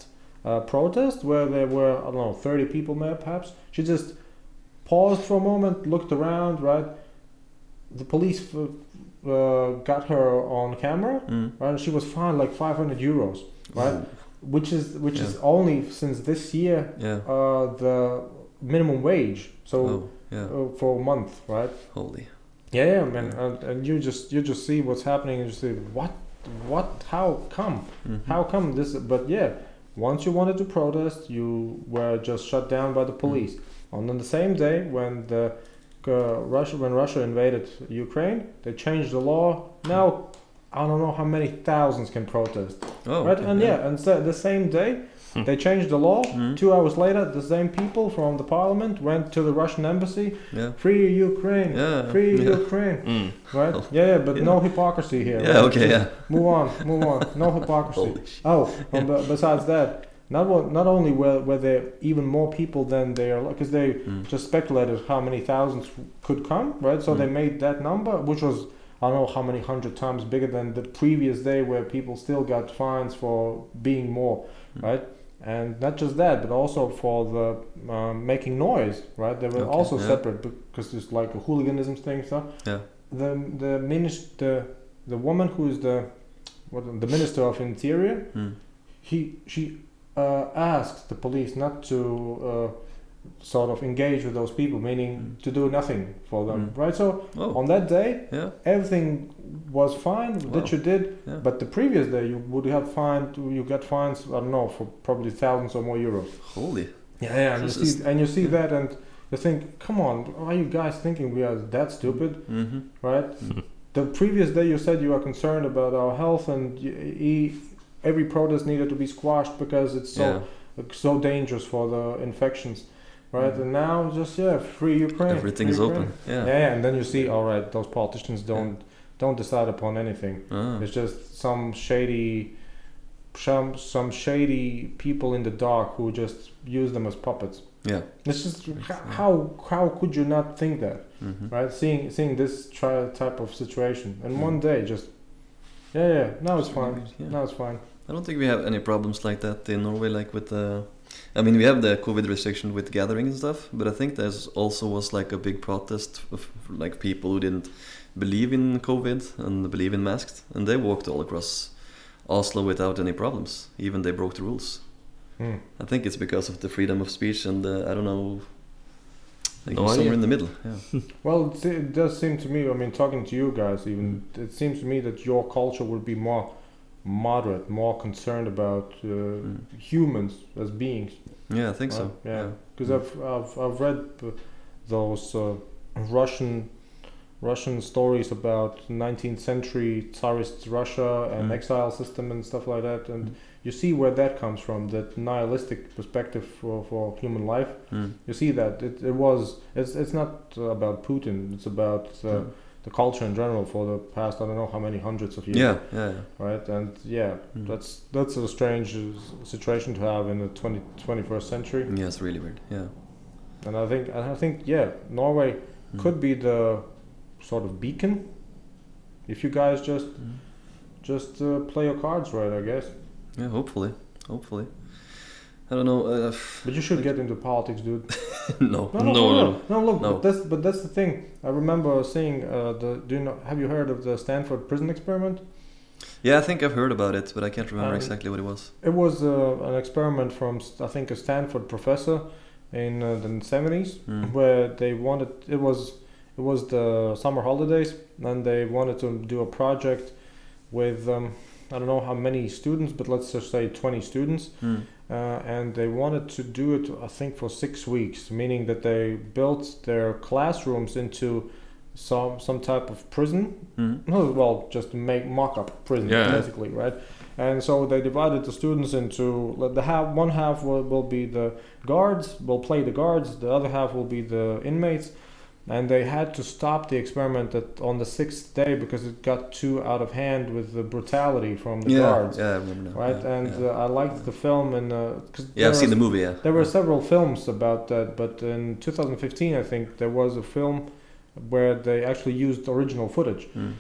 S1: a protest where there were i don't know 30 people there perhaps she just paused for a moment looked around right the police f- uh, got her on camera
S2: Mm.
S1: right? and she was fined like 500 euros
S2: Hmm.
S1: right which is which is only since this year
S2: Yeah.
S1: uh, the minimum wage, so
S2: Oh, yeah.
S1: uh, for a month, right?
S2: Holy.
S1: Yeah, yeah, man. And, and you just you just see what's happening, and you say, what, what, how come,
S2: Mhm.
S1: how come this? But yeah, once you wanted to protest, you were just shut down by the
S2: Mm.
S1: police. And on the same day when the uh, Russia when Russia invaded Ukraine, they changed the law. Now, I don't know how many thousands can protest
S2: Oh.
S1: right?
S2: okay,
S1: And yeah, and so the same day,
S3: Hmm.
S1: they changed the law.
S2: Mhm.
S1: Two hours later, the same people from the parliament went to the Russian embassy,
S2: Yeah.
S1: free Ukraine,
S2: Yeah.
S1: free
S2: yeah. Oh.
S1: Ukraine,
S3: Mm.
S1: right? Yeah, yeah, but no
S2: Yeah.
S1: hypocrisy here.
S2: Yeah.
S1: right?
S2: Okay.
S1: Just
S2: Yeah.
S1: Move on, move on. No hypocrisy.
S2: Holy shit.
S1: oh, and be- besides that, not one- not only were were there even more people than they are, because they
S2: Mm.
S1: just speculated how many thousands could come, right? So they
S2: Mm.
S1: made that number, which was I don't know how many hundred times bigger than the previous day where people still got fines for being more,
S2: Mm.
S1: right? And not just that, but also for the um, making noise, right? They were
S2: Okay,
S1: also
S2: yeah.
S1: separate because there's like a hooliganism thing, stuff.
S2: Yeah.
S1: The the minister, the, the woman who is the what the minister of interior,
S2: Mm.
S1: he she uh, asked the police not to uh, sort of engage with those people, meaning to do nothing for them,
S2: Mm.
S1: right? So
S2: Oh.
S1: on that day,
S2: Yeah.
S1: everything was fine
S2: Wow.
S1: that you did,
S2: Yeah.
S1: but the previous day you would have fined, you got fines, I don't know, for probably thousands or more euros.
S2: Holy.
S1: Yeah, yeah, and you
S2: This
S1: see,
S2: is-
S1: and you see
S2: yeah.
S1: that, and you think, come on, are you guys thinking we are that stupid?
S2: Mm-hmm.
S1: right?
S3: Mhm.
S1: The previous day you said you are concerned about our health and y- e- every protest needed to be squashed because it's so uh, so dangerous for the infections, right?
S2: Mhm.
S1: And now just yeah, free
S2: yeah.
S1: Ukraine.
S2: Everything
S1: free
S2: is
S1: Ukraine.
S2: open. Yeah.
S1: Yeah. yeah, and then you see, all right, those politicians don't don't decide upon anything.
S2: Ah.
S1: It's just some shady. Some some shady people in the dark who just use them as puppets.
S2: Yeah.
S1: It's just how how could you not think that?
S2: Mm-hmm.
S1: right? Seeing seeing this tri- type of situation, and
S2: Mm.
S1: one day just, yeah, yeah, now it's fine.
S2: Yeah.
S1: Now it's fine.
S2: I don't think we have any problems like that in Norway, like with the. I mean, we have the COVID restriction with gatherings and stuff, but I think there's also was like a big protest of like people who didn't believe in COVID and believe in masks, and they walked all across Oslo without any problems. Even they broke the rules.
S1: Hmm.
S2: I think it's because of the freedom of speech and the, I don't know. I think
S3: No
S2: somewhere
S3: idea.
S2: in the middle. Yeah.
S1: Well, it, se- it does seem to me. I mean, talking to you guys, even it seems to me that your culture would be more moderate, more concerned about uh,
S2: Mm.
S1: humans as beings.
S2: Yeah, I think so.
S1: Right, yeah.
S2: Yeah.
S1: Because I've, I've I've read uh, those uh, Russian Russian stories about 19th century Tsarist Russia and
S2: Mm.
S1: exile system and stuff like that, and
S2: Mm.
S1: you see where that comes from. That nihilistic perspective for, for human life.
S2: Mm.
S1: You see that it, it was it's it's not uh, about Putin. It's about uh,
S2: Mm.
S1: the culture in general for the past I don't know how many hundreds of years.
S2: Yeah, yeah, yeah.
S1: Right. And yeah,
S2: Mm.
S1: that's that's a strange uh, s- situation to have in the 20, 21st century.
S2: Yeah, it's really weird. Yeah.
S1: And I think and I think yeah, Norway
S2: Mm.
S1: could be the sort of beacon if you guys just
S2: Mm.
S1: just uh, play your cards right, I guess.
S2: Yeah, hopefully. Hopefully. I don't know. Uh,
S1: But you should get into politics, dude.
S2: no.
S1: No, no,
S3: No,
S1: no,
S3: no,
S1: no. no look,
S2: No.
S1: But, that's, but that's the thing. I remember seeing uh, the. Do you know? Have you heard of the Stanford prison experiment?
S2: Yeah, I think I've heard about it, but I can't remember
S1: Um,
S2: exactly what it was.
S1: It was uh, an experiment from s- I think a Stanford professor in uh, the seventies
S2: Mm.
S1: where they wanted it was it was the summer holidays and they wanted to do a project with um, I don't know how many students but let's just say twenty students
S2: Mm.
S1: uh, and they wanted to do it I think for six weeks meaning that they built their classrooms into some some type of prison
S2: Mm.
S1: no, well, just to make mock-up prison,
S3: Yeah.
S1: basically, right? And so they divided the students into like, the half. One half will, will be the guards, will play the guards. The other half will be the inmates, and they had to stop the experiment at, on the sixth day because it got too out of hand with the brutality from the
S2: Yeah,
S1: guards,
S2: yeah, I remember now.
S1: right?
S2: Yeah,
S1: and
S2: yeah.
S1: Uh, I liked the film, and uh 'cause
S2: yeah, I've
S1: there
S2: seen
S1: are-
S2: the movie. Yeah.
S1: there were several films about that, but in 2015, I think there was a film where they actually used original footage
S2: Mm.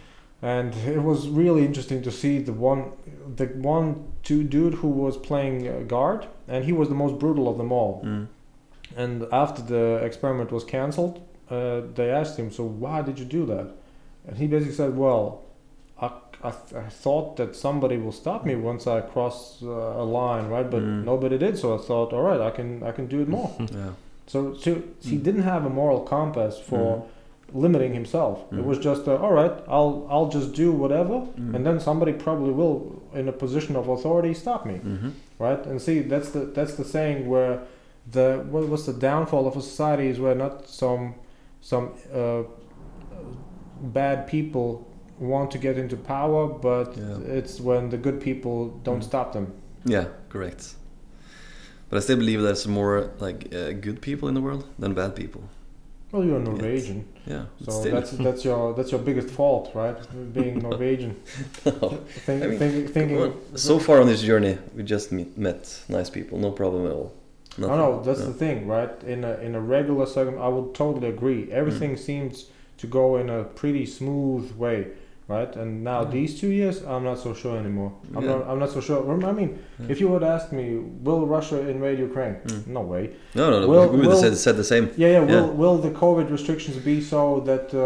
S1: and it was really interesting to see the one the one two dude who was playing uh, guard and he was the most brutal of them all
S2: Mm.
S1: and after the experiment was cancelled uh, they asked him so why did you do that and he basically said well I, I, I thought that somebody will stop me once I cross uh, a line right but
S2: Mm.
S1: nobody did so I thought all right I can I can do it more
S2: Yeah.
S1: so, so he
S2: Mm.
S1: didn't have a moral compass for limiting himself it
S2: Mm.
S1: was just uh, all right I'll I'll just do whatever
S2: Mm.
S1: and then somebody probably will in a position of authority stop me
S2: Mhm.
S1: right and see that's the that's the saying where the what was the downfall of a society is where not some some uh, bad people want to get into power but
S2: Yeah.
S1: it's when the good people don't
S2: Mm.
S1: stop them
S2: Yeah, correct. But I still believe there's more like uh, good people in the world than bad people.
S1: well you're
S2: Yes.
S1: norwegian
S2: Yeah. but
S1: so
S2: still.
S1: that's that's your that's your biggest fault right being norwegian think,
S2: I mean,
S1: think, thinking
S2: Well, so far Oh, on this journey, we just meet, met nice people, no problem at all.
S1: I know
S2: Nothing.
S1: that's
S2: Yeah.
S1: the thing, right? In a in a regular circum, I would totally agree. Everything
S2: Mm.
S1: seems to go in a pretty smooth way, right? And now
S2: Mm.
S1: these two years, I'm not so sure anymore. I'm
S2: Yeah.
S1: not I'm not so sure. Rem- I mean,
S2: Yeah.
S1: if you would ask me, will Russia invade Ukraine?
S2: Mm.
S1: No way.
S2: No, no, no.
S1: Well-
S2: we would
S1: well-
S2: have said, said the same.
S1: Yeah, yeah. Will
S2: Yeah.
S1: will the COVID restrictions be so that uh,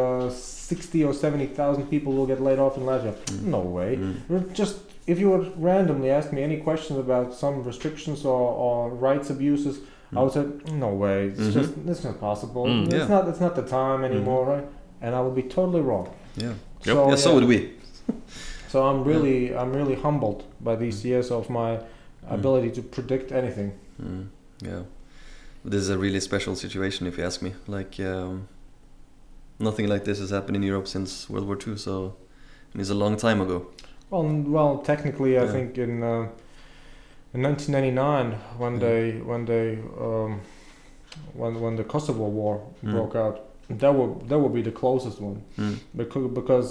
S1: sixty or seventy thousand people will get laid off in Latvia?
S2: Mm.
S1: No way.
S2: Mm.
S1: Just if you would randomly ask me any questions about some restrictions or, or rights abuses, I would say no way. It's
S2: Mhm.
S1: just it's not possible.
S3: Mm,
S1: it's
S2: yeah. Mm-hmm.
S1: not it's not the time anymore, right? And I would be totally wrong.
S2: Yeah.
S3: Yep.
S1: So,
S2: yeah, so
S1: Oh, yeah.
S2: would we.
S1: So I'm really I'm really humbled by these years of my ability to predict anything.
S2: Mm. Yeah. But this is a really special situation, if you ask me. Like, um, nothing like this has happened in Europe since World War II, so and it's a long time ago.
S1: Well, n- well, technically, I
S2: Yeah.
S1: think in uh, in 1999 when
S2: Mm.
S1: they when they um, when when the Kosovo War
S2: Mm.
S1: broke out, that would that would be the closest one.
S2: Mm.
S1: because because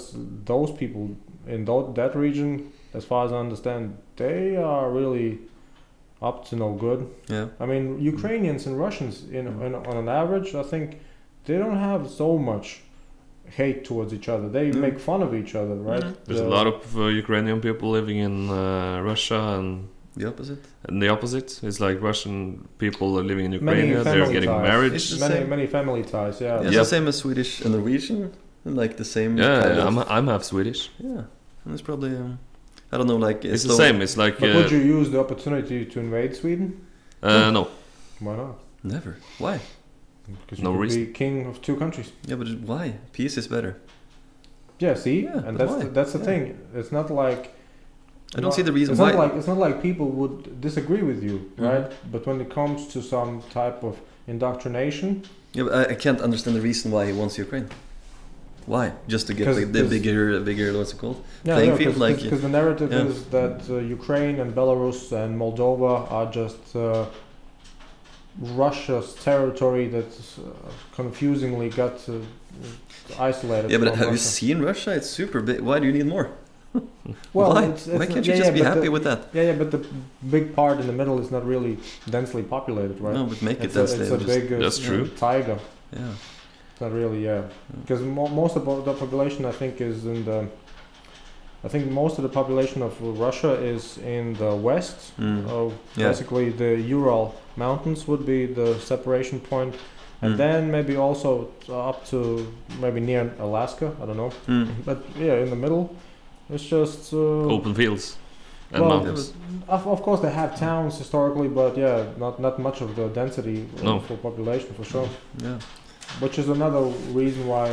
S1: those people in tho- that region, as far as I understand, they are really up to no good.
S2: Yeah.
S1: I mean, Ukrainians and Russians, in,
S2: Mm.
S1: in on an average, I think they don't have so much hate towards each other. They
S2: Mm.
S1: make fun of each other, right?
S3: There's a
S1: The-
S3: lot of uh, Ukrainian people living in uh, Russia and.
S2: The opposite.
S3: And the opposite It's like Russian people are living in
S1: Many
S3: Ukraine. They're
S1: family
S3: getting
S1: ties.
S3: married.
S2: It's the
S1: many
S2: same.
S1: many family ties. Yeah.
S2: Yeah, it's the same as Swedish and Norwegian. and, Like the same. kind
S3: Yeah,
S2: of-
S3: I'm, I'm half Swedish.
S2: Yeah, and it's probably um, I don't know, like
S3: It's the
S2: Esto-
S3: same. It's like
S1: But would
S3: uh,
S1: you use the opportunity to invade Sweden?
S3: uh, no,
S1: Why not?
S2: Never. Why?
S1: Because you
S3: No
S1: could
S3: reason.
S1: be king of two countries.
S2: Yeah, but why? Peace is better.
S1: Yeah, see,
S2: Yeah,
S1: and
S2: but
S1: that's
S2: why?
S1: the, that's the
S2: Yeah.
S1: thing. It's not like
S2: I don't see the reason
S1: it's not
S2: why.
S1: like it's not like people would disagree with you,
S2: Mm.
S1: right? But when it comes to some type of indoctrination,
S2: Yeah, but I, I can't understand the reason why he wants Ukraine. Why? Just to get
S1: 'Cause
S2: the, the
S1: this-
S2: bigger, bigger, what's it called?
S1: yeah,
S2: Playing
S1: no,
S2: field,
S1: because
S2: like,
S1: the narrative
S2: yeah.
S1: is that uh, Ukraine and Belarus and Moldova are just uh, Russia's territory that uh, confusingly got uh, isolated.
S2: Yeah, but
S1: from
S2: have you
S1: Russia.
S2: seen Russia? It's super big. Why do you need more?
S1: Well,
S2: why?
S1: it's- it's
S2: why
S1: not-
S2: can't you
S1: yeah,
S2: just
S1: yeah,
S2: be
S1: but
S2: happy
S1: the-
S2: with that?
S1: Yeah, yeah, but the big part in the middle is not really densely populated, right?
S2: No, but make it
S1: it's,
S2: that's
S1: a, it's
S2: the-
S1: a
S2: just-
S1: big uh,
S3: That's true.
S1: tiger.
S2: Yeah.
S1: Not really, yeah.
S2: Mm.
S1: Because mo- most of the population, I think, is in the. I think most of the population of Russia is in the west.
S2: Mm.
S1: Oh,
S2: Yeah.
S1: basically the Ural Mountains would be the separation point, and
S2: Mm.
S1: then maybe also up to maybe near Alaska. I don't know,
S2: Mm.
S1: but yeah, in the middle, it's just. Uh,
S3: Open fields and
S1: Well,
S3: mountains.
S1: Of, of course, they have towns historically, but yeah, not not much of the density uh,
S3: No.
S1: for population for sure
S2: Yeah.
S1: which is another reason why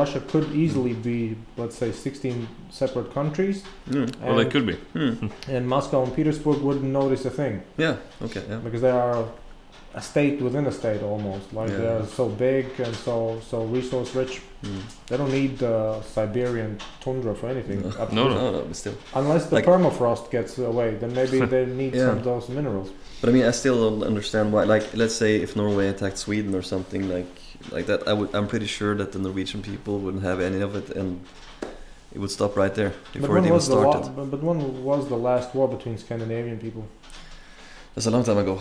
S1: Russia could easily be, let's say, 16 separate countries,
S2: Mm.
S1: and,
S3: Well, it could be.
S2: Mm.
S1: and Moscow and Petersburg wouldn't notice a thing
S2: Yeah. Okay. Yeah.
S1: because they are a state within a state almost. Like
S2: Yeah.
S1: they're so big and so so resource rich.
S2: Mm.
S1: They don't need the Siberian tundra for anything,
S2: No.
S1: up-
S3: Oh, No, no.
S2: Oh, No, no, but still.
S1: unless the
S2: Like-
S1: permafrost gets away. Then maybe they need
S2: Yeah.
S1: some of those minerals.
S2: But I mean, I still don't understand why. Like, let's say if Norway attacked Sweden or something like like that, I would. I'm pretty sure that the Norwegian people wouldn't have any of it, and it would stop right there before
S1: when
S2: it even
S1: was the la-
S2: started.
S1: but- but when was the last war between Scandinavian people?
S2: That's a long time ago.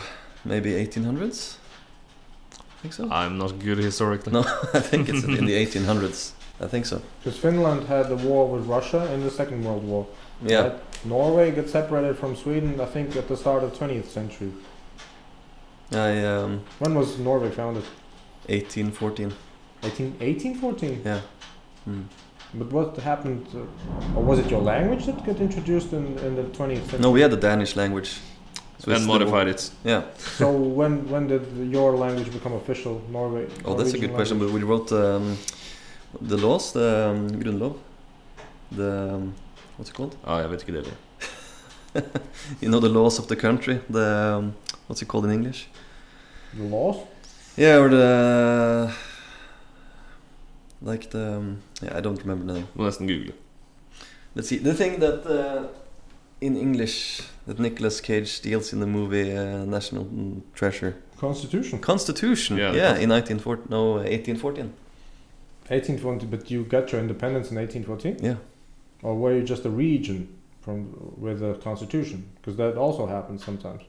S2: Maybe 1800s. I think so.
S3: I'm not good historically.
S2: No, I think it's in the 1800s. I think so.
S1: Because Finland had the war with Russia in the Second World War.
S2: Yeah.
S1: Right? Norway got separated from Sweden, I think, at the start of 20th century.
S2: I um,
S1: When was Norway founded?
S2: 1814.
S1: 18, 1814?
S2: Yeah. Mm.
S1: But what happened? Uh, or was it your language that got introduced in, in the 20th century?
S2: No, we had the Danish language. it's
S3: and
S2: the-
S3: modified it.
S2: Yeah.
S1: so when when did your language become official, Norway?
S2: Oh, that's a good
S1: Norwegian
S2: question.
S1: language?
S2: But we wrote um, the laws, the um, grundlov, the um, what's it called?
S3: Ah, jag vet inte det.
S2: You know the laws of the country. The um, what's it called in English?
S1: The laws?
S2: Yeah, or the like the um, yeah, I don't remember the name.
S3: Du får nästan googla.
S2: Let's see. The thing that uh, in English that Nicolas Cage deals in the movie uh, National Treasure,
S1: Constitution.
S2: Constitution.
S3: Yeah,
S2: Yeah,
S3: the
S2: in 1914. No, 1814.
S1: 1820, but you got your independence in 1814?
S2: Yeah.
S1: Or were you just a region from with a constitution? Because that also happens sometimes.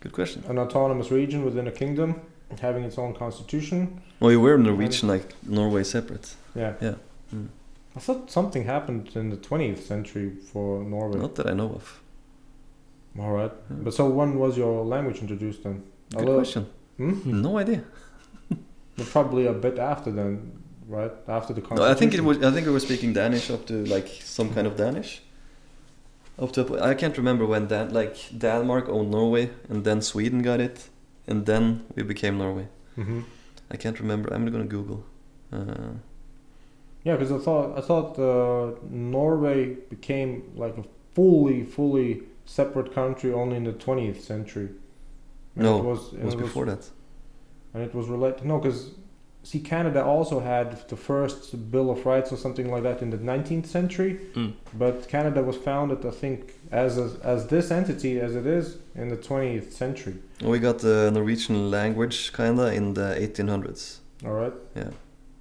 S2: Good question.
S1: An autonomous region within a kingdom having its own constitution
S2: Well, you were Norwegian, like Norway, separate.
S1: Yeah.
S2: Yeah. Mm.
S1: I thought something happened in the 20th century for Norway.
S2: Not that I know of.
S1: All right.
S2: Yeah.
S1: But so when was your language introduced then?
S2: Good
S1: Although-
S2: question.
S1: Hmm?
S2: No idea.
S1: But probably a bit after then, right? After the
S2: No, I think it
S1: Constitution.
S2: was. I think we were speaking Danish up to like some kind of Danish. Up to I can't remember when Dan like Denmark owned Norway and then Sweden got it and then we became Norway.
S1: Mhm.
S2: I can't remember. I'm gonna Google. Uh,
S1: Yeah, because I thought I thought uh, Norway became like a fully, fully separate country only in the 20th century. And
S2: No,
S1: it was,
S2: it was
S1: and
S2: before that.
S1: and it was related. No, because see, Canada also had the first Bill of Rights or something like that in the 19th century,
S3: Mm.
S1: but Canada was founded, I think, as a, as this entity as it is in the 20th century.
S2: We got the Norwegian language kinda in the 1800s.
S1: All right.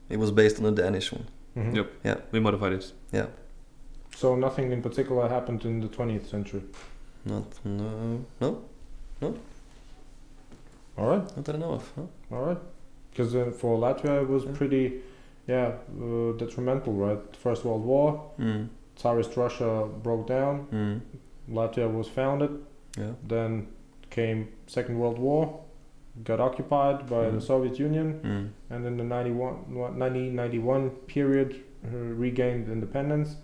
S2: It was based on the Danish one.
S1: Mhm.
S3: Yep. We modified it.
S1: So nothing in particular happened in the 20th century.
S2: Not no no
S1: All right.
S2: not that I know of. Huh?
S1: All right. Because uh, for Latvia it was
S2: Yeah.
S1: pretty, yeah, uh, detrimental, right? First World War,
S2: Mm,
S1: Tsarist Russia broke down,
S2: mm,
S1: Latvia was founded.
S2: yeah.
S1: Then came Second World War, got occupied by the
S2: Mhm.
S1: Soviet Union,
S2: Mm.
S1: and in the 91, 1991 period uh, regained independence.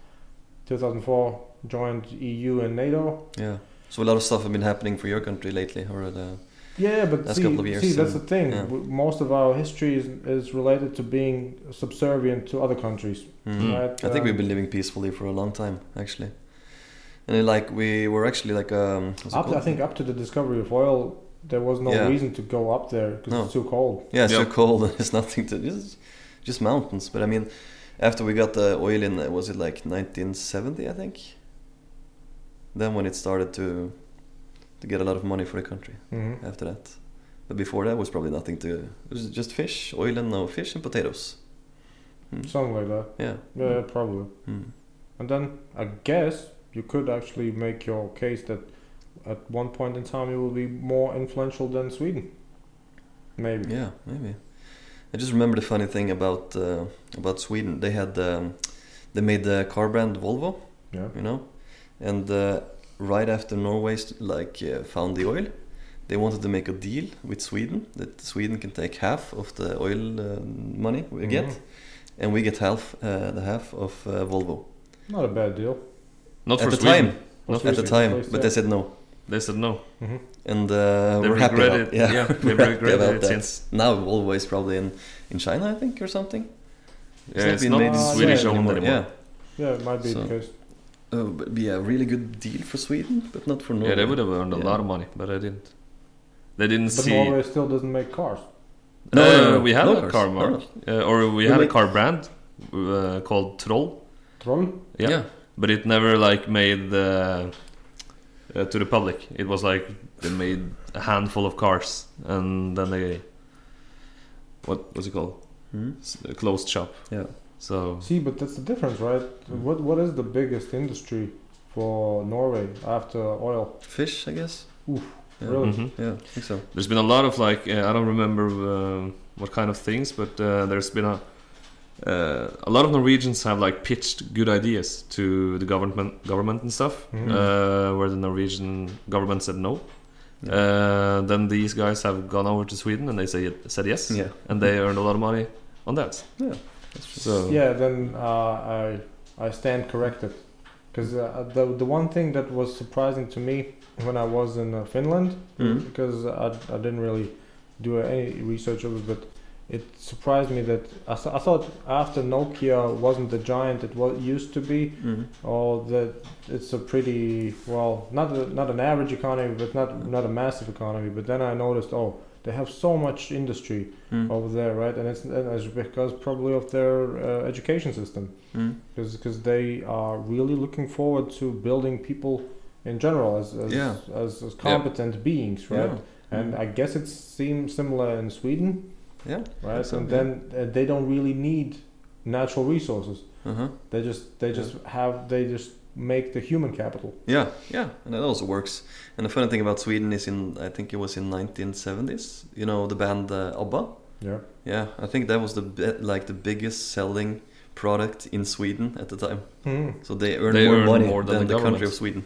S1: 2004 joined EU and NATO.
S2: Yeah. So a lot of stuff have been happening for your country lately, or uh, hmm. the
S1: Yeah, yeah, but
S2: That's
S1: see,
S2: couple of years
S1: see, that's the
S2: and-
S1: thing.
S2: yeah.
S1: W Most of our history is, is related to being subservient to other countries.
S2: Mm.
S1: Right,
S2: I think
S1: um,
S2: we've been living peacefully for a long time, actually. and it, like we were actually like um, what's it
S1: Up, I
S2: called?
S1: think up to the discovery of oil, there was no
S2: Yeah.
S1: reason to go up there because
S2: No.
S1: it's too cold.
S2: Yeah, it's
S3: Yeah.
S2: so cold and there's nothing to just just mountains. But I mean, after we got the oil in, uh, was it like 1970? I think. Then when it started to to get a lot of money for the country
S1: Mm-hmm.
S2: after that, but before that was probably nothing to. It was just fish, oil, and no fish and potatoes. Hmm.
S1: Something like that.
S2: Yeah.
S1: Yeah, probably.
S2: Hmm.
S1: And then I guess you could actually make your case that at one point in time it will be more influential than Sweden. Maybe.
S2: Yeah, maybe. I just remember the funny thing about uh, about Sweden. They had um, they made the car brand Volvo.
S1: Yeah.
S2: you know and uh, right after norway st- like uh, found the oil they wanted to make a deal with sweden that sweden can take half of the oil uh, money we get
S1: Mhm.
S2: and we get half uh, the half of uh, volvo
S1: Not a bad deal.
S3: Not
S2: at
S3: for
S2: the
S3: Sweden.
S2: time
S1: Not
S2: at the
S1: Sweden,
S2: time
S1: at least,
S2: but
S1: yeah.
S2: they said no
S3: They said no.
S1: hmm
S2: and uh,
S3: they
S2: we're happy
S3: regret
S2: about
S3: it. Yeah, they
S2: we're happy
S3: regret
S2: about
S3: it
S2: that.
S3: since.
S2: now volvo is probably in in china i think or something
S3: Yeah,
S2: not
S3: it's
S2: being
S3: not
S2: made in
S1: Ah,
S3: Swedish
S1: yeah.
S3: owned anymore.
S2: yeah
S1: Yeah, it might be
S2: So-
S1: the case.
S2: uh, but be a really good deal for sweden but not for norway
S3: Yeah, they would have earned a
S2: Yeah.
S3: lot of money, but they didn't. They didn't
S1: But
S3: see.
S1: Norway still doesn't make cars.
S2: No,
S3: Uh,
S2: no, no,
S3: we had
S2: no
S3: a
S2: cars.
S3: car
S2: No,
S3: mark, uh, or we
S2: We
S3: had a
S2: make-
S3: car brand uh, called Troll.
S1: Troll?
S3: Yeah.
S2: yeah
S3: but it never like made the uh, to the public. It was like they made a handful of cars, and then they what was it called?
S2: Hmm?
S3: S- A closed shop.
S2: Yeah.
S3: So
S1: See, but that's the difference, right?
S2: Oh. Mm.
S1: What What is the biggest industry for Norway after oil?
S2: fish, I guess.
S1: Oof,
S2: yeah.
S1: really?
S3: Mhm.
S2: Yeah, I think so.
S3: there's been a lot of like uh, I don't remember uh, what kind of things, but uh, there's been a uh, a lot of Norwegians have like pitched good ideas to the government government and stuff,
S2: Hmm.
S1: Mhm.
S3: uh, where the Norwegian government said no. Uh, then these guys have gone over to Sweden and they say said yes,
S2: Yeah,
S3: and they earned a lot of money on that.
S2: that's true.
S3: So
S1: Yeah, then uh, I I stand corrected, because uh, the the one thing that was surprising to me when I was in uh, Finland,
S2: Mhm.
S1: because I I didn't really do any research of it, but it surprised me that I, th- I thought after Nokia wasn't the giant it was used to be,
S2: Mhm.
S1: or that it's a pretty well not a, not an average economy, but not not a massive economy. But then I noticed oh. They have so much industry
S2: Mhm.
S1: over there, right? And it's, and it's because probably of their uh, education system
S2: Mhm.
S1: because they are really looking forward to building people in general as as,
S2: Yeah. Mm-hmm.
S1: as, as competent beings, right? And I guess it seems similar in Sweden,
S2: Yeah.
S1: right?
S2: so,
S1: and
S2: yeah.
S1: then uh, they don't really need natural resources.
S2: Uh-huh.
S1: They just they just have they just make the human capital.
S2: Yeah, yeah, and that also works. And the funny thing about Sweden is in, I think it was in 1970s. You know the band uh, ABBA.
S1: Yeah.
S2: Yeah, I think that was the bi- like the biggest selling product in Sweden at the time.
S1: Mm.
S2: So they earned
S3: They
S2: more
S3: earned
S2: money
S3: more than
S2: than,
S3: the
S2: the, country of
S3: government.
S2: Sweden.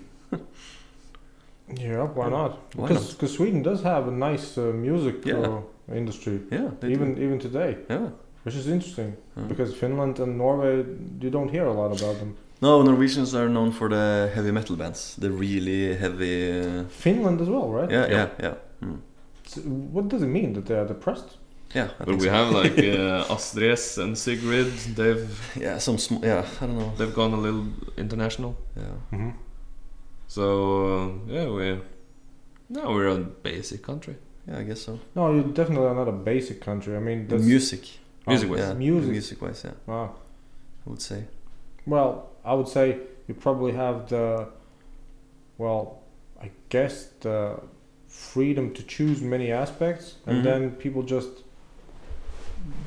S1: Yeah. Why not?
S2: Why
S1: Because Sweden does have a nice uh, music
S2: Yeah.
S1: uh, industry,
S2: Yeah, they do.
S1: even even today,
S2: yeah.
S1: which is interesting
S2: yeah.
S1: because Finland and Norway you don't hear a lot about them.
S2: No, Norwegians are known for the heavy metal bands, the really heavy. Uh,
S1: Finland as well, right?
S2: yeah,
S3: Yeah.
S2: yeah, yeah. Mm.
S1: So what does it mean that they are depressed?
S2: Yeah, I
S3: but
S2: think
S3: we
S2: so.
S3: have like uh, Astrid and Sigrid. They've
S2: yeah, some sm- yeah, I don't know.
S3: they've gone a little international.
S2: Yeah.
S1: Mm-hmm.
S3: So uh, yeah, we no, we're a basic country.
S2: Yeah, I guess so.
S1: No, you definitely are not a basic country. I mean,
S2: The
S1: that's
S2: music,
S1: oh,
S3: music wise.
S2: yeah,
S1: music.
S2: the music wise, yeah,
S1: wow.
S2: I would say.
S1: Well, I would say you probably have the, well, I guess the freedom to choose many aspects, and
S2: Mhm.
S1: then people just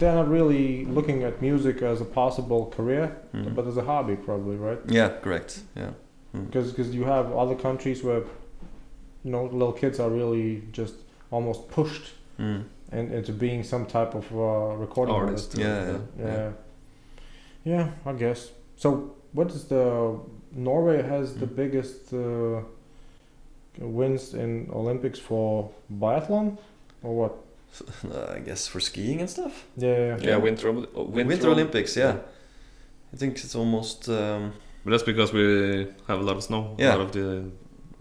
S1: they're not really looking at music as a possible career,
S2: Mhm.
S1: but as a hobby, probably, right?
S2: yeah, correct. Yeah, Mm.
S1: Because because you have other countries where, you know, little kids are really just almost pushed
S2: mm.
S1: and into being some type of uh, recording artist.
S3: Artist.
S2: yeah, yeah,
S3: Yeah.
S1: Yeah. yeah, I guess. So, what is the Norway has the
S2: Mm.
S1: biggest uh, wins in Olympics for biathlon, or what?
S2: yeah. Uh, I guess for skiing and stuff.
S1: Yeah,
S3: Yeah, winter Olymp-
S2: Winter, Olympics, yeah. I think it's almost um,
S3: But that's because we have a lot of snow
S2: Yeah.
S3: a lot of the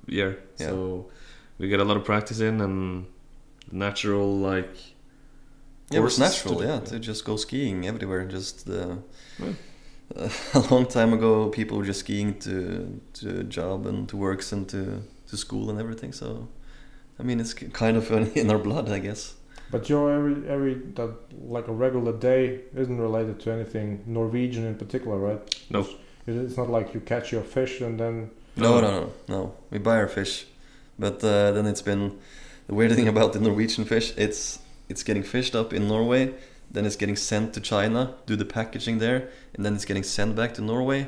S3: year.
S2: Yeah.
S3: So we get a lot of practice in and natural like
S2: yeah, it was
S3: courses to
S2: natural,
S3: do,
S2: yeah, to just go skiing everywhere, just uh,
S3: Yeah.
S2: a long time ago, people were just skiing to to job and to works and to to school and everything. So, I mean, it's k- kind of in our blood, I guess.
S1: But your every every that like a regular day isn't related to anything Norwegian in particular, right?
S3: No.
S1: It- It's not like you catch your fish and then
S2: No, no, no, no. We buy our fish, but uh, then it's been the weird thing about the Norwegian fish. It's it's getting fished up in Norway, then it's getting sent to China, do the packaging there, and then it's getting sent back to Norway,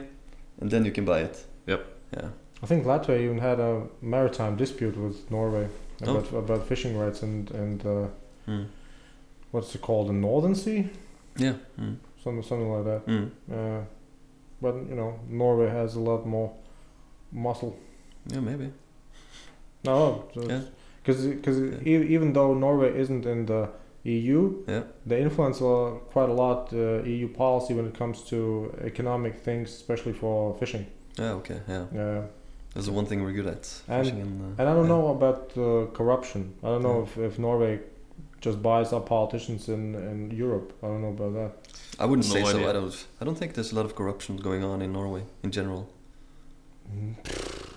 S2: and then you can buy it.
S3: Yep.
S2: Yeah.
S1: I think Latvia even had a maritime dispute with Norway
S2: Oh.
S1: about about fishing rights and and uh,
S2: Mm.
S1: what's it called the Northern Sea,
S2: Yeah. Mm.
S1: something something like that.
S2: Mm.
S1: Uh, but you know Norway has a lot more muscle.
S2: Yeah, maybe.
S1: No,
S2: Yeah.
S1: because because
S2: Yeah.
S1: e-, even though Norway isn't in the EU,
S2: Yeah.
S1: they influence uh, quite a lot uh, EU policy when it comes to economic things, especially for fishing.
S2: Yeah. Okay. Yeah.
S1: Uh,
S2: That's the one thing we're good at.
S1: And-
S2: fishing and, uh,
S1: and I don't
S2: yeah.
S1: know about uh, corruption. I don't know
S2: Yeah.
S1: if, if Norway just buys up politicians in, in Europe. I don't know about that.
S2: I wouldn't
S3: No
S2: say so.
S3: idea.
S2: I don't. I don't think there's a lot of corruption going on in Norway in general.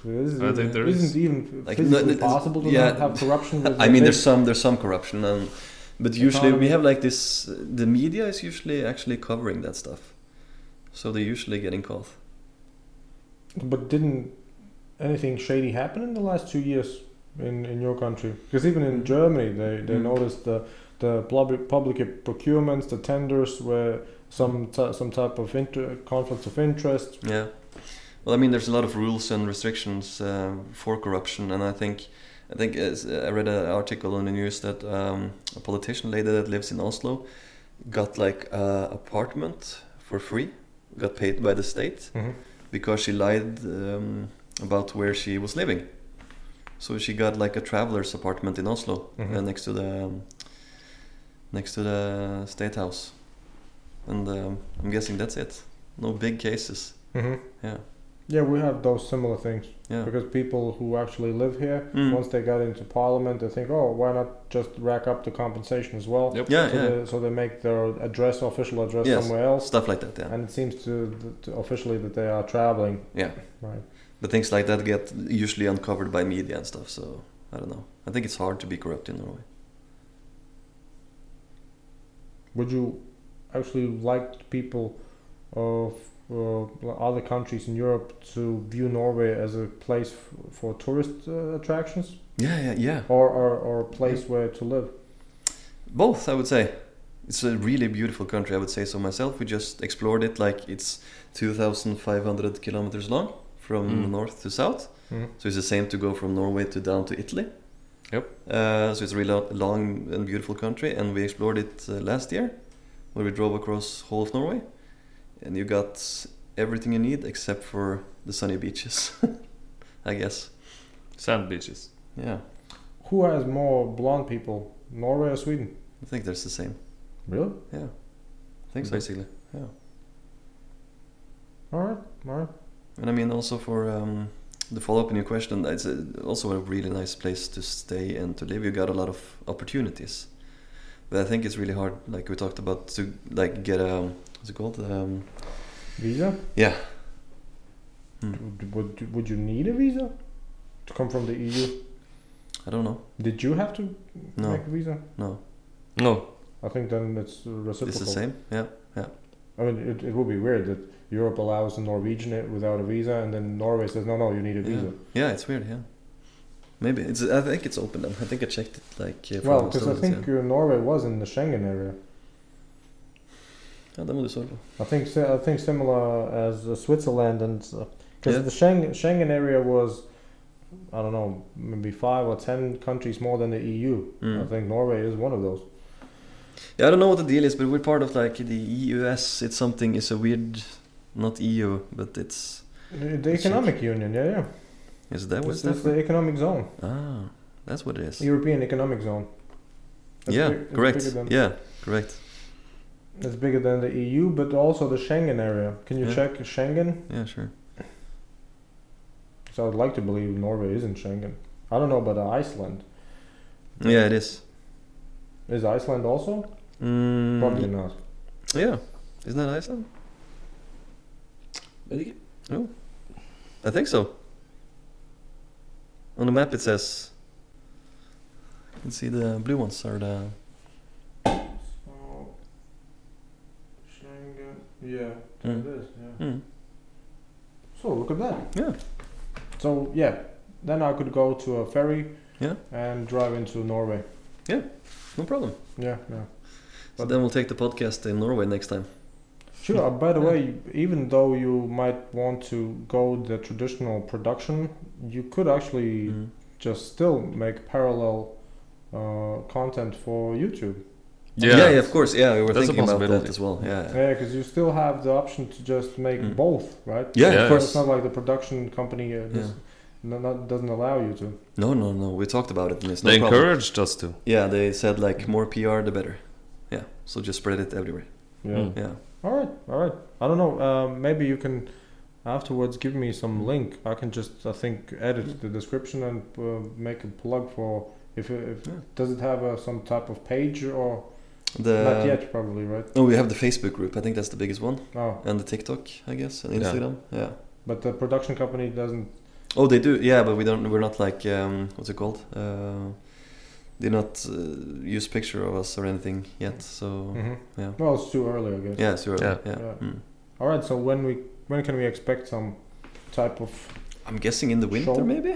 S1: This
S3: I think there
S1: isn't
S3: is.
S1: even
S2: Like,
S1: physically
S2: no, no,
S1: possible to
S2: yeah.
S1: not have corruption. With
S2: I
S1: the
S2: mean,
S1: big-
S2: there's some there's some corruption, and but usually
S1: Economy.
S2: we have like this. The media is usually actually covering that stuff, so they're usually getting caught.
S1: But didn't anything shady happen in the last two years in, in your country? Because even in
S2: Mm.
S1: Germany, they, they
S2: Mm.
S1: noticed the the public public procurements, the tenders were some t- some type of inter- conflicts of interest.
S2: Yeah. Well, I mean, there's a lot of rules and restrictions uh, for corruption, and I think, I think as uh, I read an article on the news that um, a politician lady that lives in Oslo got like a apartment for free, got paid by the state
S1: Mhm.
S2: because she lied um, about where she was living. So she got like a traveler's apartment in Oslo,
S1: Mhm.
S2: uh, next to the um, next to the state house, and um, I'm guessing that's it. No big cases.
S1: Mm-hmm.
S2: Yeah.
S1: Yeah, we have those similar things
S2: Yeah.
S1: because people who actually live here,
S2: Mm.
S1: once they got into parliament, they think, oh, why not just rack up the compensation as well?
S3: Yep.
S2: Yeah,
S1: So,
S2: yeah.
S1: They, so they make their address, official address,
S2: Yes.
S1: somewhere else,
S2: Stuff like that, yeah.
S1: and it seems to, to officially that they are traveling.
S2: Yeah.
S1: Right.
S2: But things like that get usually uncovered by media and stuff, so I don't know. I think it's hard to be corrupt in Norway.
S1: Would you actually like people of uh, other countries in Europe to view Norway as a place f- for tourist uh, attractions
S2: Yeah, yeah, yeah.
S1: or, or, or a place where to live?
S2: Both, I would say. It's a really beautiful country, I would say so myself. We just explored it like it's 2,500 kilometers long from
S3: Mm.
S2: north to south. So it's the same to go from Norway to down to Italy.
S3: Yep.
S2: Uh, so it's a really lo- long and beautiful country, and we explored it uh, last year, where we drove across whole of Norway, and you got everything you need except for the sunny beaches, I guess.
S3: Sand beaches.
S2: Yeah,
S1: Who has more blonde people, Norway or Sweden?
S2: I think that's the same.
S1: Really?
S2: Yeah, I think so.
S3: Mhm.
S2: basically. Yeah,
S1: All right, all right.
S2: and I mean also for um, the follow up in your question, it's a, also a really nice place to stay and to live. You got a lot of opportunities. But I think it's really hard, like we talked about, to like get a what's it called? Um,
S1: Visa?
S2: Yeah.
S1: Would, would, would you need a visa to come from the EU?
S2: I don't know.
S1: Did you have to
S2: No.
S1: make a visa?
S2: No,
S3: No.
S1: I think then it's reciprocal.
S2: it's the same. Yeah,
S1: I mean, it, it would be weird that Europe allows a Norwegian it without a visa, and then Norway says, no, no, you need a
S2: yeah,
S1: visa.
S2: yeah. It's weird. Yeah, maybe it's. I think it's open. Then. I think I checked it like. Uh, for
S1: well,
S2: almost
S1: because I
S2: all of it,
S1: think
S2: Yeah.
S1: uh, Norway was in the Schengen area.
S2: Ja, det må du svare på.
S1: I think si- I think similar as uh, Switzerland, and because
S2: Yeah.
S1: the Schengen, Schengen area was, I don't know, maybe five or ten countries more than the EU.
S2: Mm.
S1: I think Norway is one of those.
S2: Yeah, I don't know what the deal is, but we're part of like the EUS. It's something. It's a weird, not EU, but it's.
S1: The- The
S2: That's
S1: economic union, yeah, yeah.
S2: Is that
S1: It's,
S2: what it's that?
S1: it's the economic zone,
S2: Ah, that's what it is.
S1: European economic zone. It's
S2: yeah,
S1: big- it's
S2: correct.
S1: bigger than-
S2: Yeah, correct.
S1: It's bigger than the EU, but also the Schengen area. Can you
S2: Yeah.
S1: check Schengen?
S2: Yeah, sure.
S1: So I'd like to believe Norway is in Schengen. I don't know about uh, Iceland.
S2: Yeah, it is.
S1: Is Iceland also?
S2: Mm,
S1: Probably not.
S2: Yeah, isn't that Iceland?
S3: Vet ikke.
S2: Oh. I think so. On the map it says. You can see the blue ones are the.
S1: So, Oh, Schengen. Yeah,
S2: Mm.
S1: it is. Yeah.
S2: Hmm.
S1: So look at that.
S2: Yeah.
S1: So yeah, then I could go to a ferry.
S2: Yeah.
S1: And drive into Norway.
S2: No problem.
S1: Yeah, yeah.
S2: So then we'll take the podcast in Norway next time.
S1: Sure. uh, by the
S2: Yeah.
S1: way, even though you might want to go the traditional production, you could actually
S2: Mm.
S1: just still make parallel uh, content for YouTube.
S2: Yeah. yeah, of course. Yeah, we were
S3: That's a
S2: thinking about that
S3: possibility.
S2: as well. Yeah.
S1: Yeah, because you still have the option to just make
S2: Mm.
S1: both, right?
S2: Yeah,
S3: of
S1: So
S2: course.
S1: It's not like the production company uh, does,
S2: Yeah.
S1: no, not, doesn't allow you to.
S2: No, no, no. We talked about it. And it's no
S3: They
S2: problem.
S3: encouraged us to.
S2: Yeah, they said like more PR the better. Yeah, so just spread it everywhere.
S1: Yeah.
S3: Mm.
S2: Yeah.
S1: All right, all right. I don't know. Uh, maybe you can afterwards give me
S2: Mm.
S1: some link. I can just, I think, edit the description and uh, make a plug for. If, uh, if
S2: Yeah.
S1: does it have uh, some type of page or
S2: The
S1: not yet? Probably right.
S2: Uh, Oh, we have the Facebook group. I think that's the biggest one,
S1: Oh,
S2: and the TikTok, I guess, and
S3: Yeah.
S2: Instagram. Yeah.
S1: but the production company doesn't.
S2: Oh, they do. Yeah, but we don't. We're not like um, what's it called? Uh, they not uh, use picture of us or anything yet. So
S1: hmm
S2: yeah.
S1: Well, it's too early, I guess.
S2: yeah, sure. Yeah.
S3: Yeah.
S1: Yeah.
S2: Mm.
S1: All right. So when we when can we expect some type of
S2: I'm guessing in the winter
S1: Sure.
S2: maybe.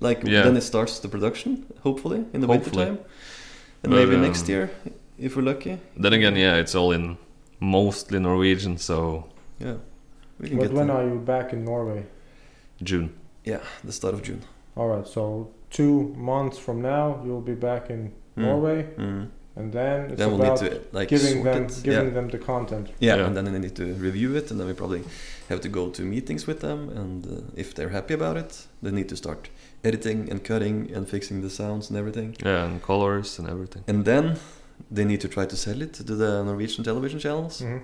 S2: Like
S3: Yeah.
S2: then it starts the production, hopefully in the
S3: Hopefully.
S2: winter time, and
S3: But,
S2: maybe
S3: um,
S2: next year if we're lucky.
S3: Then again, yeah, it's all in mostly Norwegian, so
S2: Yeah. We can
S1: But
S2: get
S1: when
S2: them.
S1: are you back in Norway?
S3: June.
S2: Yeah, the start of June.
S1: All right, so two months from now you'll be back in
S2: Mm.
S1: Norway,
S2: Mm.
S1: and then it's
S2: then we'll need
S1: about
S2: to like
S1: giving
S2: sort
S1: them
S2: it.
S1: giving
S2: yeah.
S1: them the content.
S2: Yeah,
S3: Yeah.
S2: and then they need to review it, and then we probably have to go to meetings with them. And uh, if they're happy about it, they need to start editing and cutting and fixing the sounds and everything.
S3: Yeah, and colors and everything.
S2: And then they need to try to sell it to the Norwegian television channels,
S1: hmm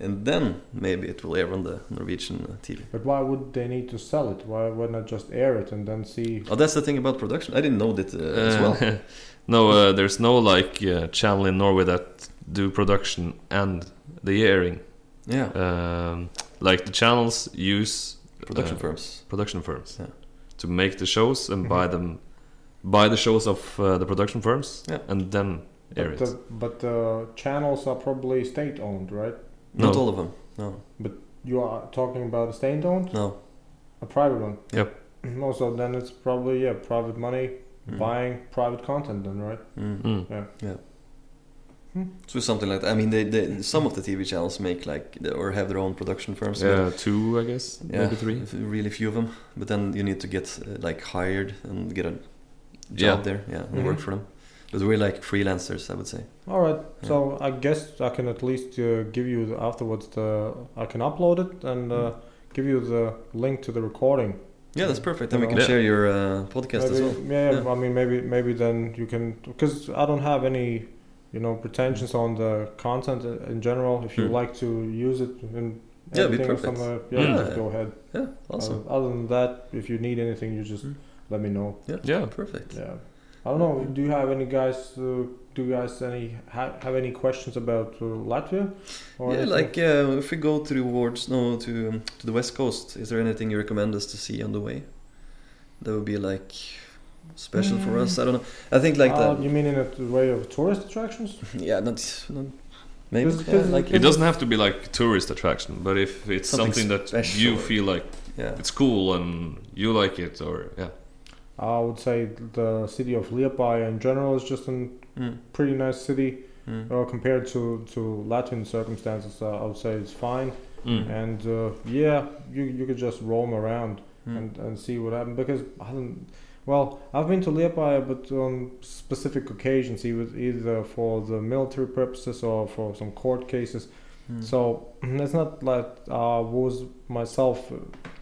S2: and then maybe it will air on the Norwegian uh, TV.
S1: But why would they need to sell it? Why would not just air it and then see?
S2: Oh, that's the thing about production. I didn't know that uh, as well.
S3: Uh, no, uh, there's no like uh, channel in Norway that do production and the airing.
S2: Yeah,
S3: Um, like the channels use
S2: production
S3: uh,
S2: firms.
S3: production firms
S2: Yeah. Mm-hmm.
S3: to make the shows and buy them, buy the shows of uh, the production firms,
S2: Yeah.
S3: and then air
S1: But
S3: it.
S1: the, but the channels are probably state owned, right?
S2: Not
S3: no.
S2: all of them. No,
S1: You are talking about a state owned,
S2: no.
S1: a private one. Mm-hmm.
S3: Yep.
S1: Also, then it's probably yeah, private money
S2: Mm.
S1: buying private content, then right?
S2: Mm.
S3: Mm.
S2: So something like that. I mean, they, they, some of the TV channels make like the- or have their own production firms. but
S3: Yeah, two, I guess, maybe three.
S2: f- Really few of them, but then you need to get uh, like hired and get a job
S3: Yeah.
S2: there, yeah, and work
S1: Mhm.
S2: for them. But we're like freelancers, I would say.
S1: All right.
S2: Yeah.
S1: So I guess I can at least uh, give you the, afterwards the I can upload it and
S2: Mm.
S1: uh, give you the link to the recording.
S2: Yeah, that's perfect. Then we can
S3: Yeah.
S2: share your uh, podcast
S1: Maybe,
S2: as well.
S1: yeah,
S2: Yeah.
S1: I mean maybe maybe then you can because I don't have any you know pretensions on the content i- in general. If you
S2: Mm.
S1: like to use it in
S2: Yeah, it'd be
S1: editing or
S2: perfect.
S1: somewhere, yeah,
S3: Mm.
S1: just go ahead.
S2: Yeah, awesome.
S1: Other- Other than that, if you need anything, you just
S2: Mm.
S1: let me know.
S3: Yeah.
S2: Perfect.
S1: Yeah. I don't know. Do you have any guys? Uh, do you guys any ha- have any questions about uh, Latvia?
S2: yeah,
S1: anything?
S2: like uh, if we go towards no to um, to the west coast, is there anything you recommend us to see on the way? That would be like special for us. I don't know. I think like
S1: Uh,
S2: the
S1: You mean in a t- way of tourist attractions?
S2: yeah, not, not maybe
S1: This-
S2: yeah,
S1: this-
S2: like
S3: It doesn't have to be like tourist attraction, but if it's
S2: Something
S3: something, that
S2: special.
S3: you feel like
S2: yeah.
S3: it's cool and you like it, or yeah,
S1: I would say the city of Liepāja in general is just a
S2: Mm,
S1: pretty nice city.
S2: mm.
S1: Uh, compared to, to Latvian circumstances, uh, I would say it's fine.
S3: Mm.
S1: And uh, yeah, you you could just roam around
S2: Hmm. mm,
S1: and, and see what happens because I don't. Well, I've been to Liepāja, but on specific occasions, eith- either for the military purposes or for some court cases.
S2: Mm.
S1: So it's not like I was myself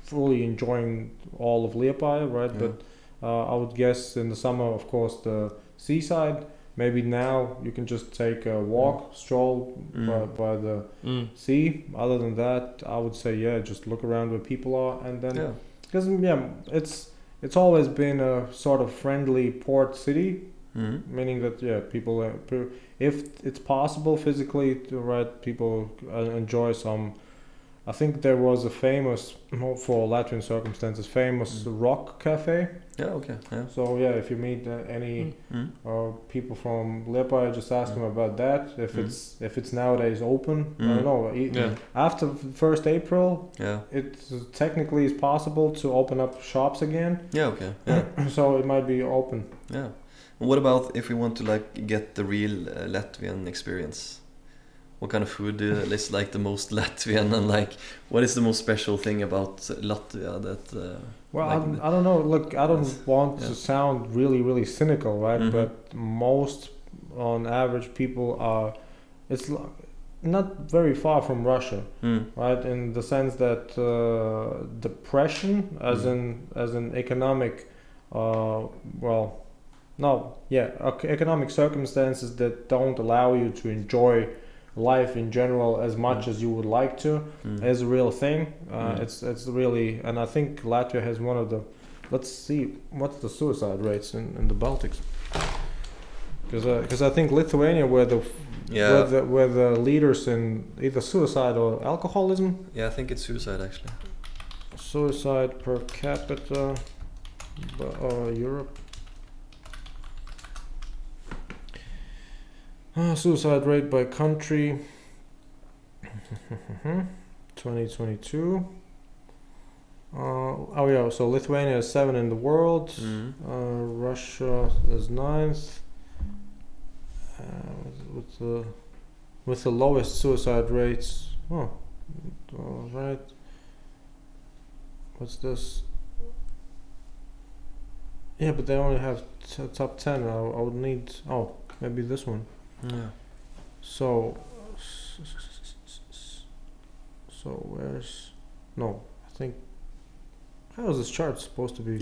S1: fully enjoying all of Liepāja, right?
S2: Yeah.
S1: But uh, I would guess in the summer, of course, the seaside. Maybe now you can just take a walk, stroll by,
S2: Mm.
S1: by the
S3: Mm.
S1: sea. Other than that, I would say yeah, just look around where people are, and then
S2: yeah.
S1: because yeah, it's it's always been a sort of friendly port city
S2: Mm.
S1: meaning that yeah people uh, per- if it's possible physically to right people uh, enjoy some I think there was a famous, for Latvian circumstances, famous
S2: Mm.
S1: rock cafe.
S2: Yeah, okay. Yeah.
S1: So yeah, if you meet uh, any
S2: Mm.
S1: uh, people from Liepa, just ask them about that. If
S2: Mm.
S1: it's if it's nowadays open, I
S2: Mm.
S1: don't know. E-
S3: Yeah.
S1: After first April,
S2: Yeah.
S1: it technically is possible to open up shops again.
S2: Yeah, okay. Yeah.
S1: so it might be open.
S2: yeah. And what about if we want to like get the real uh, Latvian experience? What kind of food uh, is like the most Latvian and like what is the most special thing about Latvia that uh,
S1: Well,
S2: like
S1: I, don't-
S2: the-
S1: I don't know. Look, I don't
S2: Yes.
S1: want
S2: Yeah.
S1: to sound really, really cynical, right?
S2: Mhm.
S1: But most, on average, people are. It's l- not very far from Russia,
S2: Mm,
S1: right? In the sense that uh, depression, as
S2: Mhm.
S1: in as in economic, uh, well, no, yeah, ec- economic circumstances that don't allow you to enjoy life in general as much
S2: Mhm.
S1: as you would like to
S2: mm.
S1: is a real thing. Uh,
S2: Mm.
S1: It's it's really, and I think Latvia has one of the. Let's see what's the suicide rates in, in the Baltics. Because I think Lithuania were the
S2: Yeah.
S1: were the, were the leaders in either suicide or alcoholism.
S2: Yeah, I think it's suicide actually.
S1: Suicide per capita, bu- uh, Europe. Uh, suicide rate by country. 2022. Uh, oh yeah, so Lithuania is seven in the world.
S2: Mm.
S1: Uh, Russia is ninth. Uh, with the with the lowest suicide rates. Oh, all right. What's this? Yeah, but they only have t- top ten. I, I would need. Oh, maybe this one.
S2: Yeah.
S1: So, so where's no? I think how is this chart supposed to be?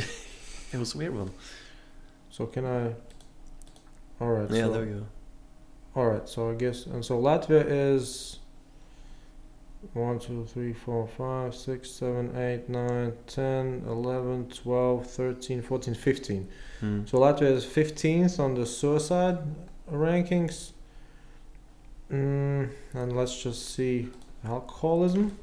S2: It was a weird one.
S1: so can I? All right.
S2: Yeah,
S1: so,
S2: there you
S1: All right. So I guess and so Latvia is one, two, three, four, five, six, seven, eight, nine, ten, eleven, twelve, thirteen, fourteen, fifteen.
S2: go. Mm.
S1: So Latvia is 15th on the suicide rankings. Mm, and let's just see alcoholism.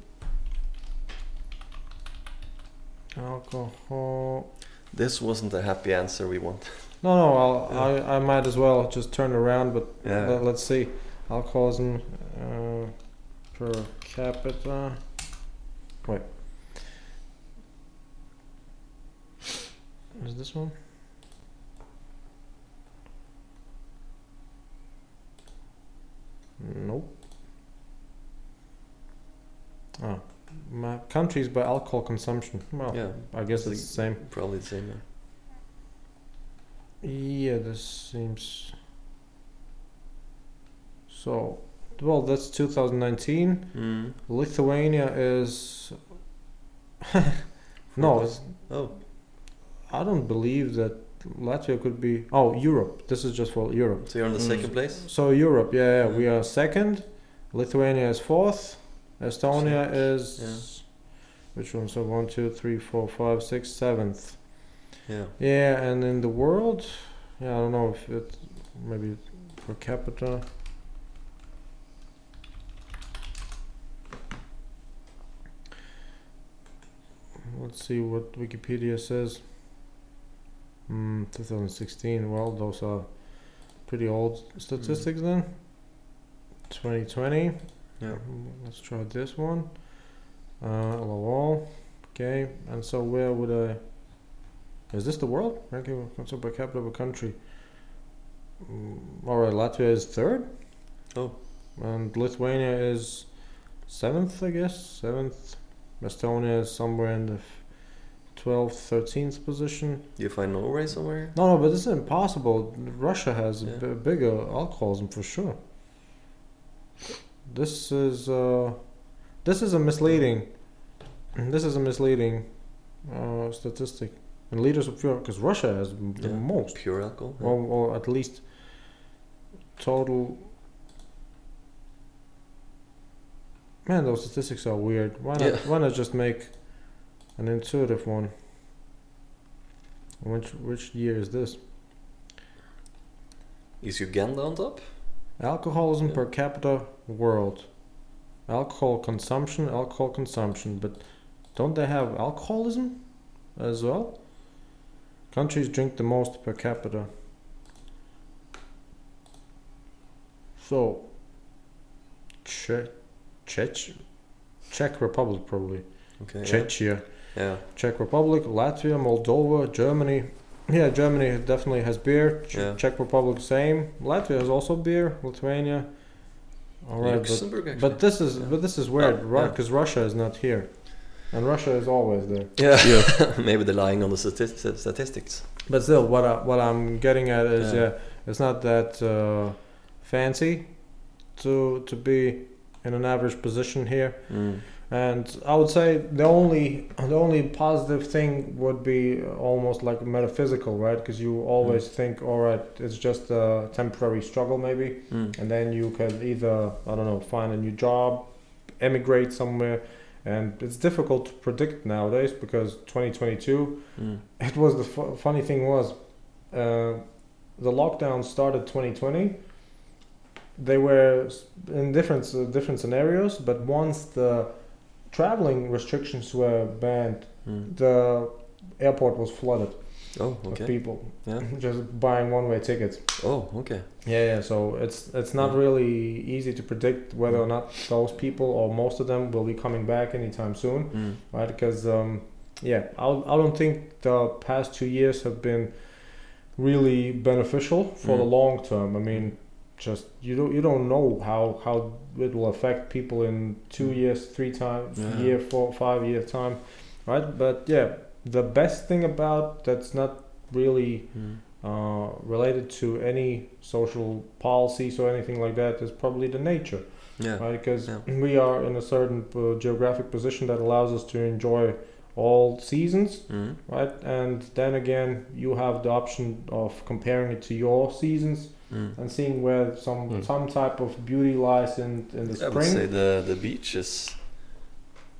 S1: Alcohol.
S2: This wasn't the happy answer we want.
S1: No, no, I'll,
S2: Yeah.
S1: I, I might as well just turn around, but
S2: Yeah.
S1: let, us see. Alcoholism uh, per capita. Wait. Is this one? Nope. Oh. My countries by alcohol consumption. Well,
S2: Yeah.
S1: Oh. I guess
S2: Like-
S1: it's the same.
S2: Probably the same. Yeah.
S1: Yeah, this seems. So, well, that's 2019.
S2: Mm.
S1: Lithuania is. no, it's,
S2: Oh.
S1: I don't believe that Latvia could be. Oh, Europe. This is just for Europe.
S2: So you're on the
S1: Mm.
S2: second place?
S1: So, Europe, yeah, yeah, we are second. Lithuania is fourth. Estonia is. Which one? So, one, two, three, four, five, six, seventh.
S2: Yeah.
S1: Yeah, and in the world, yeah, I don't know if it maybe per capita. Let's see what Wikipedia says. Mm, 2016. Well, those are pretty old statistics then. 2020.
S2: Yeah.
S1: Mm, Let's try this one. Uh, LOL. Okay, and so where would I? Is this the world ranking of consumed per capita of a country? Mm, all right, Latvia is third.
S2: Oh.
S1: And Lithuania is seventh, I guess. Seventh. Estonia is somewhere in the f- 12th, 13th position.
S2: Do you find Norway somewhere?
S1: No, no, but this is impossible. Russia has a
S2: Yeah.
S1: b- bigger alcoholism for sure. This is uh, this is a misleading. This is a misleading uh, statistic. And leaders of Europe, because Russia has m- the
S2: Yeah.
S1: most, Oh.
S2: Pure alcohol?
S1: or, or at least total. Man, those statistics are weird. Why not?
S2: Yeah.
S1: Why not just make an intuitive one? Which which year is this?
S2: Is Uganda on top?
S1: Alcoholism
S2: Yeah.
S1: per capita world. alcohol consumption, alcohol consumption, but don't they have alcoholism as well? Countries drink the most per capita. So, Czech, Czech, Czech Republic probably.
S2: Okay. yeah.
S1: Czechia.
S2: Yeah.
S1: Czech Republic, Latvia, Moldova, Germany. Yeah, Germany definitely has beer. Ch-
S2: Yeah.
S1: Czech Republic, same. Latvia has also beer. Lithuania. All right, but,
S2: Luxembourg, actually.
S1: but this is
S2: Yeah.
S1: but this is weird,
S2: Oh,
S1: right?
S2: yeah.
S1: Because Russia is not here, and Russia is always there.
S2: yeah, maybe they're lying on the stati- statistics.
S1: But still, what I, what I'm getting at is, yeah,
S2: Yeah.
S1: it's not that uh, fancy to to be in an average position here.
S2: Mm.
S1: And I would say the only the only positive thing would be almost like metaphysical, right? Because you always think, all right, it's just a temporary struggle, maybe,
S2: Mm.
S1: and then you can either I don't know, find a new job, emigrate somewhere, and it's difficult to predict nowadays because 2022.
S2: Mm.
S1: It was the fu- funny thing was, uh, the lockdown started 2020. They were s- in different uh, different scenarios, but once the traveling restrictions were banned,
S2: Mm.
S1: the airport was flooded
S2: Oh,
S1: with
S2: okay.
S1: people
S2: Yeah.
S1: just buying one-way tickets.
S2: Oh, okay.
S1: Yeah, yeah. So it's it's not
S2: Mm.
S1: really easy to predict whether or not those people or most of them will be coming back anytime soon
S2: Mm.
S1: right? Because um, yeah, I I don't think the past two years have been really beneficial for the
S2: Mm.
S1: long term. I mean, just you don't you don't know how how it will affect people in two
S2: Mm.
S1: years, three times,
S2: Yeah.
S1: year four, five year time, right? But yeah, the best thing about that's not really
S2: Mm.
S1: uh, related to any social policies or anything like that is probably the nature
S2: Yeah.
S1: right? Because
S2: Yeah.
S1: we are in a certain uh, geographic position that allows us to enjoy all seasons,
S2: Mm.
S1: right? And then again, you have the option of comparing it to your seasons
S2: Mm.
S1: and seeing where some
S3: Mm.
S1: some type of beauty lies in in the
S2: Hmm. I would say
S1: spring.
S2: the the beaches.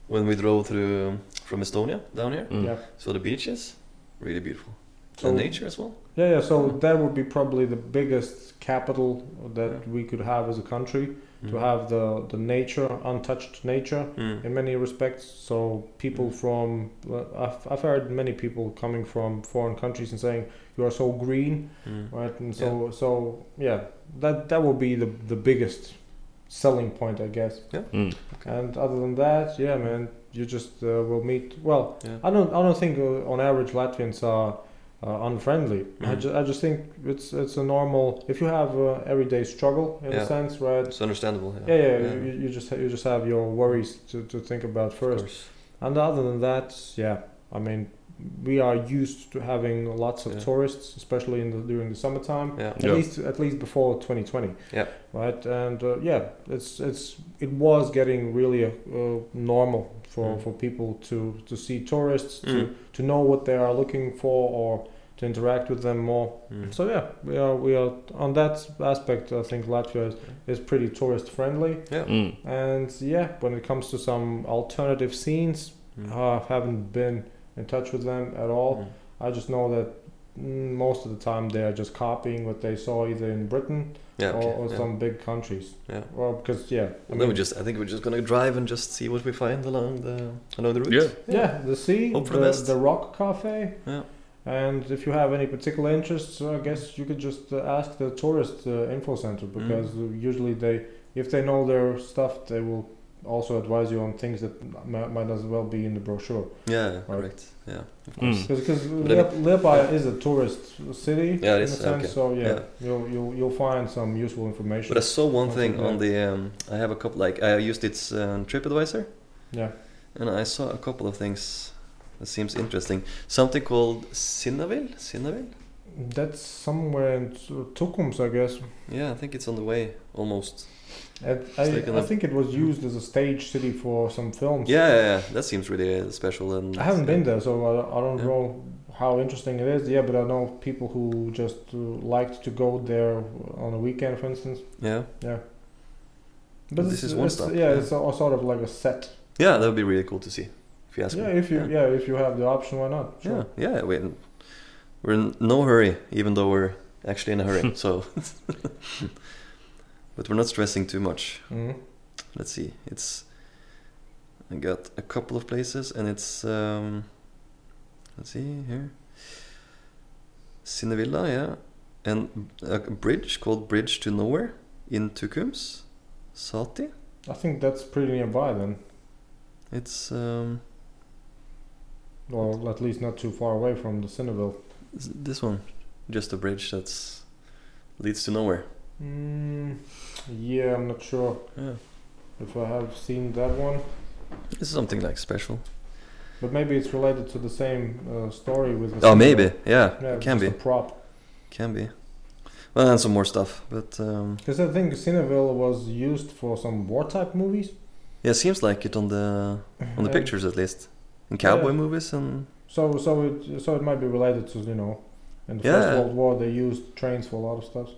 S2: When we drove through um, from Estonia down here,
S3: Mm.
S1: Yeah.
S2: so the beaches, really beautiful.
S1: So-
S2: and nature as well.
S1: Yeah, yeah. So
S2: Mm.
S1: that would be probably the biggest capital that
S2: Yeah.
S1: we could have as a country to
S2: Mm.
S1: have the the nature untouched nature
S2: Mm.
S1: in many respects. So people from well, I've, I've heard many people coming from foreign countries and saying you are so green,
S2: Mm.
S1: right? And so so yeah, that that would be the the biggest selling point, I guess.
S3: Mm.
S1: And other than that, yeah, man, you just uh, will meet. Well,
S2: Yeah.
S1: I don't I don't think uh, on average Latvians are. Uh, unfriendly. I,
S2: Mm.
S1: ju- I just think it's it's a normal. If you have a everyday struggle in
S2: Yeah.
S1: a sense, right?
S2: It's understandable.
S1: Yeah,
S2: Yeah,
S1: yeah. You, you just you just have your worries to, to think about
S2: of
S1: first.
S2: course.
S1: And other than that, yeah, I mean, we are used to having lots of
S2: Yeah.
S1: tourists, especially in the, during the summertime.
S2: Yeah.
S3: Yeah.
S1: At least, at least before 2020.
S2: Yeah.
S1: Right. And uh, yeah, it's it's it was getting really uh, uh, normal for,
S2: Mm.
S1: for people to to see tourists,
S2: Mm.
S1: to to know what they are looking for, or to interact with them more.
S2: Mm.
S1: So yeah, we are we are on that aspect. I think Latvia is, is pretty tourist friendly.
S3: Mm.
S1: And yeah, when it comes to some alternative scenes,
S2: Mm.
S1: I uh, haven't been in touch with them at all.
S2: Mm.
S1: I just know that mm, most of the time they are just copying what they saw either in Britain
S2: Yeah.
S1: or,
S2: Okay.
S1: or
S2: yeah.
S1: some big countries.
S2: Yeah.
S1: Well, because yeah, I
S2: And then we
S1: mean,
S2: just, I think we're just gonna drive and just see what we find along the along the route.
S3: Yeah.
S1: yeah, the sea,
S2: Hope for
S1: the,
S2: the best.
S1: the Rock Cafe.
S2: Yeah.
S1: And if you have any particular interests, I guess you could just uh, ask the tourist uh, info
S2: Mm.
S1: center because usually they, if they know their stuff, they will also advise you on things that mi- might as well be in the brochure.
S2: Yeah, correct. Yeah, of course.
S3: Mm.
S1: Because
S2: I
S1: Lip, Liepāja is a tourist city.
S2: Yeah, it
S1: in
S2: is,
S1: a sense,
S2: okay.
S1: So yeah,
S2: Yeah.
S1: You'll, you'll you'll find some useful information.
S2: But I saw one
S1: That's
S2: thing
S1: okay.
S2: on the. Um, I have a couple. Like I used its um, TripAdvisor,
S1: yeah.
S2: and I saw a couple of things that seems interesting. Something called Sinnaville. Sinnaville.
S1: That's somewhere in Tu- Tukums, I guess.
S2: Yeah, I think it's on the way almost.
S1: It, I,
S2: like
S1: I
S2: a-
S1: think it was used as a stage city for some films.
S2: Yeah, yeah, yeah. that seems really uh, special. And
S1: I haven't
S2: yeah.
S1: been there, so I, I don't
S2: Yeah.
S1: know how interesting it is. Yeah, but I know people who just uh, liked to go there on a weekend, for instance.
S2: Yeah,
S1: Yeah.
S2: This
S1: it's-
S2: is one
S1: it's-
S2: stop,
S1: Yeah,
S2: yeah.
S1: it's a, a sort of like a set.
S2: yeah, that would be really cool to see. If you ask
S1: Yeah,
S2: me.
S1: if you yeah. if you have the option, why not? Sure.
S2: Yeah, yeah. We, we're in no hurry, even though we're actually in a hurry. so, but we're not stressing too much.
S1: Mhm.
S2: let's see. It's I got a couple of places, and it's um, let's see here. Cinevilla, yeah, and a bridge called Bridge to Nowhere in Tukums, Sati.
S1: I think that's pretty nearby then.
S2: It's um,
S1: Well, at least not too far away from the Cineville.
S2: s- this one, just a bridge that's leads to nowhere.
S1: Mm, yeah, I'm not sure
S2: Yeah,
S1: if I have seen that one.
S2: it's something like special. Oh,
S1: But maybe it's related to the same uh, story with the
S2: Oh,
S1: Cineville.
S2: maybe, yeah,
S1: Yeah,
S2: it can
S1: just
S2: be,
S1: a prop.
S2: can be. Well, and some more stuff, but um,
S1: Because I think Cineville was used for some war type movies.
S2: yeah, it seems like it on the on the
S1: Yeah.
S2: pictures at least, in cowboy
S1: Yeah.
S2: movies and
S1: So so it so it might be related to you know, in the
S2: Yeah.
S1: First World War they used trains for a lot of stuff.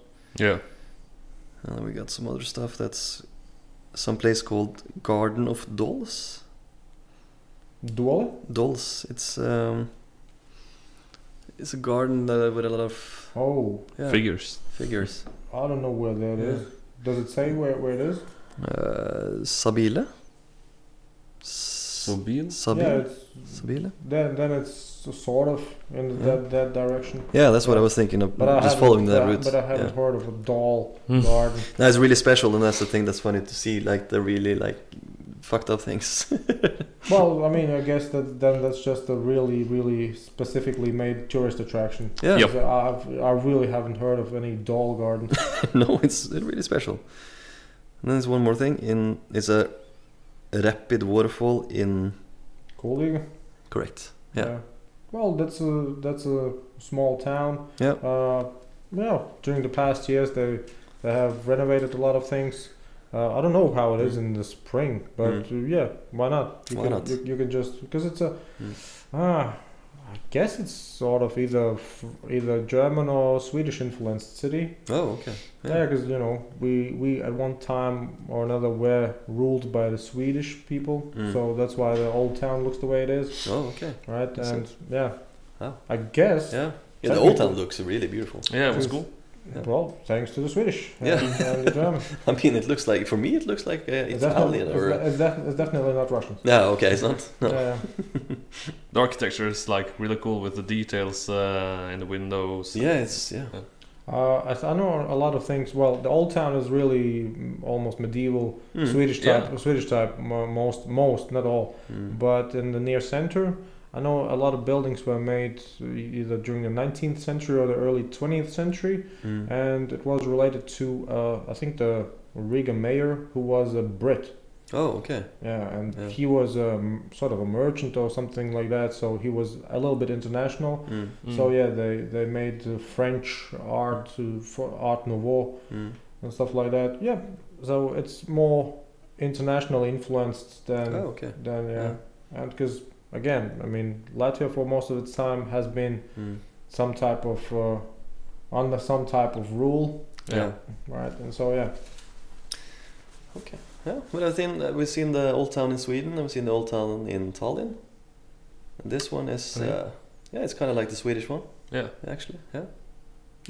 S3: Yeah.
S2: And then we got some other stuff that's some place called Garden of Dolls.
S1: Duale?
S2: Dolls. It's um it's a garden uh, with a lot of
S1: Oh,
S2: yeah,
S3: Figures.
S2: figures.
S1: I don't know where that is.
S2: Yeah.
S1: Does it say where, where it is?
S2: Uh, Sabile. S-
S3: Mobiles.
S1: Yeah,
S2: Sabile.
S1: it's
S2: Sabile.
S1: then then it's s- sort of in
S2: Yeah.
S1: that that direction.
S2: Yeah, that's what I was thinking of.
S1: But I
S2: just
S1: haven't-
S2: following that
S1: but I-
S2: route.
S1: But I haven't
S2: Yeah.
S1: heard of a doll
S3: Hmm.
S1: garden.
S2: No, it's really special, and that's the thing that's funny to see, like the really like fucked up things.
S1: Well, I mean, I guess that then that's just a really really specifically made tourist attraction.
S2: yeah.
S3: Yep.
S1: So I've, I really haven't heard of any doll garden.
S2: no, it's really special. And then there's one more thing. In it's a rapid waterfall in
S1: cool, Igor.
S2: correct. Yeah.
S1: Well, that's a that's a small town.
S2: Yeah.
S1: Uh, well, during the past years, they they have renovated a lot of things. Uh, I don't know how it is in the spring, but uh, yeah, why not? You
S2: Mm. Why
S1: can,
S2: not?
S1: You, you can just because it's a
S2: Mm.
S1: ah, I guess it's sort of either f- either German or Swedish influenced city.
S2: Oh, okay.
S1: Yeah, because you know we we at one time or another were ruled by the Swedish people,
S2: Mm.
S1: so that's why the old town looks the way it is.
S2: Oh, okay.
S1: Right,
S2: Makes
S1: and yeah,
S2: Wow.
S1: I guess.
S2: Yeah. Yeah,
S1: Yeah,
S2: the
S1: the
S2: old
S1: old
S2: town looks really beautiful.
S3: Yeah, it was
S1: Just-
S3: cool.
S2: Yeah.
S1: Well, thanks to the Swedish uh, and,
S2: Yeah.
S1: and the German.
S2: I mean, it looks like for me, it looks like uh,
S1: it's,
S2: it's
S1: definitely,
S2: Italian
S1: it's,
S2: or.
S1: de- it's, def- it's definitely not Russian.
S2: No, okay, it's not. No.
S1: Yeah,
S3: The architecture is like really cool with the details uh, in the windows.
S2: Yeah, it's yeah.
S1: uh, as I know a lot of things. Well, the old town is really mm, almost medieval
S2: Mm,
S1: Swedish
S3: yeah.
S1: type. Swedish type, mo- most, most, not all.
S2: Mm.
S1: But in the near center, I know a lot of buildings were made either during the 19th century or the early 20th century,
S2: Mm.
S1: and it was related to uh, I think the Riga mayor who was a Brit.
S2: Oh, okay.
S1: Yeah, and
S2: Yeah.
S1: he was um, sort of a merchant or something like that, so he was a little bit international.
S2: Mm.
S3: Mm.
S1: So yeah, they they made uh, French art, uh, for Art Nouveau
S2: Mm.
S1: and stuff like that. Yeah, so it's more internationally influenced than
S2: Oh, okay.
S1: than yeah,
S2: Yeah.
S1: and because again, I mean, Latvia for most of its time has been
S2: Mm.
S1: some type of uh, under some type of rule,
S2: Yeah.
S3: Yeah.
S1: right? And so yeah,
S2: Okay. Yeah. Well, I think uh, we've seen the old town in Sweden. and We've seen the old town in Tallinn. And this one is
S3: Mhm.
S2: uh, yeah, it's kind of like the Swedish one
S3: Yeah.
S2: actually. Yeah.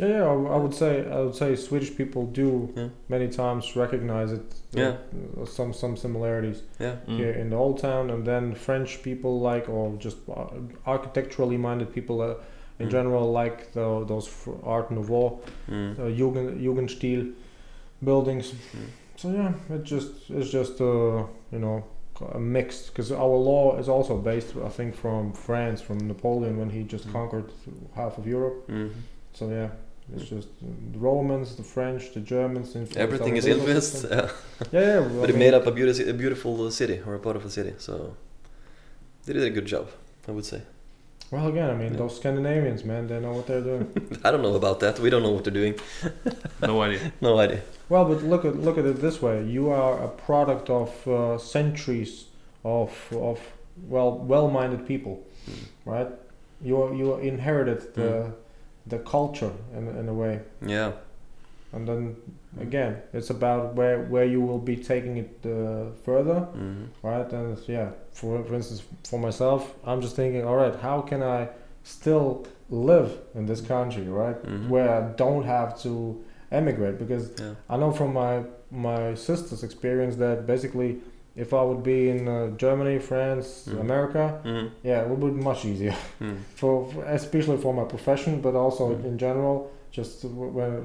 S1: yeah, yeah. I, I would say I would say Swedish people do
S2: Yeah.
S1: many times recognize it.
S2: Yeah.
S1: uh, Some some similarities
S2: Yeah.
S3: Mm.
S1: here in the old town, and then French people like, or just uh, architecturally minded people uh, in
S2: Mm.
S1: general like the, those fr- Art Nouveau,
S2: Mm.
S1: uh, Jugend, Jugendstil buildings.
S2: Mm.
S1: So yeah, it just it's just uh, you know a mix because our law is also based, I think, from France, from Napoleon when he just
S2: Mm.
S1: conquered half of Europe.
S2: Mhm.
S1: So yeah. It's just uh, the Romans, the French, the Germans. influenced
S2: Mm. Everything
S1: our
S2: is
S1: legal
S2: influenced,
S1: system.
S2: yeah.
S1: Yeah, yeah. well,
S2: but
S1: I
S2: it
S1: mean-
S2: made up a beautiful, a beautiful uh, city or a part of a city. So they did a good job, I would say.
S1: Well, again, I mean,
S2: Yeah.
S1: those Scandinavians, man, they know what they're doing.
S2: I don't know about that. We don't know what they're doing.
S3: No idea.
S2: No idea.
S1: well, but look at look at it this way: you are a product of uh, centuries of of well well-minded people,
S2: Mm.
S1: right? You are, you inherited
S2: Hmm.
S1: the the culture in in a way,
S2: Yeah.
S1: and then
S2: Hmm.
S1: again, it's about where where you will be taking it uh, further.
S2: hmm
S1: right? And it's- yeah, for for instance, for myself, I'm just thinking, all right, how can I still live in this country, right?
S2: Mhm.
S1: Where I don't have to emigrate because
S2: Yeah.
S1: I know from my my sister's experience that basically if I would be in uh, Germany, France,
S2: Mhm.
S1: America,
S2: Mm.
S1: yeah, it would be much easier
S2: Mm.
S1: for, for especially for my profession, but also
S2: Mhm.
S1: in general. Just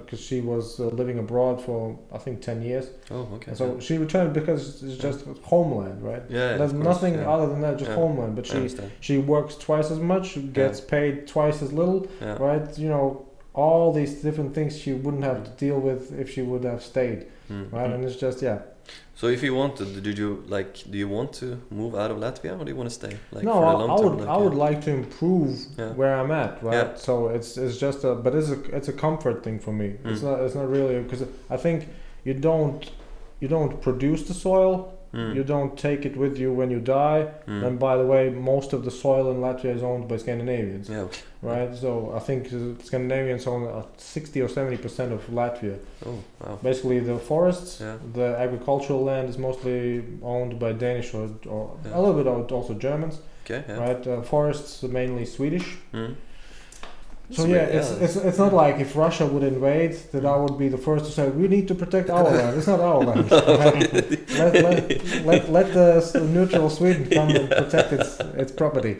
S1: because she was uh, living abroad for I think ten years,
S2: Oh, okay.
S1: and so she returned because it's just homeland, right?
S2: yeah, yeah,
S1: There's
S2: of course,
S1: nothing
S2: yeah.
S1: other than that, just
S2: Yeah.
S1: homeland. But
S2: I
S1: she
S2: understand.
S1: she works twice as much, gets paid twice as little,
S2: Yeah.
S1: right? You know, all these different things she wouldn't have to deal with if she would have stayed,
S2: Mm.
S1: right? And it's just yeah.
S2: So if you wanted, did you like? Do you want to move out of Latvia, or do you want to stay? Like
S1: no,
S2: for
S1: I,
S2: a long
S1: I
S2: time,
S1: would
S2: like,
S1: I
S2: yeah.
S1: would like to improve
S2: Yeah.
S1: where I'm at, right?
S2: Yeah.
S1: So it's it's just a but it's a it's a comfort thing for me. It's
S2: Mm.
S1: not it's not really because I think you don't you don't produce the soil,
S2: Mm.
S1: you don't take it with you when you die.
S2: Mm.
S1: And by the way, most of the soil in Latvia is owned by Scandinavians.
S2: yeah.
S1: right? So I think uh, Scandinavians own uh, 60 or 70 percent of Latvia.
S2: Oh wow.
S1: Basically, the forests,
S2: Yeah.
S1: the agricultural land is mostly owned by Danish or, or
S2: Yeah.
S1: a little bit al- also Germans,
S2: Okay. Yeah.
S1: right? Uh, forests are mainly Swedish.
S2: Mm.
S1: So
S2: It's
S1: yeah,
S2: weird,
S1: it's, it's it's not like if Russia would invade that I would be the first to say we need to protect our land. It's not our land. let, let, let, let the s- neutral Sweden come and protect its its property.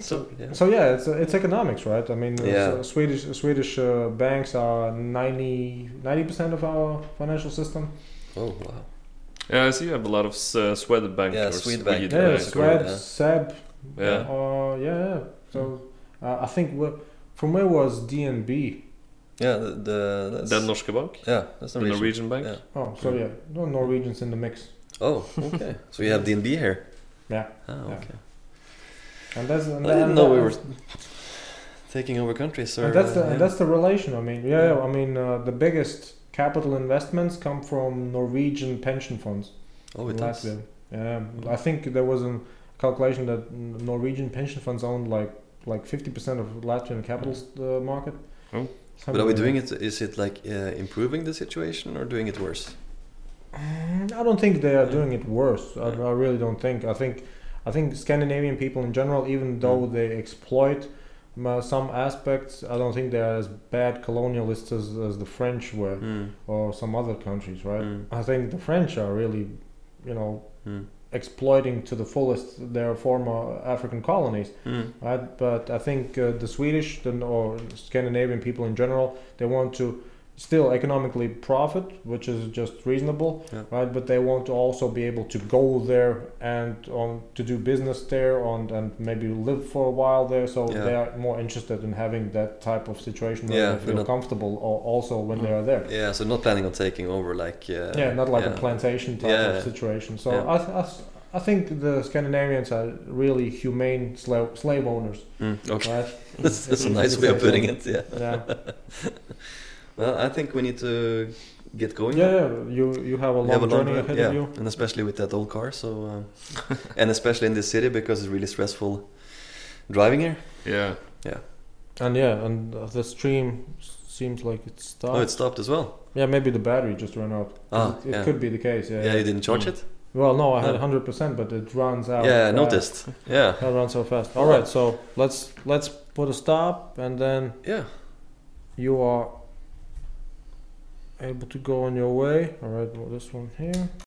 S2: So yeah.
S1: So yeah, it's it's economics, right? I mean, uh,
S2: Yeah.
S1: so Swedish Swedish uh, banks are 90 percent of our financial system.
S2: Oh wow.
S3: Yeah, I see you have a lot of S- uh, Swedbank
S2: Yeah,
S3: or
S2: Swedbank.
S3: Swedbank.
S2: Yeah,
S1: Yeah,
S2: that's
S1: Swed,
S2: correct, yeah.
S1: Seb,
S3: Yeah.
S1: uh, yeah, yeah. So uh, I think wh- from where was DNB?
S2: Yeah. The, the that's,
S3: Den Norske Bank,
S2: yeah. That's
S3: the
S2: Norwegian.
S3: Norwegian bank.
S2: Yeah.
S1: Oh, so
S2: Mm.
S1: yeah, no Norwegians in the mix,
S2: Oh okay. so you have DNB here.
S1: Yeah.
S2: Oh
S1: Yeah.
S2: okay.
S1: and that's and
S2: I didn't
S1: and
S2: know we were taking over countries. Or,
S1: And that's the
S2: uh,
S1: and
S2: yeah.
S1: that's the relation. I mean, yeah, yeah, I mean uh, the biggest capital investments come from Norwegian pension funds.
S2: oh it
S1: in
S2: does. Hmm.
S1: Latvia. Yeah, I think there was a calculation that n- Norwegian pension funds own like like 50% of Latvian capital uh, market.
S3: Oh.
S2: Hmm. But are we doing it? Is it like uh, improving the situation or doing it worse?
S1: I don't think they are doing it worse. I,
S2: Yeah.
S1: I really don't think. I think I think Scandinavian people in general, even though
S2: Mm.
S1: they exploit ma- some aspects, I don't think they are as bad colonialists as, as the French were
S2: Mm.
S1: or some other countries, right?
S2: Mm.
S1: I think the French are really, you know,
S2: Mm.
S1: exploiting to the fullest their former African colonies.
S2: Mm.
S1: right? But I think uh, the Swedish the, or Scandinavian people in general, they want to still economically profit, which is just reasonable,
S2: Yeah.
S1: right? But they want to also be able to go there and on to do business there on and maybe live for a while there. So
S2: Yeah.
S1: they are more interested in having that type of situation where
S2: Yeah,
S1: they
S2: they're
S1: feel
S2: not-
S1: comfortable, or also when they are there.
S2: Yeah, so not planning on taking over like uh,
S1: yeah, not like a
S2: yeah.
S1: plantation type
S2: Yeah, yeah.
S1: of situation. So
S2: Yeah.
S1: I, th- I, th- I think the Scandinavians are really humane slave, slave owners,
S2: Mm, okay,
S1: right?
S2: that's, that's a
S1: It's-
S2: nice
S1: it's
S2: way of
S1: like
S2: putting
S1: a-
S2: it. Yeah.
S1: Yeah.
S2: Well, I think we need to get going.
S1: Yeah,
S2: now.
S1: yeah, you you have a long
S2: We have a long
S1: journey
S2: drive,
S1: ahead
S2: yeah,
S1: of you.
S2: and especially with that old car. So, uh, and especially in this city because it's really stressful driving here.
S3: Yeah.
S1: And yeah, and uh, the stream s- seems like it stopped.
S2: Oh, it stopped as well.
S1: yeah, maybe the battery just ran out.
S2: Ah,
S1: it, it
S2: yeah.
S1: could be the case. Yeah. Hmm.
S2: Yeah, you didn't charge
S3: Mm.
S2: it.
S1: Well, no, I had
S2: No.
S1: 100%, but it runs out.
S2: yeah, I
S1: fast.
S2: noticed. Yeah,
S1: That runs so fast. All right, so let's let's put a stop, and then
S2: yeah.
S1: you are able to go on your way. All right, well, this one here.